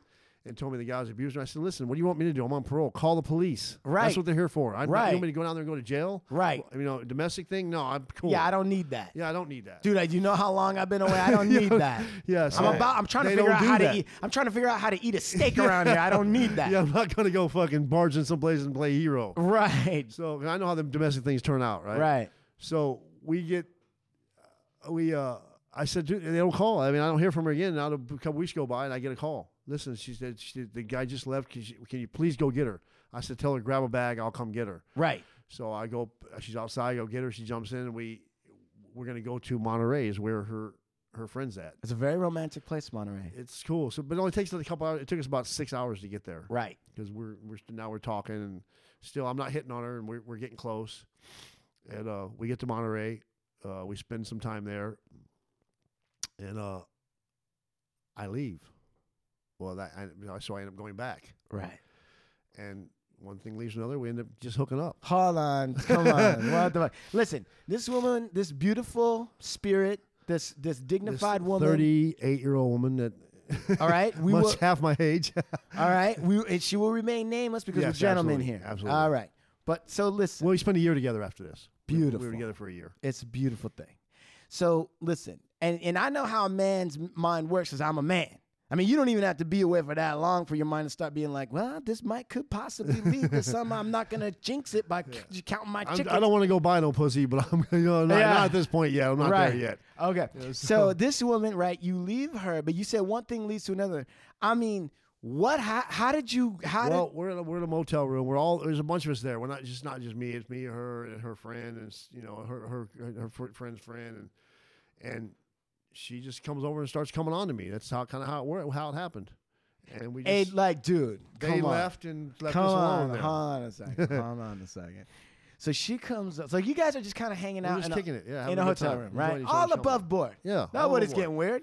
and told me the guy's abusing her. I said, "Listen, what do you want me to do? I'm on parole. Call the police.
Right.
That's what they're here for. I'm Not,
Right.
you want me to go down there and go to jail?
Right.
You know, domestic thing? No, I'm cool.
yeah. I don't need that,
Yeah, I don't need that.
dude. I, you know how long I've been away. I
*laughs*
don't need that.
Yeah, so
I'm about. I'm trying to
they
figure
don't
out
do
how
that.
to eat. I'm trying to figure out how to eat a
*laughs*
steak around here. I don't need that.
Yeah, I'm not gonna go fucking barge in someplace and play hero.
Right.
So 'cause I know how the domestic things turn out, right?
Right.
So we get, we uh, I said dude, they don't call. I mean, I don't hear from her again. Now a couple weeks go by and I get a call. Listen, she said she, the guy just left. Can, she, can you please go get her? I said, tell her grab a bag. I'll come get her.
Right.
So I go. uh, She's outside. I go get her. She jumps in. and We we're gonna go to Monterey is where her her friend's at.
It's a very romantic place, Monterey.
It's cool. So, but it only takes us a couple hours. It took us about six hours to get there
Right.
because we're we're now we're talking and still, I'm not hitting on her, and we're, we're getting close. And uh, we get to Monterey. Uh, we spend some time there, and uh, I leave. Well, that I, you know, so I end up going back,
Right.
and one thing leads to another. We end up just hooking up.
Hold on, come on.
*laughs*
What the fuck? Listen, this woman, this beautiful spirit, this this dignified woman.
thirty-eight year old woman that.
All
*laughs*
right, we
we must
will-
half my age. *laughs*
All right, we and she will remain nameless because
Yes,
we're gentlemen
absolutely,
here.
absolutely.
All right, but so listen,
well, we spent a year together after this. We- We
Beautiful.
were together for a year.
it's a beautiful thing. So listen, and and I know how a man's mind works because I'm a man. I mean, you don't even have to be away for that long for your mind to start being like, well, this might could possibly lead
*laughs*
to some. I'm not gonna jinx it by c- counting my
I'm,
chickens.
I don't want to go buy no pussy, but I'm *laughs* you know, not,
Yeah.
not at this point yet. I'm not there yet.
Okay.
Yeah,
so. *laughs*
so-
this woman, right? You leave her, but you said one thing leads to another. I mean, what? How, how did you? How
well, we're in a, we're in a motel room. We're all there's a bunch of us there. We're not just not just me. It's me, her, and her friend, and s- you know her her her fr- friend's friend, and and she just comes over and starts coming on to me. That's how kind of how it worked, how it happened. And we
did? Hey,
just
like, dude,
they
come on.
left and left
Come
us
on,
alone.
hold
there.
on a
*laughs*
second. hold on a second. So she comes up. So you guys are just kind of hanging
We're
out
just
in
kicking
a,
it, yeah,
in
having
a
a good
hotel
time,
room,
enjoying
right?
each
All
other's
above
company.
board.
Yeah,
not
all
when
above
it's
board.
getting weird.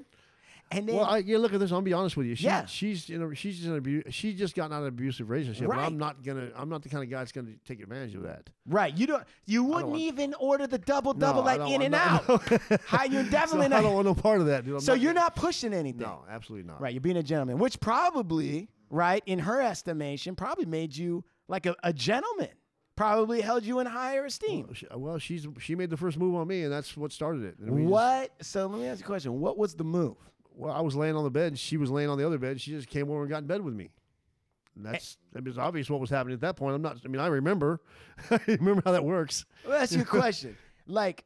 And then
Well, I, yeah, look at this. I'll be honest with you. She,
Yeah.
she's in a, she's just in an abu- she's just gotten out of an abusive relationship. and
Right.
I'm not gonna. I'm not the kind of guy that's gonna take advantage of that.
right, you don't. You wouldn't
want-
even order the double
No, *laughs*
double
I
like in
don't- I'm
and
not-
out. How you
*laughs* So
definitely
I
not.
don't want no part of that, dude.
*laughs*
I'm
so you're
gonna-
not pushing anything.
No, absolutely not.
Right, you're being a gentleman, which probably, right, in her estimation, probably made you like a, a gentleman. Probably held you in higher esteem.
She- Well, she's she made the first move on me, and that's what started it. And we just-
What? So let me ask you a question. What was the move?
well, I was laying on the bed, and she was laying on the other bed. and She just came over and got in bed with me. And
Eh.
that's it was obvious what was happening at that point. I'm not. I mean, I remember. *laughs* I remember how that works.
Let me ask you a
*laughs*
question. Like,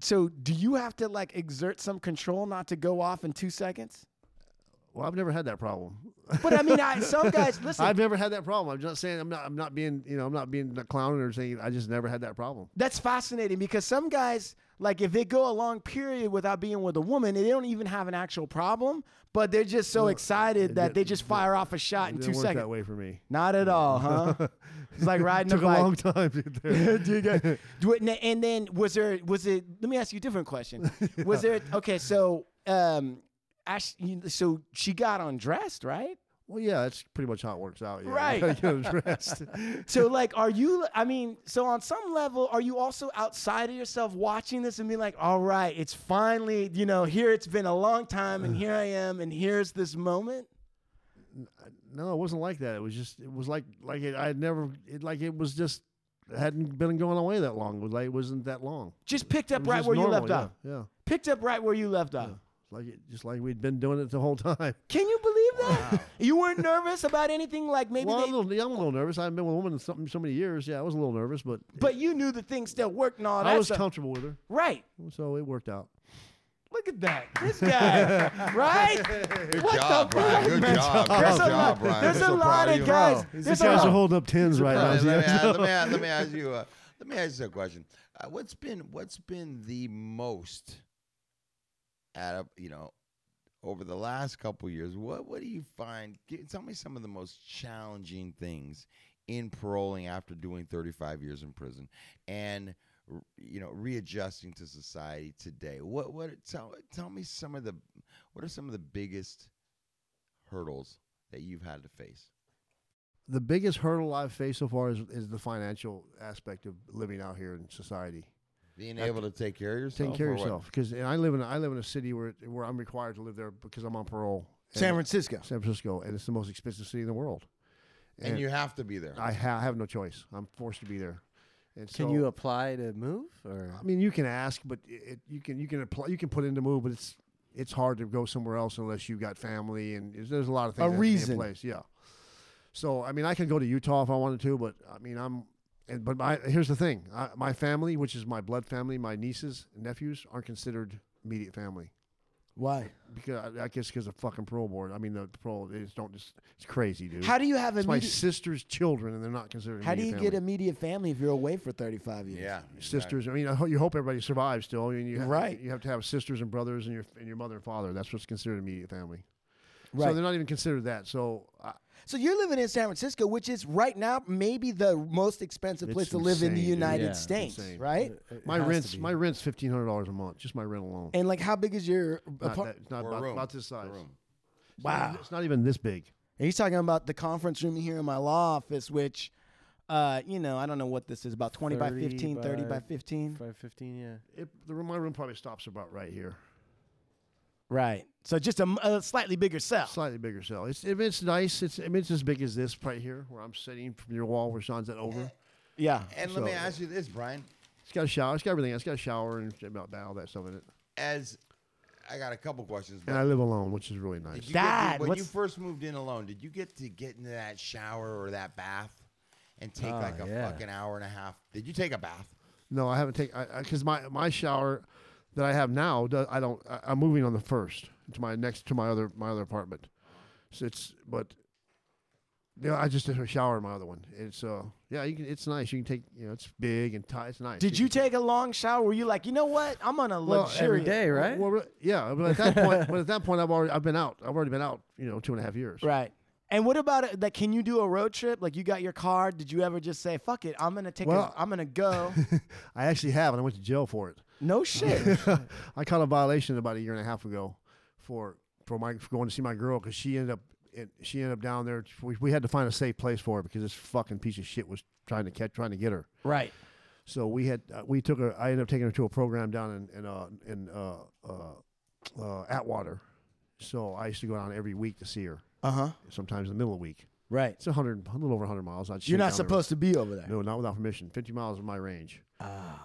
so do you have to like exert some control not to go off in two seconds?
*laughs* Well, I've never had that problem.
But I mean, I, some Oh,
*laughs*
guys listen.
I've never had that problem. I'm not saying I'm not. I'm not being. You know, I'm not being a clown or saying. I just never had that problem.
that's fascinating because some guys like if they go a long period without being with a woman, they don't even have an actual problem, but they're just so excited that they just fire off a shot in
It
two
didn't work
seconds.
that way for me.
Not at all,
*laughs*
huh? it's like riding
Took
a
a
bike.
long time. to get there.
*laughs* Do you get- do it- and then was there was it? Let me ask you a different
*laughs*
question. Was there okay? So um, Ash, you- so she got undressed, right?
Well, yeah, that's pretty much how it works out. Yeah.
Right.
*laughs* You gotta get dressed. *laughs*
So like, are you? I mean, so on some level, are you also outside of yourself watching this and being like, all right, it's finally, you know, here it's been a long time, and here I am, and here's this moment.
No, it wasn't like that. It was just it was like like it, I had never it like it was just it hadn't been going away that long. It was like it wasn't that long.
Just picked
It
up
was
right
just
where you
normal,
left
yeah,
off.
Yeah.
Picked up right where you left off.
Like it, just like we'd been doing it the whole time.
Can you believe that?
*laughs*
You weren't nervous about anything like maybe
well,
they
I'm a, little, yeah, I'm a little nervous. I haven't been with a woman in something so many years. Yeah, I was a little nervous, but
But oh, you knew the thing still worked and all that
I was
stuff.
comfortable with her,
right.
so it worked out.
Look
*laughs*
at that. This guy. right?
Good
what
job,
the
Brian. Good
fuck?
job. Good
There's a,
job,
lot-
Brian.
There's
I'm
a
so proud
lot
of
of
you.
guys.
Bro,
There's
These
a
guys
lot-
are holding up tens right
Brian,
now. so
let,
*laughs*
me,
that's-
let, me, let me ask you. Uh, let me ask you a question. Uh, what's been what's been the most out of you know over the last couple years? What what do you find? G tell me some of the most challenging things in paroling after doing 35 years in prison and r- you know readjusting to society today. What what tell tell me some of the what are some of the biggest hurdles that you've had to face?
the biggest hurdle I've faced so far is, is the financial aspect of living out here in society.
Being
Have
able to take care of yourself.
Taking care
or
of
what?
yourself, because I live in a, I live in a city where it- where I'm required to live there because I'm on parole. And-
San Francisco.
San Francisco, and it's the most expensive city in the world.
and, you have to be there.
I, ha- I have no choice. I'm forced to be there. And
Can
so-
you uh, apply to move or?
I mean, you can ask, but it, it- you can you can apply, you can put in the move, but it's it's hard to go somewhere else unless you got family and there's- there's a lot of things. that have to be in
reason.
place, yeah. So I mean, I can go to Utah if I wanted to, but I mean, I'm. And, but my, here's the thing: I, my family, which is my blood family, my nieces and nephews, aren't considered immediate family
Why?
because I, I guess because the fucking parole board. I mean, the parole is don't just it's crazy, dude.
How do you have
it's my
immediate?
sister's children, and they're not considered.
How do you
immediate
get
family.
immediate family if you're away for 35 years?
yeah.
sisters. I mean, I ho- you hope everybody survives still. I mean, you have,
Right.
You have to have sisters and brothers and your and your mother and father. That's what's considered immediate family.
Right.
So they're not even considered that. So I,
So you're living in San Francisco, which is right now maybe the most expensive
It's
place to live in the
insane, dude.
United
Yeah,
States,
insane.
right?
It
My
has to
rent's
be.
my rent's fifteen hundred dollars a month, just my rent alone.
And like, how big is your
Not
apartment?
that- not
Or a
about,
room.
about this size.
A room.
Wow.
It's not even this big.
And he's talking about the conference room here in my law office, which, uh, you know, I don't know what this is about 20 by
30
15, 30 by
by
15.
Five fifteen, yeah.
It, the room, my room probably stops about right here.
Right. So just a, m- a slightly bigger cell.
Slightly bigger cell. It's I mean, it's nice. It's I mean, it's as big as this right here where I'm sitting from your wall where Sean's at over.
yeah.
And let me
So-
ask you this, Brian.
It's got a shower. It's got everything. It's got a shower and about all that stuff in it.
As I got a couple questions.
And I live alone, which is really nice.
Did you get
Dad,
to, when you
what's-
first moved in alone, did you get to get into that shower or that bath and take
Ah,
Oh,
like a
yeah.
fucking hour and a half? Did you take a bath?
No, I haven't taken because my my shower that I have now. do- I don't. I, I'm moving on the first to my next to my other my other apartment. So it's but. Yeah, I just did a shower in my other one. It's uh, yeah, you can, it's nice. You can take, you know, it's big and tight. It's nice.
Did you
can
take a long shower? Were you like, you know what? I'm on a
Well,
luxurious.
day, right?
Oh, Well, re- yeah, but at that point, but at that point, I've already I've been out. I've already been out. You know, two and a half years.
Right. And what about uh, like? Can you do a road trip? Like you got your car? Did you ever just say, "Fuck it, I'm gonna take,
Well-
a, I'm gonna
*laughs*
go"?
*laughs* I actually have, and I went to jail for it.
no shit.
*laughs* I caught a violation about a year and a half ago for for my for going to see my girl because she ended up it, she ended up down there. We, we had to find a safe place for her because this fucking piece of shit was trying to catch trying to get her.
right.
So we had uh, we took her. I ended up taking her to a program down in in uh, in uh, uh, uh, Atwater. So I used to go down every week to see her.
Uh huh.
Sometimes in the middle of the week.
Right.
It's a hundred, a little over hundred miles. I'd
You're
shoot
not
down there.
supposed to be over there.
No, not without permission. 50 miles is my range.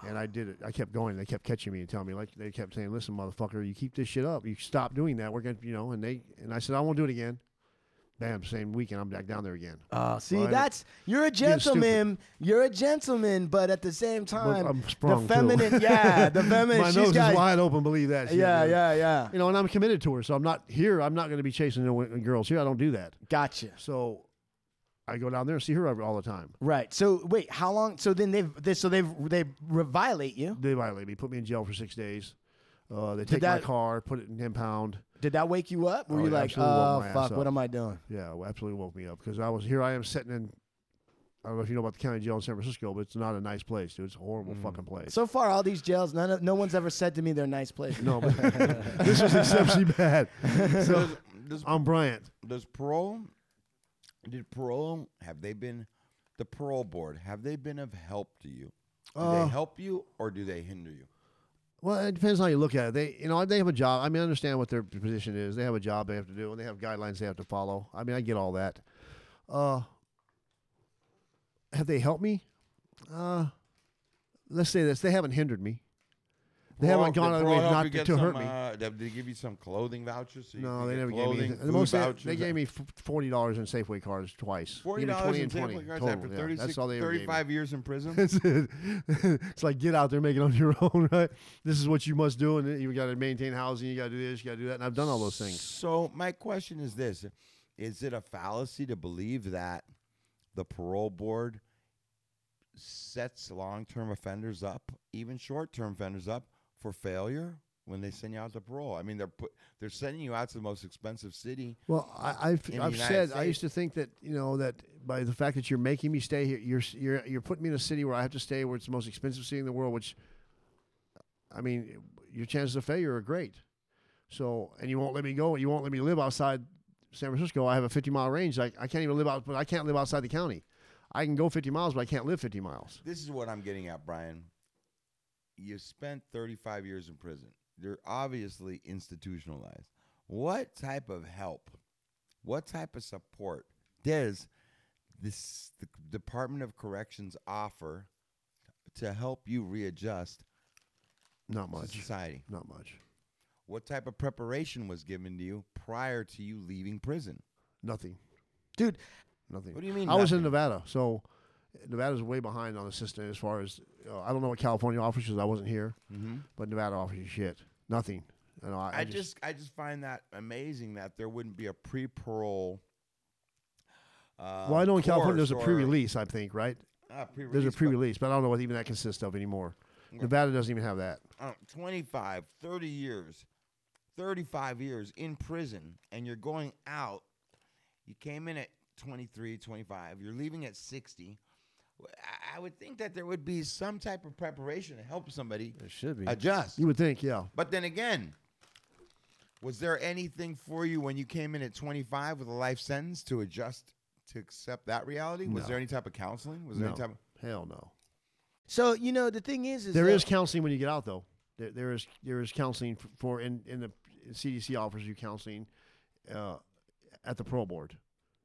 And I did it. I kept going. They kept catching me and telling me, like, they kept saying, listen, motherfucker, you keep this shit up. You stop doing that. We're going to, you know, and they, and I said, I won't do it again. Bam, same weekend, I'm back down there again.
Oh, see,
Well, I-
that's you're a
Being stupid.
gentleman. You're a gentleman, but at the same time,
I'm
the
sprung, too.
feminine. Yeah,
*laughs*
the feminine.
my
she's
nose
got,
is wide open. Believe that. shit,
Yeah,
man.
yeah, yeah.
You know, and I'm committed to her. So I'm not here. I'm not going to be chasing no w- girls here. I don't do that.
Gotcha.
So I go down there and see her all the time.
Right. So wait, how long? So then they've they, so they've they re- violate you.
They violate me, put me in jail for six days. Uh, they take
that-
my car, put it in impound.
Did that wake you up? Were
Oh,
you
it
like,
absolutely woke
oh
my ass
fuck, what
up.
am I doing?
Yeah, well, absolutely woke me up because I was here. I am sitting in. I don't know if you know about the county jail in San Francisco, but it's not a nice place, dude. It's a horrible
Mm.
fucking place.
So far, all these jails, none of, no one's ever said to me they're nice places.
no,
*laughs*
but this was exceptionally bad. *laughs* So
Does,
I'm Bryant.
does parole? Did parole? Have they been the parole board? Have they been of help to you? Do
Uh,
they help you or do they hinder you?
Well, it depends how you look at it. They, you know, they have a job. I mean, I understand what their position is. They have a job they have to do, and they have guidelines they have to follow. I mean, I get all that. Uh, have they helped me? Uh, let's say this: they haven't hindered me. They haven't
Parole-
gone out of
did
their way
parole help
not
you
to,
get
to hurt
some,
me.
uh, did they give you some clothing vouchers? so you
No,
could
they
get
never
clothing,
gave me.
food
The most they,
vouchers? uh,
they gave me f- forty dollars in Safeway cards twice. Give
Forty
me
dollars
20
in
and twenty
Tampa cards
total,
after
yeah.
36,
That's all they ever gave me. *laughs*
35 years in prison.
That's it. it's like get out there, make it on your *laughs* own, right? This is what you must do, and you got to maintain housing, you got to do this, you got to do that, and I've done all those things.
So my question is this: Is it a fallacy to believe that the parole board sets long-term offenders up, even short-term offenders up, for failure when they send you out to parole? I mean, they're put, they're sending you out to the most expensive city.
Well, I, I've
In the
I've
United
said I
States.
used to think that you know that by the fact that you're making me stay here, you're s- you're you're putting me in a city where I have to stay, where it's the most expensive city in the world. Which, I mean, your chances of failure are great. So, and you won't let me go. You won't let me live outside San Francisco. I have a 50 mile range. I, I can't even live out, but I can't live outside the county. I can go 50 miles, but I can't live 50 miles.
This is what I'm getting at, Brian. You spent 35 years in prison. You're obviously institutionalized. What type of help, what type of support does this the Department of Corrections offer to help you readjust
Not
to
much.
society?
Not much.
What type of preparation was given to you prior to you leaving prison?
Nothing.
Dude,
Nothing.
What do you mean
I was in
nothing?
Nevada, so Nevada's way behind on the system as far as uh, I don't know what California offers because I wasn't here, but Nevada offers you shit, nothing. You know, I,
Mm-hmm. I just I just find that amazing that there wouldn't be a pre-parole. Uh,
well, I know in California there's a
course or-
pre-release, I think, right?
Ah,
There's a
pre-release, but-
pre-release, but I don't know what even that consists of anymore. Nevada doesn't even have that.
I don't- 25, 30 um, years, 35 years in prison, and you're going out. You came in at 23, 25, you're leaving at 60. I- I would think that there would be some type of preparation to help somebody
There should be.
adjust.
You would think, yeah.
But then again, was there anything for you when you came in at 25 with a life sentence to adjust to accept that reality? Was
No.
there any type of counseling? Was there
No.
any type of
Hell no.
So you know the thing is, is
There
that-
is counseling when you get out, though. There, there is there is counseling f- for and and the CDC offers you counseling uh, at the parole board.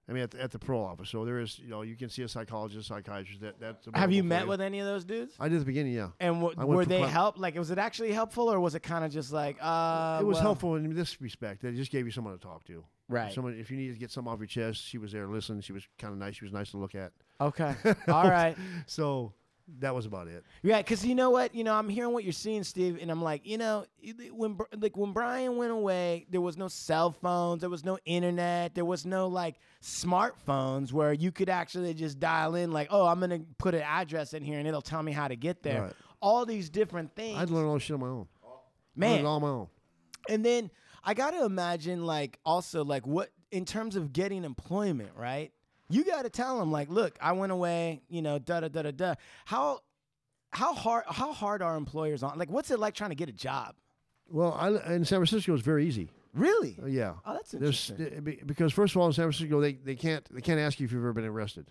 I mean, at the, at the parole office. So there is, you know, you can see a psychologist, psychiatrist. That that's
Have you
available for
met with any of those dudes?
I did at the beginning, yeah.
And
I
w-
went
were
for
they
cla-
help? Like, was it actually helpful, or was it kind of just like? Uh,
it was
well-
helpful in this respect. They just gave you someone to talk to.
Right.
Someone, if you needed to get something off your chest, she was there. Listen, she was kind of nice. She was nice to look at.
Okay.
*laughs*
All right.
So that was about it.
Yeah, because you know what? You know, I'm hearing what you're seeing, Steve, and I'm like, you know, it- when Br- like when Brian went away, there was no cell phones, there was no internet, there was no like smartphones where you could actually just dial in, like, oh, I'm gonna put an address in here and it'll tell me how to get there.
Right.
All these different things,
I'd learn all shit on my own. I learned
man.
it all on my own.
And then I got to imagine, like, also, like, what in terms of getting employment, right? You got to tell them, like, look, I went away, you know, da da da da da. How how hard how hard are employers on? Like, what's it like trying to get a job?
Well, I, in San Francisco, it's very easy.
Really?
Uh, yeah.
Oh, that's
There's-
interesting.
uh, be- because first of all, in San Francisco, they, they can't they can't ask you if you've ever been arrested.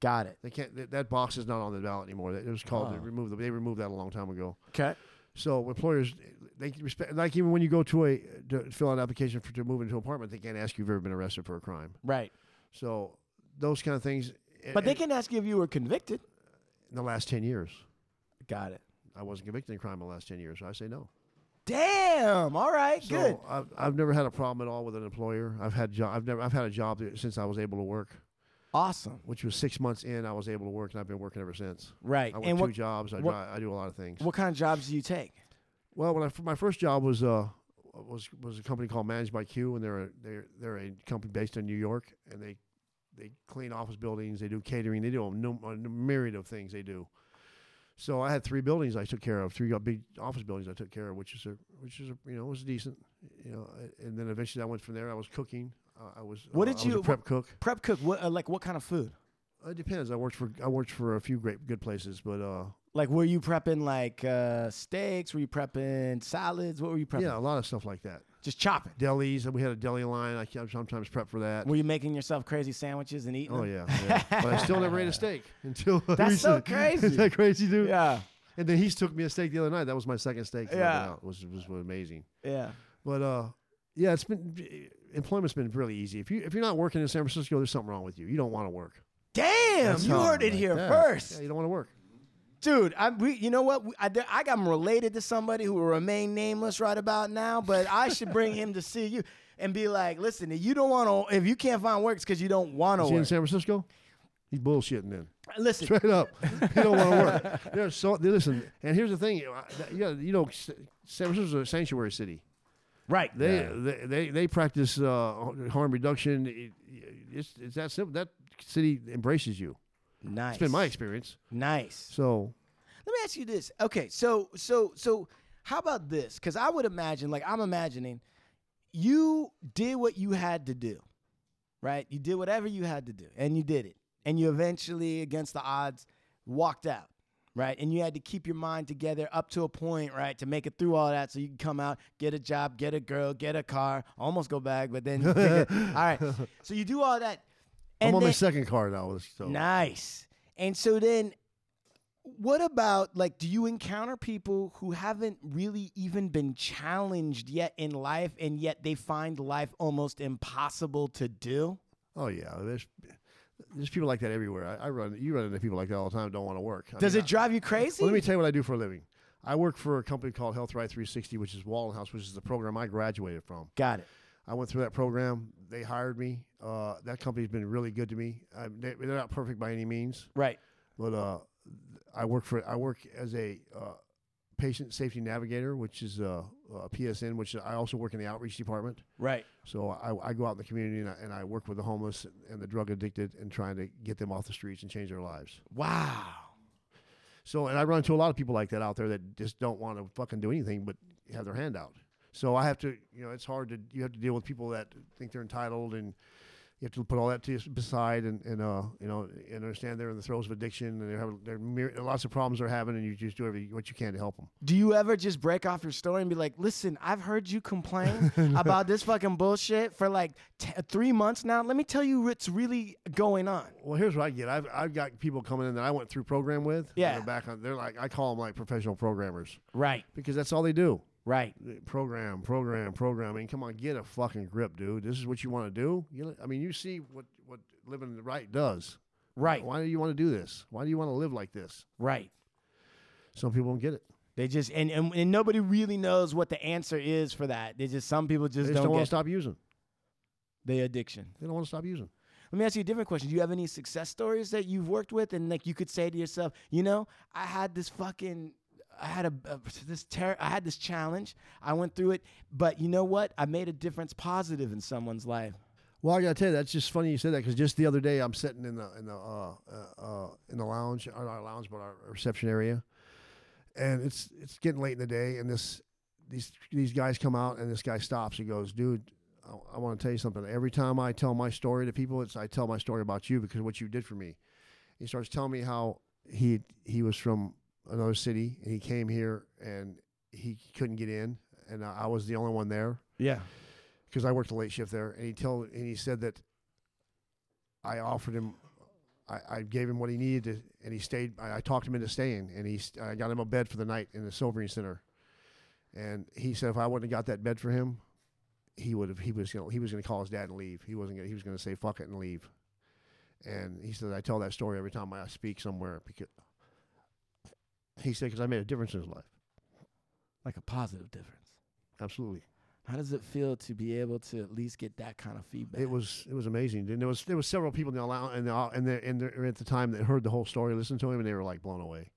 Got it.
They can't. That, that box is not on the ballot anymore. That- It was called. They
Oh.
removed. They removed that a long time ago.
Okay.
So employers, they can respect. Like even when you go to a to fill out an application for to move into an apartment, they can't ask you if you've ever been arrested for a crime.
Right.
So those kind of things.
But they
and-
can ask you if you were convicted.
in the last ten years,
Got it.
I wasn't convicted of any crime in the last ten years. So I say no.
Damn. All right.
So
good.
I've, I've never had a problem at all with an employer. I've had job. I've never. I've had a job that- since I was able to work,
Awesome.
which was six months in. I was able to work, and I've been working ever since.
Right.
I work
and
two
what
jobs. I,
what-
drive, I do a lot of things.
what kind of jobs do you take?
Well, when I, my first job was uh was was a company called Managed by Q, and they're a, they're they're a company based in New York, and they they clean office buildings, they do catering, they do a, num- a myriad of things they do. So I had three buildings I took care of, three big office buildings I took care of, which is a which is a, you know was decent, you know. And then eventually I went from there. I was cooking. Uh, I was
What
uh,
did
I was a
you-
prep cook? Uh,
Prep cook. What uh, like what kind of food?
It depends. I worked for I worked for a few great good places, but uh,
Like, were you prepping like uh, steaks? Were you prepping salads? What were you prepping?
yeah, a lot of stuff like that.
Just chopping.
Delis, and we had a deli line. I sometimes prep for that.
Were you making yourself crazy sandwiches and eating?
Oh
them?
yeah, yeah. but I still never
*laughs*
ate a steak until
That's so
recently.
crazy.
Isn't that crazy, dude?
Yeah.
And then he took me a steak the other night. That was my second steak. that I've been
Yeah.
out, which was amazing.
Yeah.
But uh, yeah, it's been employment's been really easy. If you if you're not working in San Francisco, there's something wrong with you. You don't want to work.
Damn,
That's
you
how
heard
I
it
like
here
that.
first,
Yeah, you don't want to work.
dude. I, we, you know what? We, I, there- I got I'm related to somebody who will remain nameless right about now, but I should bring him to see you and be like, listen, if you don't want to, if you can't find work, it's because you don't want to
Is he in
work.
San Francisco? He's bullshitting
*laughs*
then.
Listen,
Straight up, he don't want to work. There's so listen. And here's the thing, you know, I- that- yeah, you know, S- San Francisco's a sanctuary city.
right?
They, they, they they practice uh, harm reduction. It- it's, it's that simple. That city embraces you.
Nice.
It's been my experience.
Nice.
So
Let me ask you this. Okay, so so so how about this? Cuz I would imagine like I'm imagining you did what you had to do. Right? You did whatever you had to do and you did it. And you eventually against the odds walked out. Right? And you had to keep your mind together up to a point, right, to make it through all that so you can come out, get a job, get a girl, get a car, almost go back, but then *laughs* you figure, all right. So you do all that.
I'm
and
on my
then-
second car now. So
Nice. And so then, what about like, do you encounter people who haven't really even been challenged yet in life, and yet they find life almost impossible to do?
oh yeah, there's there's people like that everywhere. I, I run you run into people like that all the time. Don't want to work. I
Does
mean,
it drive you
I-
crazy?
well, let me tell you what I do for a living. I work for a company called Health Right 360, which is Wallenhouse, which is the program I graduated from.
Got it.
I went through that program. They hired me. Uh, that company's been really good to me. I, they, they're not perfect by any means,
Right.
but uh, I work for I work as a uh, patient safety navigator, which is uh, a, a PSN, which I also work in the outreach department.
Right.
So I, I go out in the community and I, and I work with the homeless and the drug addicted and trying to get them off the streets and change their lives.
Wow.
So and I run into a lot of people like that out there that just don't want to fucking do anything but have their hand out. So I have to, you know, it's hard to you have to deal with people that think they're entitled and you have to put all that to the side and, and uh, you know and understand they're in the throes of addiction and they're having they're myri- lots of problems they're having and you just do every, what you can to help them.
Do you ever just break off your story and be like, listen, I've heard you
*laughs*
complain about this fucking bullshit for like t- three months now. Let me tell you what's really going on.
Well, here's what I get. I've, I've got people coming in that I went through program with. and
Yeah.
They're back on. They're like I call them like professional programmers
Right,
because that's all they do.
right.
program, program, program. I mean, come on, get a fucking grip, dude. This is what you want to do. You, li- I mean, you see what what living the right does.
Right,
Why do you want to do this? Why do you want to live like this?
right.
Some people don't get it.
They just and, and and nobody really knows what the answer is for that. They just some people
They
just
just
don't,
don't, want to
get
stop using.
the addiction.
They don't want to stop using.
Let me ask you a different question. Do you have any success stories that you've worked with and like you could say to yourself, you know, I had this fucking I had a, a this ter- I had this challenge. I went through it, but you know what? I made a difference positive in someone's life.
Well, I gotta tell you, that's just funny you said that because just the other day I'm sitting in the in the uh, uh, uh, in the lounge, or not our lounge, but our reception area, and it's it's getting late in the day, and this these these guys come out, and this guy stops. He goes, "Dude, I, I want to tell you something. Every time I tell my story to people, it's I tell my story about you because of what you did for me." He starts telling me how he he was from another city and he came here and he couldn't get in, and I I was the only one there
Yeah.
because I worked a late shift there, and he told and he said that I offered him, I, I gave him what he needed, to, and he stayed. I, I talked him into staying, and he st- I got him a bed for the night in the Silvering Center, and he said if I wouldn't have got that bed for him, he would have. He was gonna, he was going to call his dad and leave. He wasn't. Gonna, he was going to say fuck it and leave. And he said I tell that story every time I speak somewhere because he said because I made a difference in his life.
Like a positive difference.
Absolutely.
How does it feel to be able to at least get that kind of feedback?
It was it was amazing. And there was there was several people in the allow and the and the, and the, at the time that heard the whole story, listened to him, and they were like blown away.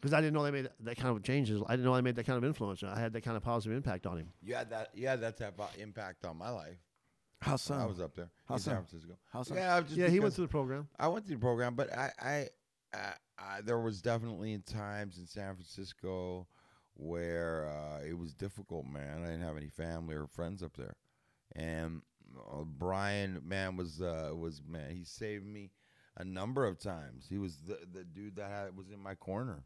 Because I didn't know they made that kind of changes. I didn't know I made that kind of influence. I had that kind of positive impact on him.
You had that. You had that type of impact on my life.
How
when
so?
I was up there
How
in San
so?
Francisco.
How so?
Yeah, I was just
yeah, he went
because-
through the program.
I went through the program, but I, I, I, I there was definitely times in San Francisco where uh, it was difficult, man. I didn't have any family or friends up there, and uh, Brian, man, was uh, was man. He saved me a number of times. He was the the dude that had, was in my corner,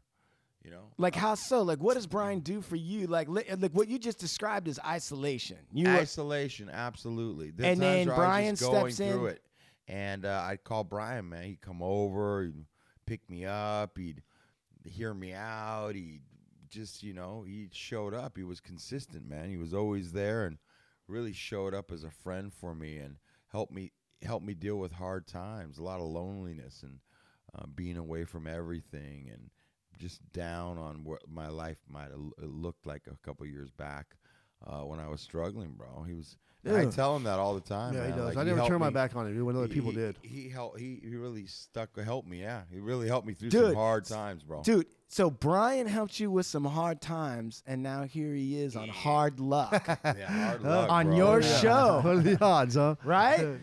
you know.
Like how so? Like what does Brian do for you? Like li- like what you just described is isolation. You are-
isolation, absolutely. There are
And
times
then
where I was
Brian
just going
steps
through
in.
it, and uh, I'd call Brian. Man, he'd come over, he'd pick me up, he'd hear me out. He just, you know, he showed up. He was consistent, man. He was always there, and really showed up as a friend for me and helped me helped me deal with hard times, a lot of loneliness and uh, being away from everything and just down on what my life might have looked like a couple years back uh, when I was struggling, bro. He was. and I
Yeah.
tell him that all the time.
yeah, he
man.
does.
Like,
I never
helped
turned my
me-
back on him. When other
he-
people
he-
did.
He helped. He, he really stuck. Helped me. Yeah, he really helped me through some
Dude,
hard times, bro.
Dude, so Brian helped you with some hard times, and now here he is on hard luck
Yeah, hard luck,
uh, on
bro.
your
Yeah.
show,
*laughs* what are the odds, huh?
right?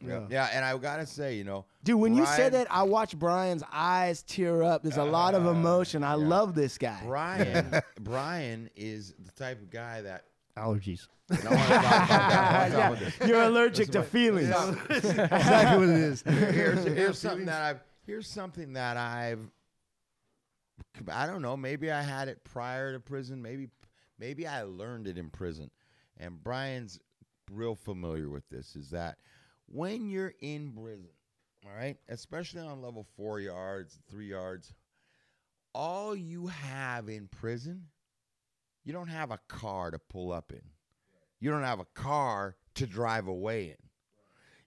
Yeah. yeah, and I gotta say, you know,
Dude, when you
Brian-
said that, I watched Brian's eyes tear up. There's a lot of emotion. I love this guy. *laughs*
Brian, Brian is the type of guy that.
Allergies.
and I wanna talk
*laughs*
about that. I wanna talk about this.
You're allergic to feelings.
*laughs* exactly what it is. *laughs*
here's, here's something that I've here's something that I've I don't know maybe I had it prior to prison maybe maybe I learned it in prison and Brian's real familiar with this is that when you're in prison all right especially on level 4 yards 3 yards all you have in prison you don't have a car to pull up in you don't have a car to drive away in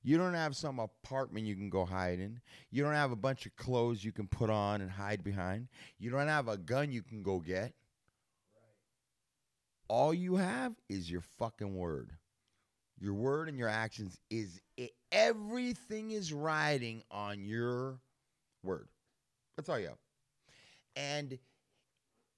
you don't have some apartment you can go hide in. You don't have a bunch of clothes you can put on and hide behind. You don't have a gun you can go get. All you have is your fucking word. Your word and your actions is it. Everything is riding on your word. That's all you have. And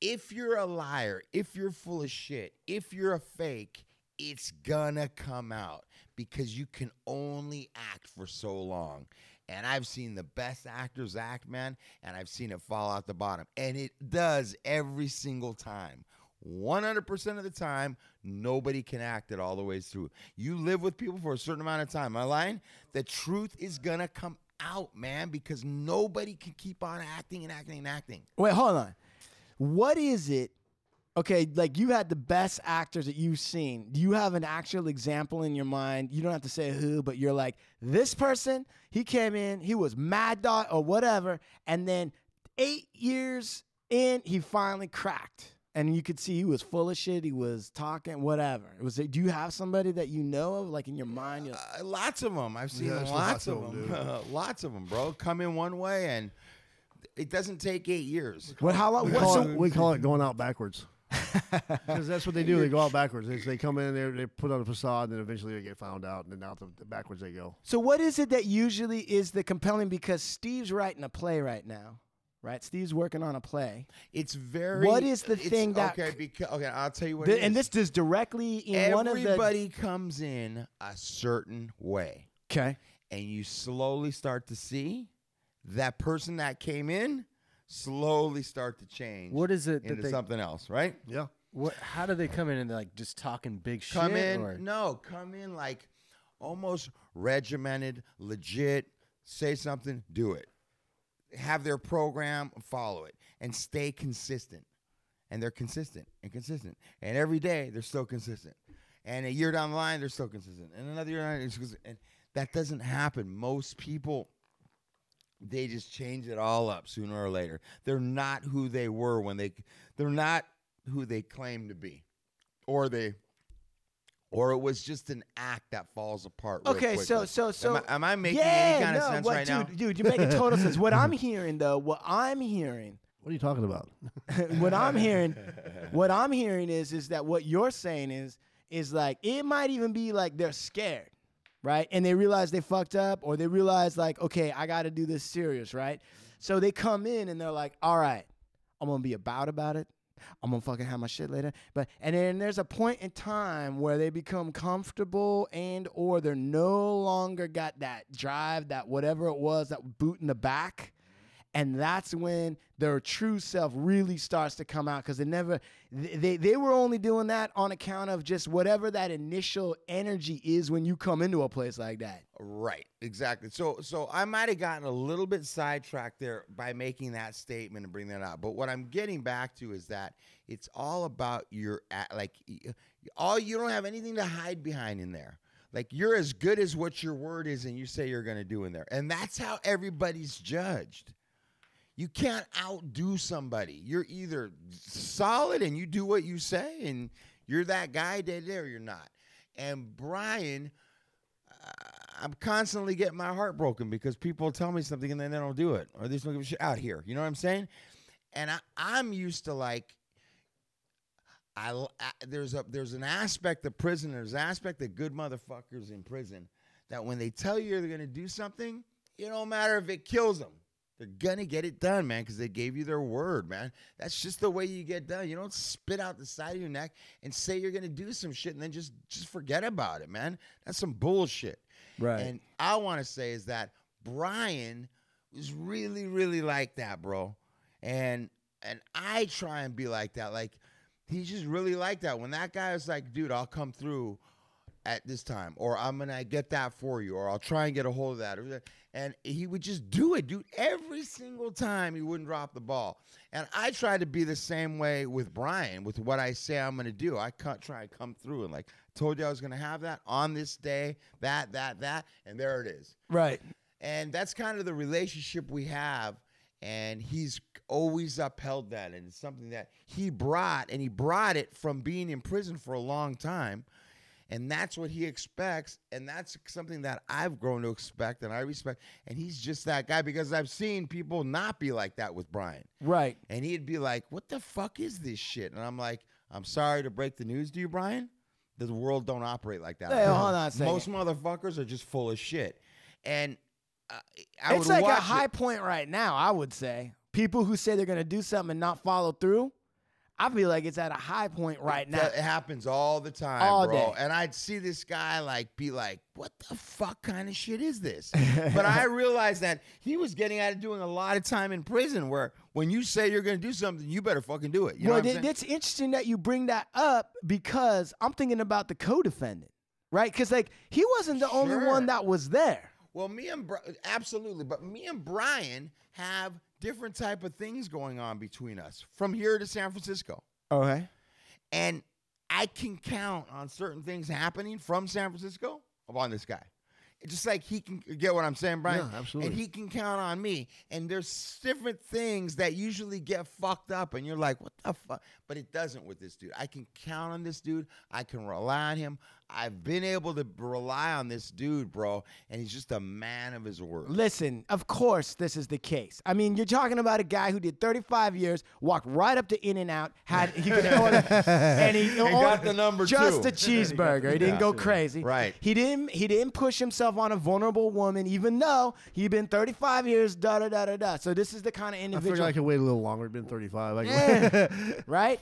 if you're a liar, if you're full of shit, if you're a fake, it's gonna come out because you can only act for so long. And I've seen the best actors act, man, and I've seen it fall out the bottom. And it does every single time. 100% of the time, nobody can act it all the way through. You live with people for a certain amount of time. Am I lying? The truth is going to come out, man, because nobody can keep on acting and acting and acting.
Wait, hold on. What is it? Okay, like you had the best actors that you've seen. Do you have an actual example in your mind? You don't have to say who, but you're like, this person, he came in, he was mad dog or whatever, and then eight years in, he finally cracked. And you could see he was full of shit. He was talking, whatever. It was. Do you have somebody that you know of, like in your mind? You're like,
Uh, lots of them. I've seen
Yeah, there's
lots,
lots
of
of 'em,
them. *laughs* lots of them, bro. Come in one way and it doesn't take eight years.
what? How long?
We
What,
call,
so,
it, we call it going
*laughs*
out backwards. Because that's what they do. They go out backwards. They, they come in there, they put on a facade, and then eventually they get found out, and then out the, the backwards they go.
So what is it that usually is the compelling? Because Steve's writing a play right now, right? Steve's working on a play,
It's very.
What is the
it's-
thing that-
Okay, because, okay, I'll tell you what.
Th-
it
and
is.
this is directly in one of the.
Everybody comes in a certain way,
Okay.
and you slowly start to see that person that came in slowly start to change.
What is it that
into
they?
something else, right?
Yeah.
What? How do they come in and they're like just talking big
come
shit?
in
or-
no come in like almost regimented legit say something do it have their program follow it and stay consistent and they're consistent and consistent and every day they're still consistent and a year down the line they're still consistent and another year down the line, it's consistent. and that doesn't happen most people they just change it all up sooner or later they're not who they were when they they're not who they claim to be or they or it was just an act that falls apart. real
Okay, so
quickly.
so so.
am I, am I making
yeah,
any kind
no,
of sense
what-
right
dude,
now?
Dude, you make a total sense. What
*laughs*
I'm hearing though, what I'm hearing,
What are you talking about?
*laughs* what I'm hearing, what I'm hearing is is that what you're saying is is like it might even be like they're scared, right? And they realize they fucked up, or they realize like, okay, I got to do this serious, right? So they come in and they're like, all right, I'm gonna be about about it. I'm gonna fucking have my shit later. But and then there's a point in time where they become comfortable and or they're no longer got that drive, that whatever it was, that boot in the back. And that's when their true self really starts to come out because they never th- they they were only doing that on account of just whatever that initial energy is when you come into a place like that.
Right, exactly. So so I might have gotten a little bit sidetracked there by making that statement and bring that out. But what I'm getting back to is that it's all about your a- like y- all you don't have anything to hide behind in there. Like you're as good as what your word is and you say you're going to do in there. And that's how everybody's judged. You can't outdo somebody. You're either solid and you do what you say and you're that guy day to day or you're not. And Brian I'm constantly getting my heart broken because people tell me something and then they don't do it or they just don't give a shit out here. You know what I'm saying? And I, I'm used to like, I, l- I- there's a there's an aspect of prison, there's an aspect of good motherfuckers in prison that when they tell you they're gonna do something, it don't matter if it kills them. They're gonna get it done, man, because they gave you their word, man. That's just the way you get done. You don't spit out the side of your neck and say you're gonna do some shit and then just just forget about it, man. That's some bullshit.
Right.
And I want to say is that Brian was really, really like that, bro. And and I try and be like that. Like he's just really like that. When that guy was like, dude, I'll come through at this time, or I'm gonna get that for you, or I'll try and get a hold of that. or that- And he would just do it, dude. Every single time he wouldn't drop the ball. And I try to be the same way with Brian, with what I say I'm gonna do. I cut, try and come through and like told you I was gonna have that on this day, that, that, that, and there it is.
Right.
And that's kind of the relationship we have. And he's always upheld that. And it's something that he brought, and he brought it from being in prison for a long time. And that's what he expects. And that's something that I've grown to expect and I respect. And he's just that guy because I've seen people not be like that with Brian.
Right.
And he'd be like, What the fuck is this shit? And I'm like, I'm sorry to break the news to you, Brian. The world don't operate like that.
Hey, hold on a second.
Most motherfuckers are just full of shit. And uh, I
it's
would
like a
watch
high
it.
point right now, I would say. People who say they're going to do something and not follow through, I feel like it's at a high point right now.
That- It happens all the time,
All
bro.
day.
And I'd see this guy like be like, "What the fuck kind
*laughs*
of shit is this?" but I realized that he was getting out of doing a lot of time in prison, where When you say you're going to do something, you better fucking do it. You
well,
know what
it-
I'm saying?
it's interesting that you bring that up because I'm thinking about the co-defendant, right? Because like he wasn't the only
Sure.
one that was there.
Well, me and Bri- absolutely, but me and Brian have different type of things going on between us from here to San Francisco.
Okay.
and I can count on certain things happening from San Francisco upon this guy. It's Just like he can you get what I'm saying, Brian.
Yeah, absolutely.
And he can count on me. And there's different things that usually get fucked up, and you're like, "What the fuck?" But it doesn't with this dude. I can count on this dude. I can rely on him. I've been able to b- rely on this dude, bro. And he's just a man of his word.
Listen, of course this is the case. I mean, you're talking about a guy who did 35 years, walked right up to In and Out, had *laughs* he could order, and he
*laughs* And got the number
just
two.
a cheeseburger. He didn't
Yeah.
go crazy.
Right.
He didn't he didn't push himself on a vulnerable woman, even though he'd been 35 years. Da da da da da. So this is the kind of
I figured
individual,
I could wait a little longer. It'd been 35. I could
right?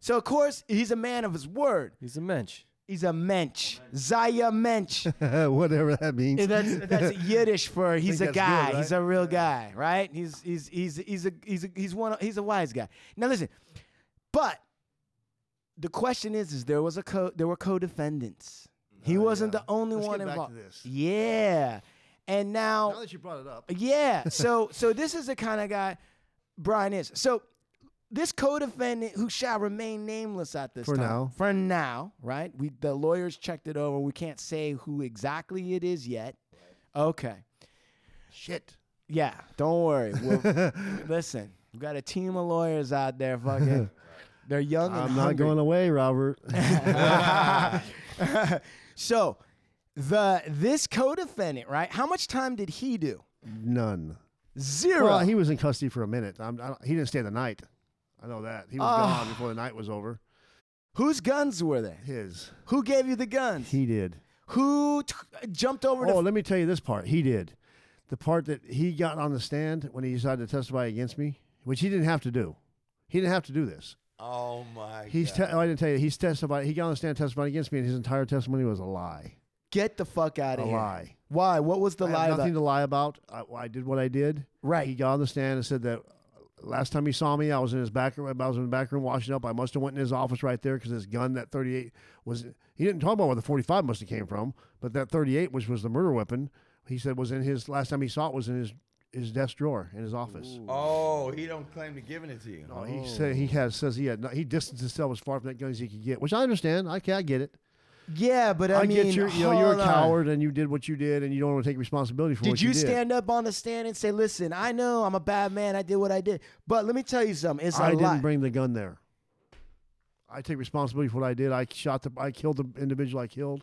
So of course he's a man of his word.
He's a mensch.
He's a mensch, Zaya mensch.
wait. *laughs* Whatever that means.
And that's that's Yiddish for he's a
think that's
guy.
good,
He's
right?
a real guy, right? He's he's he's he's a he's a, he's one he's a wise guy. Now listen, but the question is, is there was a co there were co-defendants. He wasn't
Oh, yeah.
the only
Let's
one
get back to
involved.
this.
Yeah, and now
*laughs* Now that you brought it up, *laughs*
yeah. So so this is the kind of guy Brian is. So this co-defendant who shall remain nameless at this
For
time.
now.
For now, right? We the lawyers checked it over. We can't say who exactly it is yet. Okay. *laughs*
shit.
Yeah. Don't worry.
*laughs*
We'll, listen, we got a team of lawyers out there.
*laughs*
Fucking, they're young and
I'm not
hungry.
going
*laughs*
away, Robert. *laughs*
so the this co-defendant, right? How much time did he do?
None.
Zero.
Well, he was in custody for a minute. I'm, I don't, he didn't stay the night. I know that. He was
Ah.
gone before the night was over.
Whose guns were they?
His.
Who gave you the guns?
He did.
Who t- jumped over
Oh,
to?
let me tell you this part. He did. The part that he got on the stand when he decided to testify against me, which he didn't have to do. He didn't have to do this.
Oh my
He's. Te-
god.
oh, I didn't tell you. He's testified. He got on the stand, testified against me, and his entire testimony was a lie.
Get the fuck out
A
of here!
lie.
Why? What was the
I have
lie
nothing
about?
to lie about. I, I did what I did.
Right.
He got on the stand and said that uh, last time he saw me, I was in his back room. I was in the back room washing up. I must have went in his office right there because his gun, that 38, was. He didn't talk about where the 45 must have came from, but that 38, which was the murder weapon, he said was in his. Last time he saw it was in his his desk drawer in his office.
Oh, he don't claim to giving it to you. Oh.
No, he said
Oh.
he has says he had no, he distanced himself as far from that gun as he could get, which I understand. I, ca- I get it.
yeah, but I,
I,
mean,
get your, you know, you're a
hold on.
coward and you did what you did and you don't want to take responsibility for
Did
what
you,
you, did.
stand up on the stand and say, "Listen, I know I'm a bad man. I did what I did, but let me tell you something. It's a
I
lie."
didn't bring the gun there. I take responsibility for what I did. I shot the, I killed the individual I killed.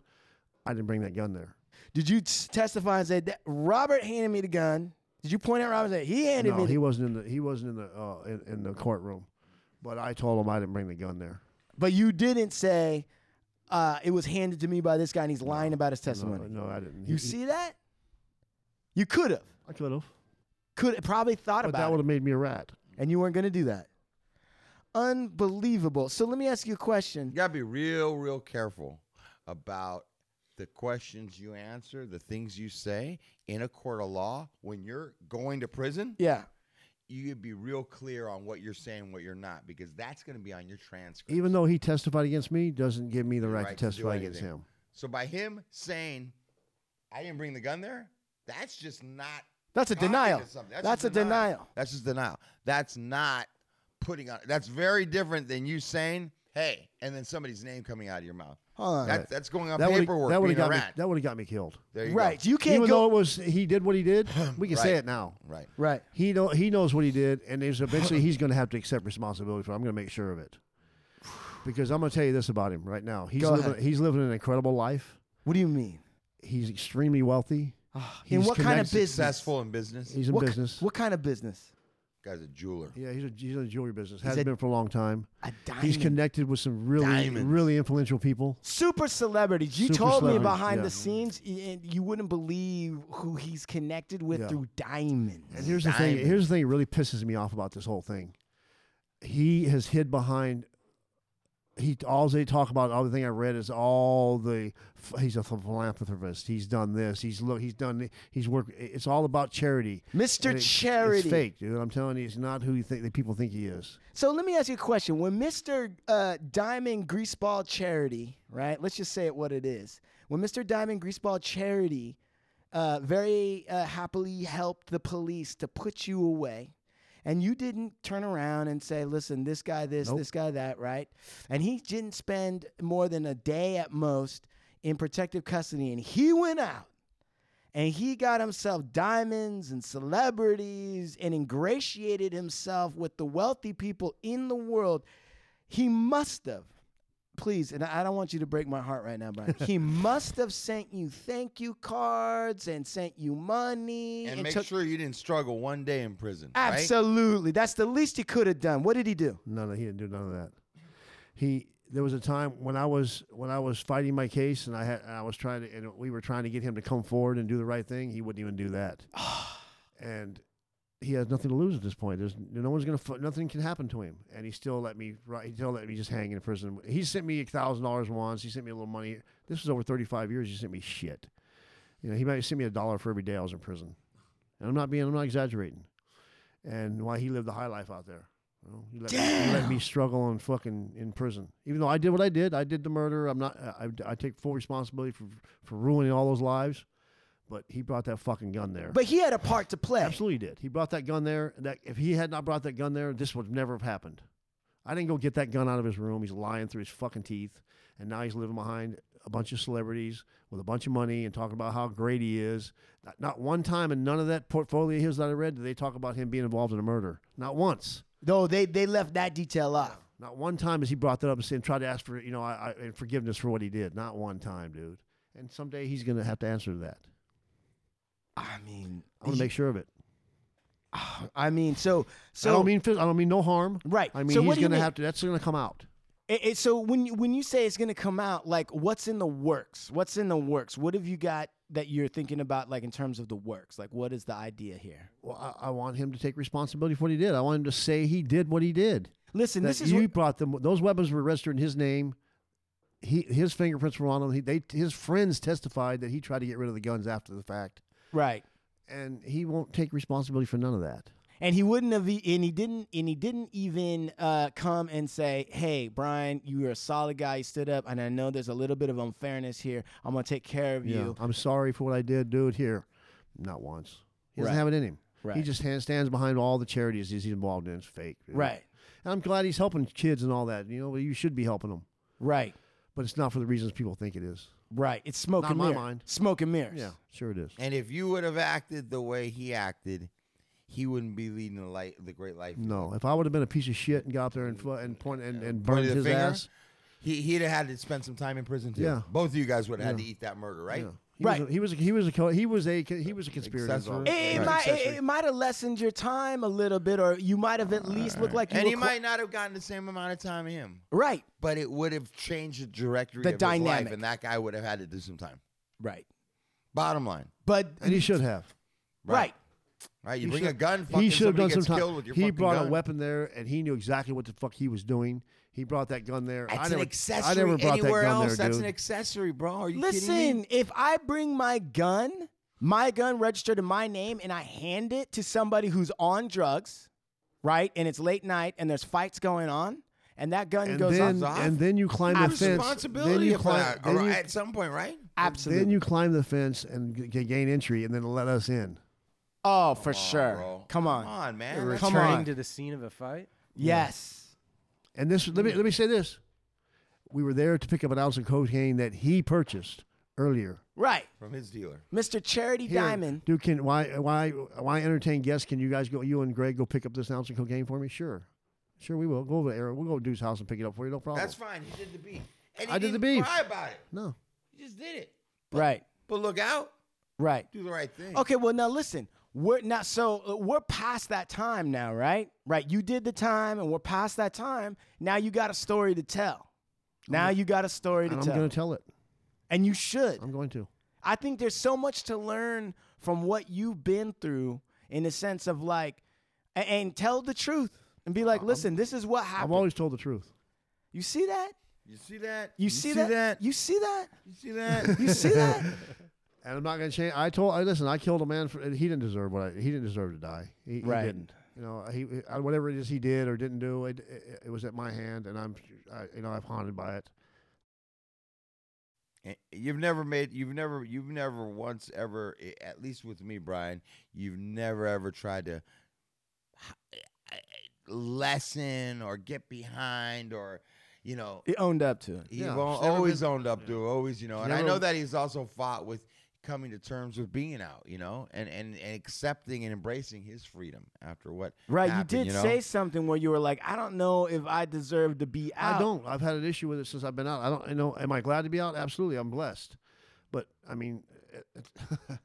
I didn't bring that gun there.
Did you s- testify and say that Robert handed me the gun? Did you point out Robert and say he handed
No,
me? The,
he wasn't in the, he wasn't in the, uh, in, in the courtroom. But I told him I didn't bring the gun there.
but you didn't say uh, it was handed to me by this guy, and he's lying about his
No,
testimony.
no, I didn't.
You
He-
see that? You could have,
I could have,
could probably thought
but
about
that
it.
would have made me a rat.
and you weren't going to do that. Unbelievable. So let me ask you a
You
question.
gotta be real, real careful about the questions you answer, the things you say in a court of law. When you're going to prison,
Yeah.
you gotta be real clear on what you're saying, what you're not, because that's gonna be on your transcript.
Even though he testified against me, doesn't give me the right,
right
to
to do
testify against
anything.
him.
so by him saying, "I didn't bring the gun there," that's just not.
That's a
talking to
denial.
something.
That's a
just
denial.
That's just denial. That's not putting on. That's very different than you saying, "Hey," and then somebody's name coming out of your mouth.
Hold on.
That, that's going on
That would've-
paperwork.
that
being
would've
a
got me.
rat.
That would have got me killed.
There you go.
right. You can't
Even
go.
though it was he did what he did, we can say
Right.
it now.
Right.
right.
He know he knows what he did, and there's eventually he's going to have to accept responsibility for. It. I'm going to make sure of it because I'm going to tell you this about him right now. He's
Go
living,
ahead.
he's living an incredible life.
What do you mean?
He's extremely wealthy.
in
Ah, He's
what kind of
connected-
business?
Successful in business.
He's in
What,
business.
what kind of business?
Guy's a jeweler.
yeah, he's a, he's in the jewelry business. Has
a-
been for a long time.
A diamond.
He's connected with some really
Diamonds.
really influential people.
Super celebrities. You
Super
told me
celebrities,
behind
yeah.
the scenes, y- and you wouldn't believe who he's connected with
Yeah.
through
And
diamonds.
here's the thing.
Diamonds.
Here's the thing. That really pisses me off about this whole thing. He has hid behind he all they talk about. The other thing I read is all the f- he's a philanthropist. He's done this. He's look. He's done. th- He's worked. It's all about charity.
Mr.
And it's-
Charity.
It's fake, dude. I'm telling you, it's not who you think that people think he is.
So let me ask you a question. When Mr. Uh, Diamond Greaseball Charity, right? Let's just say it what it is. When Mr. Diamond Greaseball Charity uh, very uh, happily helped the police to put you away, and you didn't turn around and say, listen, this guy this, this guy that, right? And he didn't spend more than a day at most in protective custody, and he went out and he got himself diamonds and celebrities and ingratiated himself with the wealthy people in the world. He must have, please, and I don't want you to break my heart right now, Brian.
*laughs*
he must have sent you thank you cards and sent you money
and make
took-
sure you didn't struggle one day in prison. right?
Absolutely. That's the least he could have done. What did he do?
No, no, he didn't do none of that. He there was a time when I was when I was fighting my case and I had and I was trying to and we were trying to get him to come forward and do the right thing. He wouldn't even do that. and he has nothing to lose at this point. There's no one's gonna fu- nothing can happen to him, and he still let me ri- he still let me just hang in prison. He sent me a thousand dollars once. He sent me a little money. This was over thirty five years. He sent me shit. You know, he might send me a dollar for every day I was in prison, and I'm not being I'm not exaggerating. And why he lived the high life out there. You know, he, let Me, he let me struggle and fucking in prison, even though I did what I did. I did the murder. I'm not. I, I take full responsibility for for ruining all those lives. But he brought that fucking gun there.
But he had a part to play.
Absolutely did. He brought that gun there. and That if he had not brought that gun there, this would never have happened. I didn't go get that gun out of his room. He's lying through his fucking teeth, and now he's living behind a bunch of celebrities with a bunch of money and talking about how great he is. Not, not one time in none of that portfolio of his that I read did they talk about him being involved in a murder. Not once.
Though they, they left that detail off.
Not one time has he brought that up and said, tried to ask for you know I, I, and forgiveness for what he did. Not one time, dude. And someday he's gonna have to answer to that.
I mean,
I want to make sure of it.
I mean, so so
I don't mean phys- I don't mean no harm.
Right.
I mean
So what
he's
do you
gonna
mean?
have to. That's gonna come out.
It, it, so when you, when you say it's gonna come out, like what's in the works? What's in the works? What have you got that you're thinking about, like in terms of the works? Like what is the idea here?
Well, I, I want him to take responsibility for what he did. I want him to say he did what he did.
Listen,
That
this is
you
what,
brought them. Those weapons were registered in his name. He his fingerprints were on them. He, they his friends testified that he tried to get rid of the guns after the fact,
right,
and he won't take responsibility for none of that.
and he wouldn't have, e- and he didn't, and he didn't even uh, come and say, "Hey, Brian, you were a solid guy. You stood up, and I know there's a little bit of unfairness here. I'm gonna take care of you."
I'm sorry for what I did, dude. Here, not once. He doesn't
Right.
have it in him. He
Right.
just hand, stands behind all the charities he's involved in. It's fake. dude.
Right,
And I'm glad he's helping kids and all that. You know, you should be helping them,
right,
but it's not for the reasons people think it is.
right. It's smoke
Not
and
my
mirrors.
mind.
Smoke and mirrors.
Yeah, sure it is.
And if you would have acted the way he acted, he wouldn't be leading the light, the great life.
No, if I would have been a piece of shit and got up there and fu- and point and, and burned
Pointed the
his
finger,
ass,
He he'd have had to spend some time in prison too.
Yeah.
Both of you guys would have had to eat that murder, right?
yeah. he
Right.
Was a, he was a, he was a co- he was a co- he was a conspirator.
Accessory.
involved.
It, it
Right.
might, it-
Accessory.
it might have lessened your time a little bit, or you might have at least looked like you
And
were
he
co-
might not have gotten the same amount of time as him,
Right,
but it would have changed the directory
The
of his life,
dynamic.
and that guy would have had to do some time.
right.
Bottom line,
But
and he should have.
right,
right? You
He
bring
should-
a gun,
He
fucking
should have done
somebody
some
gets
time.
killed with your
he
fucking
brought
gun.
a weapon there, and he knew exactly what the fuck he was doing. He brought that gun there. I
That's
never,
an accessory
I never brought
anywhere
that gun
else.
there,
That's
dude.
an accessory, bro. Are you kidding me?
listen. If I bring my gun, my gun registered in my name, and I hand it to somebody who's on drugs, right, and it's late night, and there's fights going on, and that gun
and
goes
then
off.
and then you climb
I
the
have
fence. Then
responsibility
you
for
climb.
that,
then
or
you-
at some point, right?
Absolutely.
Then you climb the fence and g- g- gain entry, and then let us in.
oh, for sure.
bro.
Come on.
Come on, man. That's-
Come
Returning
on.
to the scene of a fight.
Yes.
And this let me let me say this. We were there to pick up an ounce of cocaine that he purchased earlier.
Right,
From his dealer.
Mr. Charity
Here,
Diamond.
Dude, can why why why entertain guests? Can you guys go you and Greg go pick up this ounce of cocaine for me? Sure. Sure we will. Go over to Aaron. We'll go to Dude's house and pick it up for you, no problem.
That's fine. He did the beat. And he
I did
didn't
the beef.
cry about it.
no.
He just did it.
Right,
But look out.
right.
Do the right thing.
Okay, well now listen, we're now so uh, we're past that time now, right? Right, you did the time, and we're past that time. Now you got a story to tell. Now you got a story to
And I'm
tell,
gonna tell it.
and you should.
I'm going to.
I think there's so much to learn from what you've been through in the sense of like, a- and, tell the truth and be like, listen, this is what happened.
I've always told the truth.
you see that?
You see that?
You, see, that? You see that?
You see that?
*laughs*
You see that?
And I'm not going to change. I told. I listen. I killed a man. For, he didn't deserve what. I, he didn't deserve to die. He, he
Right.
didn't. You know. He I, whatever it is he did or didn't do. It, it, it was at my hand, and I'm. I, you know. I'm haunted by it.
And Eh, You've never made. You've never. You've never once ever. eh, At least with me, Brian. You've never ever tried to h- eh, lessen or get behind or, you know.
he owned up to it.
You've
Yeah,
al-
it's never
always
been-
owned up to. it, Always, you know. And I
Never-
know that he's also fought with coming to terms with being out. You know, and and, and accepting and embracing his freedom after what.
Right.
happened,
you did
know?
say something where you were like, I don't know if I deserve to be out.
I don't. I've had an issue with it since I've been out. I don't. You know. Am I glad to be out? Absolutely. I'm blessed. But I mean, *laughs* it, it-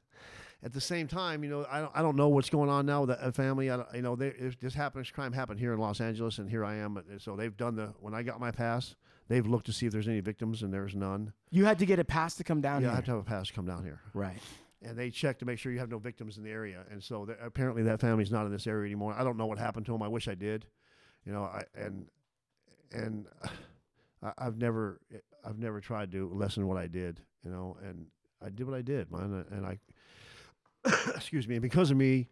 at the same time, you know, I don't. I don't know what's going on now with a family. I don't, you know, they, if this happens, crime happened here in Los Angeles, and here I am. And so they've done the. When I got my pass, they've looked to see if there's any victims, and there's none.
You had to get a pass to come down
Yeah,
here.
I have to have a pass to come down here.
right.
and they check to make sure you have no victims in the area. And so th- apparently that family's not in this area anymore. I don't know what happened to them. I wish I did. You know, I and and *sighs* I, I've never I've never tried to lessen what I did. You know, and I did what I did, man. And I *coughs* excuse me, and because of me,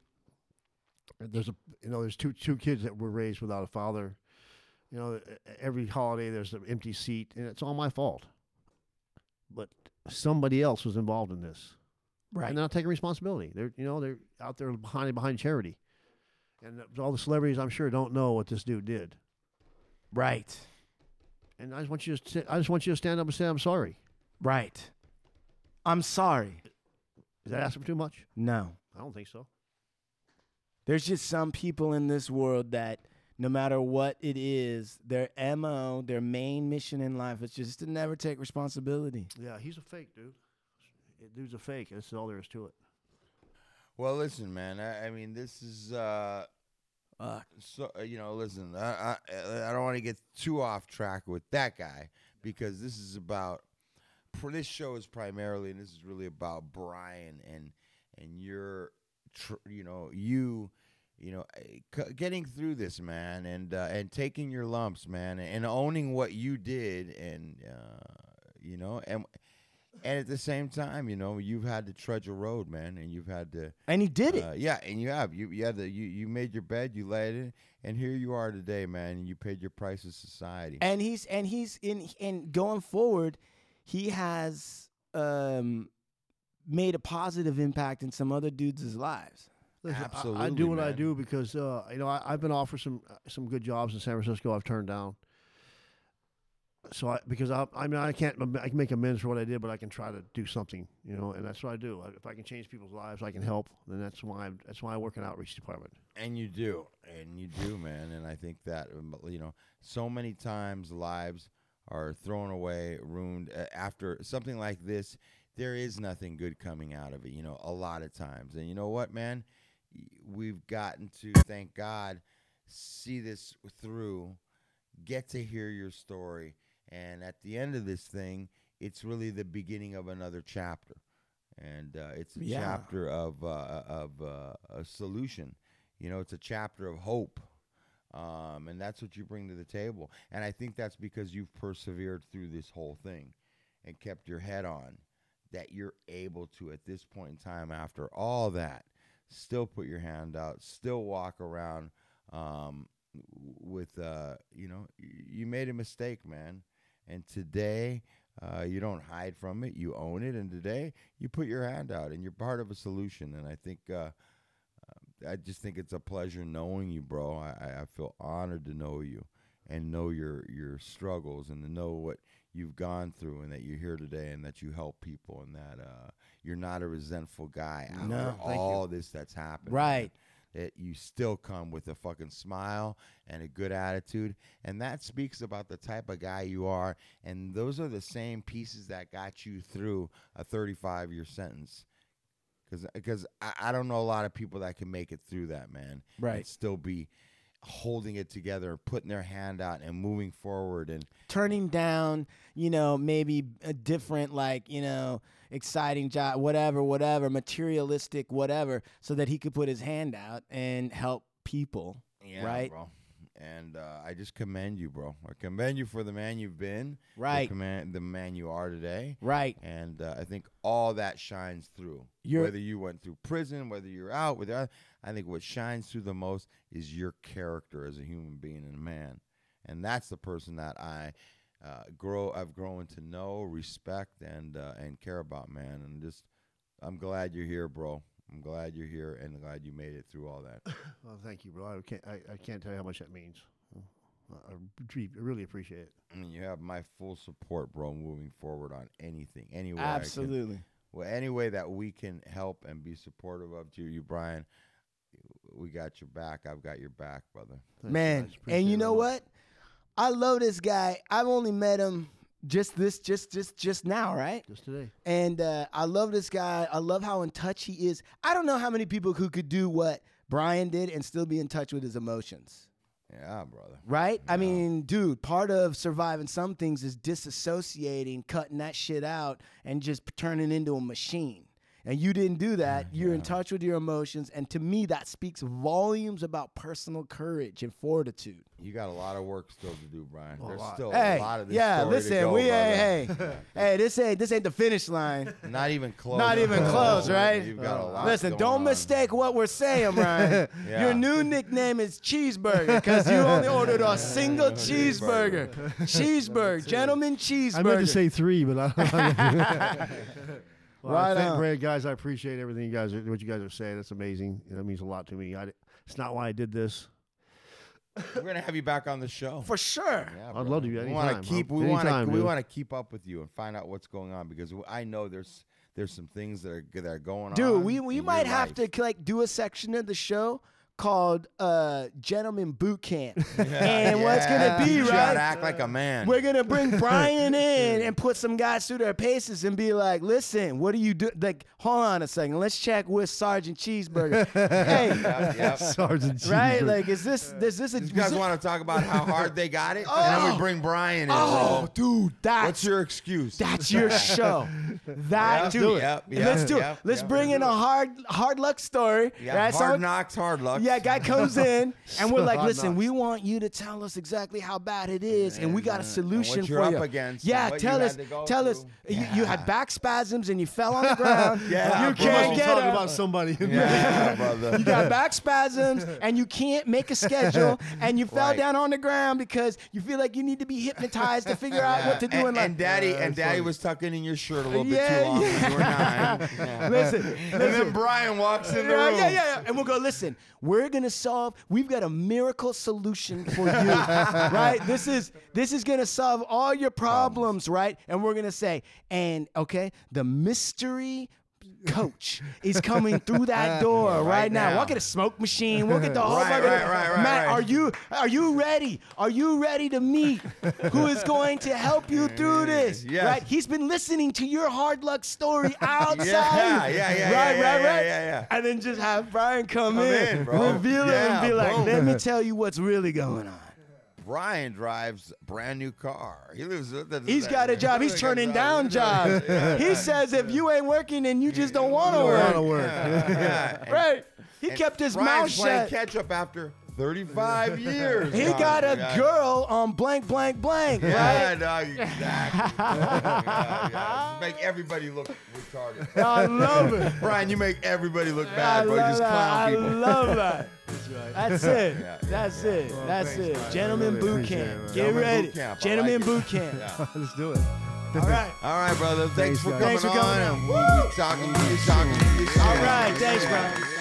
there's a you know there's two two kids that were raised without a father. You know, e- every holiday there's an empty seat, and it's all my fault. But somebody else was involved in this
Right.
and they're not taking responsibility. They're you know they're out there behind behind charity, and all the celebrities I'm sure don't know what this dude did.
Right.
And I just want you to sit, I just want you to stand up and say I'm sorry.
Right. I'm sorry.
Is that asking for too much?
No.
I don't think so.
There's just some people in this world that no matter what it is, their MO, their main mission in life is just to never take responsibility.
Yeah, he's a fake dude. That Dude's a fake. That's all there is to it.
Well, listen, man. I, I mean, this is. uh so uh, you know, listen, I I, I don't want to get too off track with that guy because this is about pr- this show is primarily and this is really about Brian and and your tr- you know you you know eh, c- getting through this man and uh, and taking your lumps man and owning what you did and uh, you know and and at the same time you know you've had to trudge a road man and you've had to
And he did it.
uh, yeah, and you have you yeah the, you you made your bed, you laid in, and here you are today, man. And you paid your price to society.
and he's and he's in and going forward, he has um made a positive impact in some other dudes' lives.
Listen, I- I,
Absolutely,
do what I
man.
do because uh, you know I, I've been offered some some good jobs in San Francisco. I've turned down. So I because I I mean I can't I can make amends for what I did, but I can try to do something you know, and that's what I do. I- If I can change people's lives, I can help. Then that's why I'm, that's why I work in outreach department.
And you do, and you do, man. And I think that um, you know, so many times lives are thrown away, ruined uh, after something like this. There is nothing good coming out of it, you know. A lot of times, and you know what, man, Y- we've gotten to thank God see this through, get to hear your story, and at the end of this thing, it's really the beginning of another chapter, and uh, it's a
Yeah.
chapter of uh, of uh, a solution. You know, it's a chapter of hope. Um, and that's what you bring to the table. And I think that's because you've persevered through this whole thing and kept your head on that you're able to, at this point in time, after all that, still put your hand out, still walk around um, w- with, uh, you know, y- you made a mistake, man. And today, uh, you don't hide from it, you own it. And today, you put your hand out and you're part of a solution. And I think. Uh, I just think it's a pleasure knowing you, bro. I, I- I feel honored to know you and know your your struggles and to know what you've gone through and that you're here today and that you help people and that uh, you're not a resentful guy after
No, thank you.
all this that's happened.
Right.
man. That you still come with a fucking smile and a good attitude. And that speaks about the type of guy you are. And those are the same pieces that got you through a 35 year sentence because because I, I don't know a lot of people that can make it through that man
Right.
and still be holding it together putting their hand out and moving forward and
turning down, you know, maybe a different, like, you know, exciting job, whatever, whatever, materialistic, whatever, so that he could put his hand out and help people.
yeah,
right.
bro. And uh, I just commend you, bro. I commend you for the man you've been. the
Right.
command- the man you are today.
Right.
And uh, I think all that shines through.
You're-
whether you went through prison, whether you're out, whether I think what shines through the most is your character as a human being and a man, and that's the person that I uh, grow. I've grown to know, respect, and uh, and care about, man. And just, I'm glad you're here, bro. I'm glad you're here, and glad you made it through all that. *clears throat*
Well, Oh, thank you, bro. I can't. I, I can't tell you how much that means. I, I re- I really appreciate it.
And you have my full support, bro, moving forward on anything, anywhere. I can-
Absolutely.
well, any way that we can help and be supportive of you, you Brian, we got your back. I've got your back, brother.
Thank
man.
guys. Appreciate
And you
it
know
very much.
what? I love this guy. I've only met him just this, just, just, just now, right?
Just today.
And uh, I love this guy. I love how in touch he is. I don't know how many people who could do what Brian did and still be in touch with his emotions.
Yeah, brother.
Right? I mean, dude, part of surviving some things is disassociating, cutting that shit out, and just turning into a machine. And you didn't do that. You're in touch with your emotions. And to me, that speaks volumes about personal courage and fortitude.
You got a lot of work still to do, Brian. There's
lot.
still
Hey,
Oh, a lot of this
yeah,
story to
listen,
go,
we
brother.
hey, hey,
*laughs*
hey, this ain't this ain't the finish line.
Not even close.
Not even close, right?
Oh,
Uh,
You've got a lot.
Listen,
going
don't
on.
mistake what
*laughs*
we're saying, Ryan.
Yeah.
Your new nickname is Cheeseburger because you only
*laughs*
ordered a single cheeseburger. Cheeseburger, gentleman cheeseburger.
I meant to say three, but I.
*laughs*
*laughs* well,
Right
I thank
on.
Brad, guys. I appreciate everything you guys, are, what you guys are saying. That's amazing. That means a lot to me. I, di- it's not why I did this.
We're gonna have you back on the show.
for sure.
Yeah,
I'd love
brother.
to be
We want
anytime.
to keep.
I'm-
We want to.
anytime,
We
dude.
want to keep up with you and find out what's going on because I know there's there's some things that are that are going on.
Dude, we, we
in your
might have
life.
to like do a section of the show called uh Gentleman
*laughs*
Boot Camp. and what's gonna
*laughs* Yeah,
be,
you
right?
gotta Act like a man.
We're gonna bring
*laughs*
Brian in and put some guys through their paces and be like, "Listen, what do you do? Like, hold on a second, let's check with
*laughs*
Sergeant Cheeseburger. hey,
Yep, yep.
*laughs* Sergeant Cheeseburger.
right? Like, is this is this a
These guys
is it-
want to talk about how hard they got
*laughs*
it, and then
Oh.
we bring Brian in.
Oh,
bro.
dude, that's
What's your excuse? *laughs*
that's your show. That
Let's
dude,
do it. Yep, yep,
let's do
yep,
it. Let's
yep.
bring in a hard hard luck story.
yeah,
right?
hard
Someone-
knocks, hard luck.
Yeah, guy
*laughs*
comes in and we're like,
Hard
listen,
knocks.
we want you to tell us exactly how bad it is, and we got a solution
uh, you're
for
up
you.
against and
yeah,
what
tell
you
us,
had to go
tell us,
through.
you, you had back spasms and you fell
*laughs*
on the ground.
Yeah,
you
bro.
We must
can't
be
get
talking
up.
about somebody. *laughs*
Yeah, brother. *laughs*
you got back spasms and you can't make a schedule, and you fell
Right.
down on the ground because you feel like you need to be hypnotized to figure out what to do
and,
in life.
and daddy and daddy was tucking in your shirt a little bit
Yeah,
too long.
yeah.
when You were
*laughs*
nine. Yeah.
listen,
*laughs* And then Brian walks in the
yeah,
room.
yeah, yeah, yeah. And we'll go, listen, we're gonna solve, we've got a miracle solution for you.
*laughs*
right? This is this is gonna solve all your problems, right? And we're gonna say, and okay, the mystery coach is
*laughs*
coming through that door right, now.
now.
We'll get a smoke machine. We'll
*laughs*
get the whole
Right,
fucking-
right, right, right,
Matt,
right.
are you are you ready? Are you ready to meet who is going to
*laughs*
help you through this?
Yes.
Right? He's been listening to your hard luck story outside.
*laughs* Yeah, yeah, yeah,
Right,
yeah, yeah,
right,
yeah,
right.
yeah, yeah.
And then just have Brian come, in,
in, bro.
reveal it, and
Yeah,
be like,
boom.
"Let me tell you what's really going on."
Brian drives brand new car. He lives.
He's got a job. He's turning down jobs. He says, "If you ain't working, and you just don't want to
Wanna
work."
work.
Yeah. And-
*laughs* Right? He
and
kept his mouth
Brian's playing
shut.
catch up after 35 years.
He
dog.
got a
Yeah.
girl on blank, blank,
*laughs*
blank.
Yeah,
Right?
dog, *laughs* exactly. yeah, yeah. Make everybody look retarded.
I love it.
Brian, you make everybody look
I
bad, bro. You
love
just
that.
clown people.
I
*laughs*
love that. That's it.
Yeah, yeah,
That's it. That's
thanks,
it.
guys. I
Gentlemen
really
boot
appreciate
camp.
it, man.
Gentlemen boot
Get ready.
camp. I
Gentlemen
like it.
boot camp.
Yeah.
*laughs* Let's do it.
All right.
All right, brother. Thanks, for coming
guys. Thanks for coming
on. We'll be talking to you. Talking to you.
All right. Thanks, bro.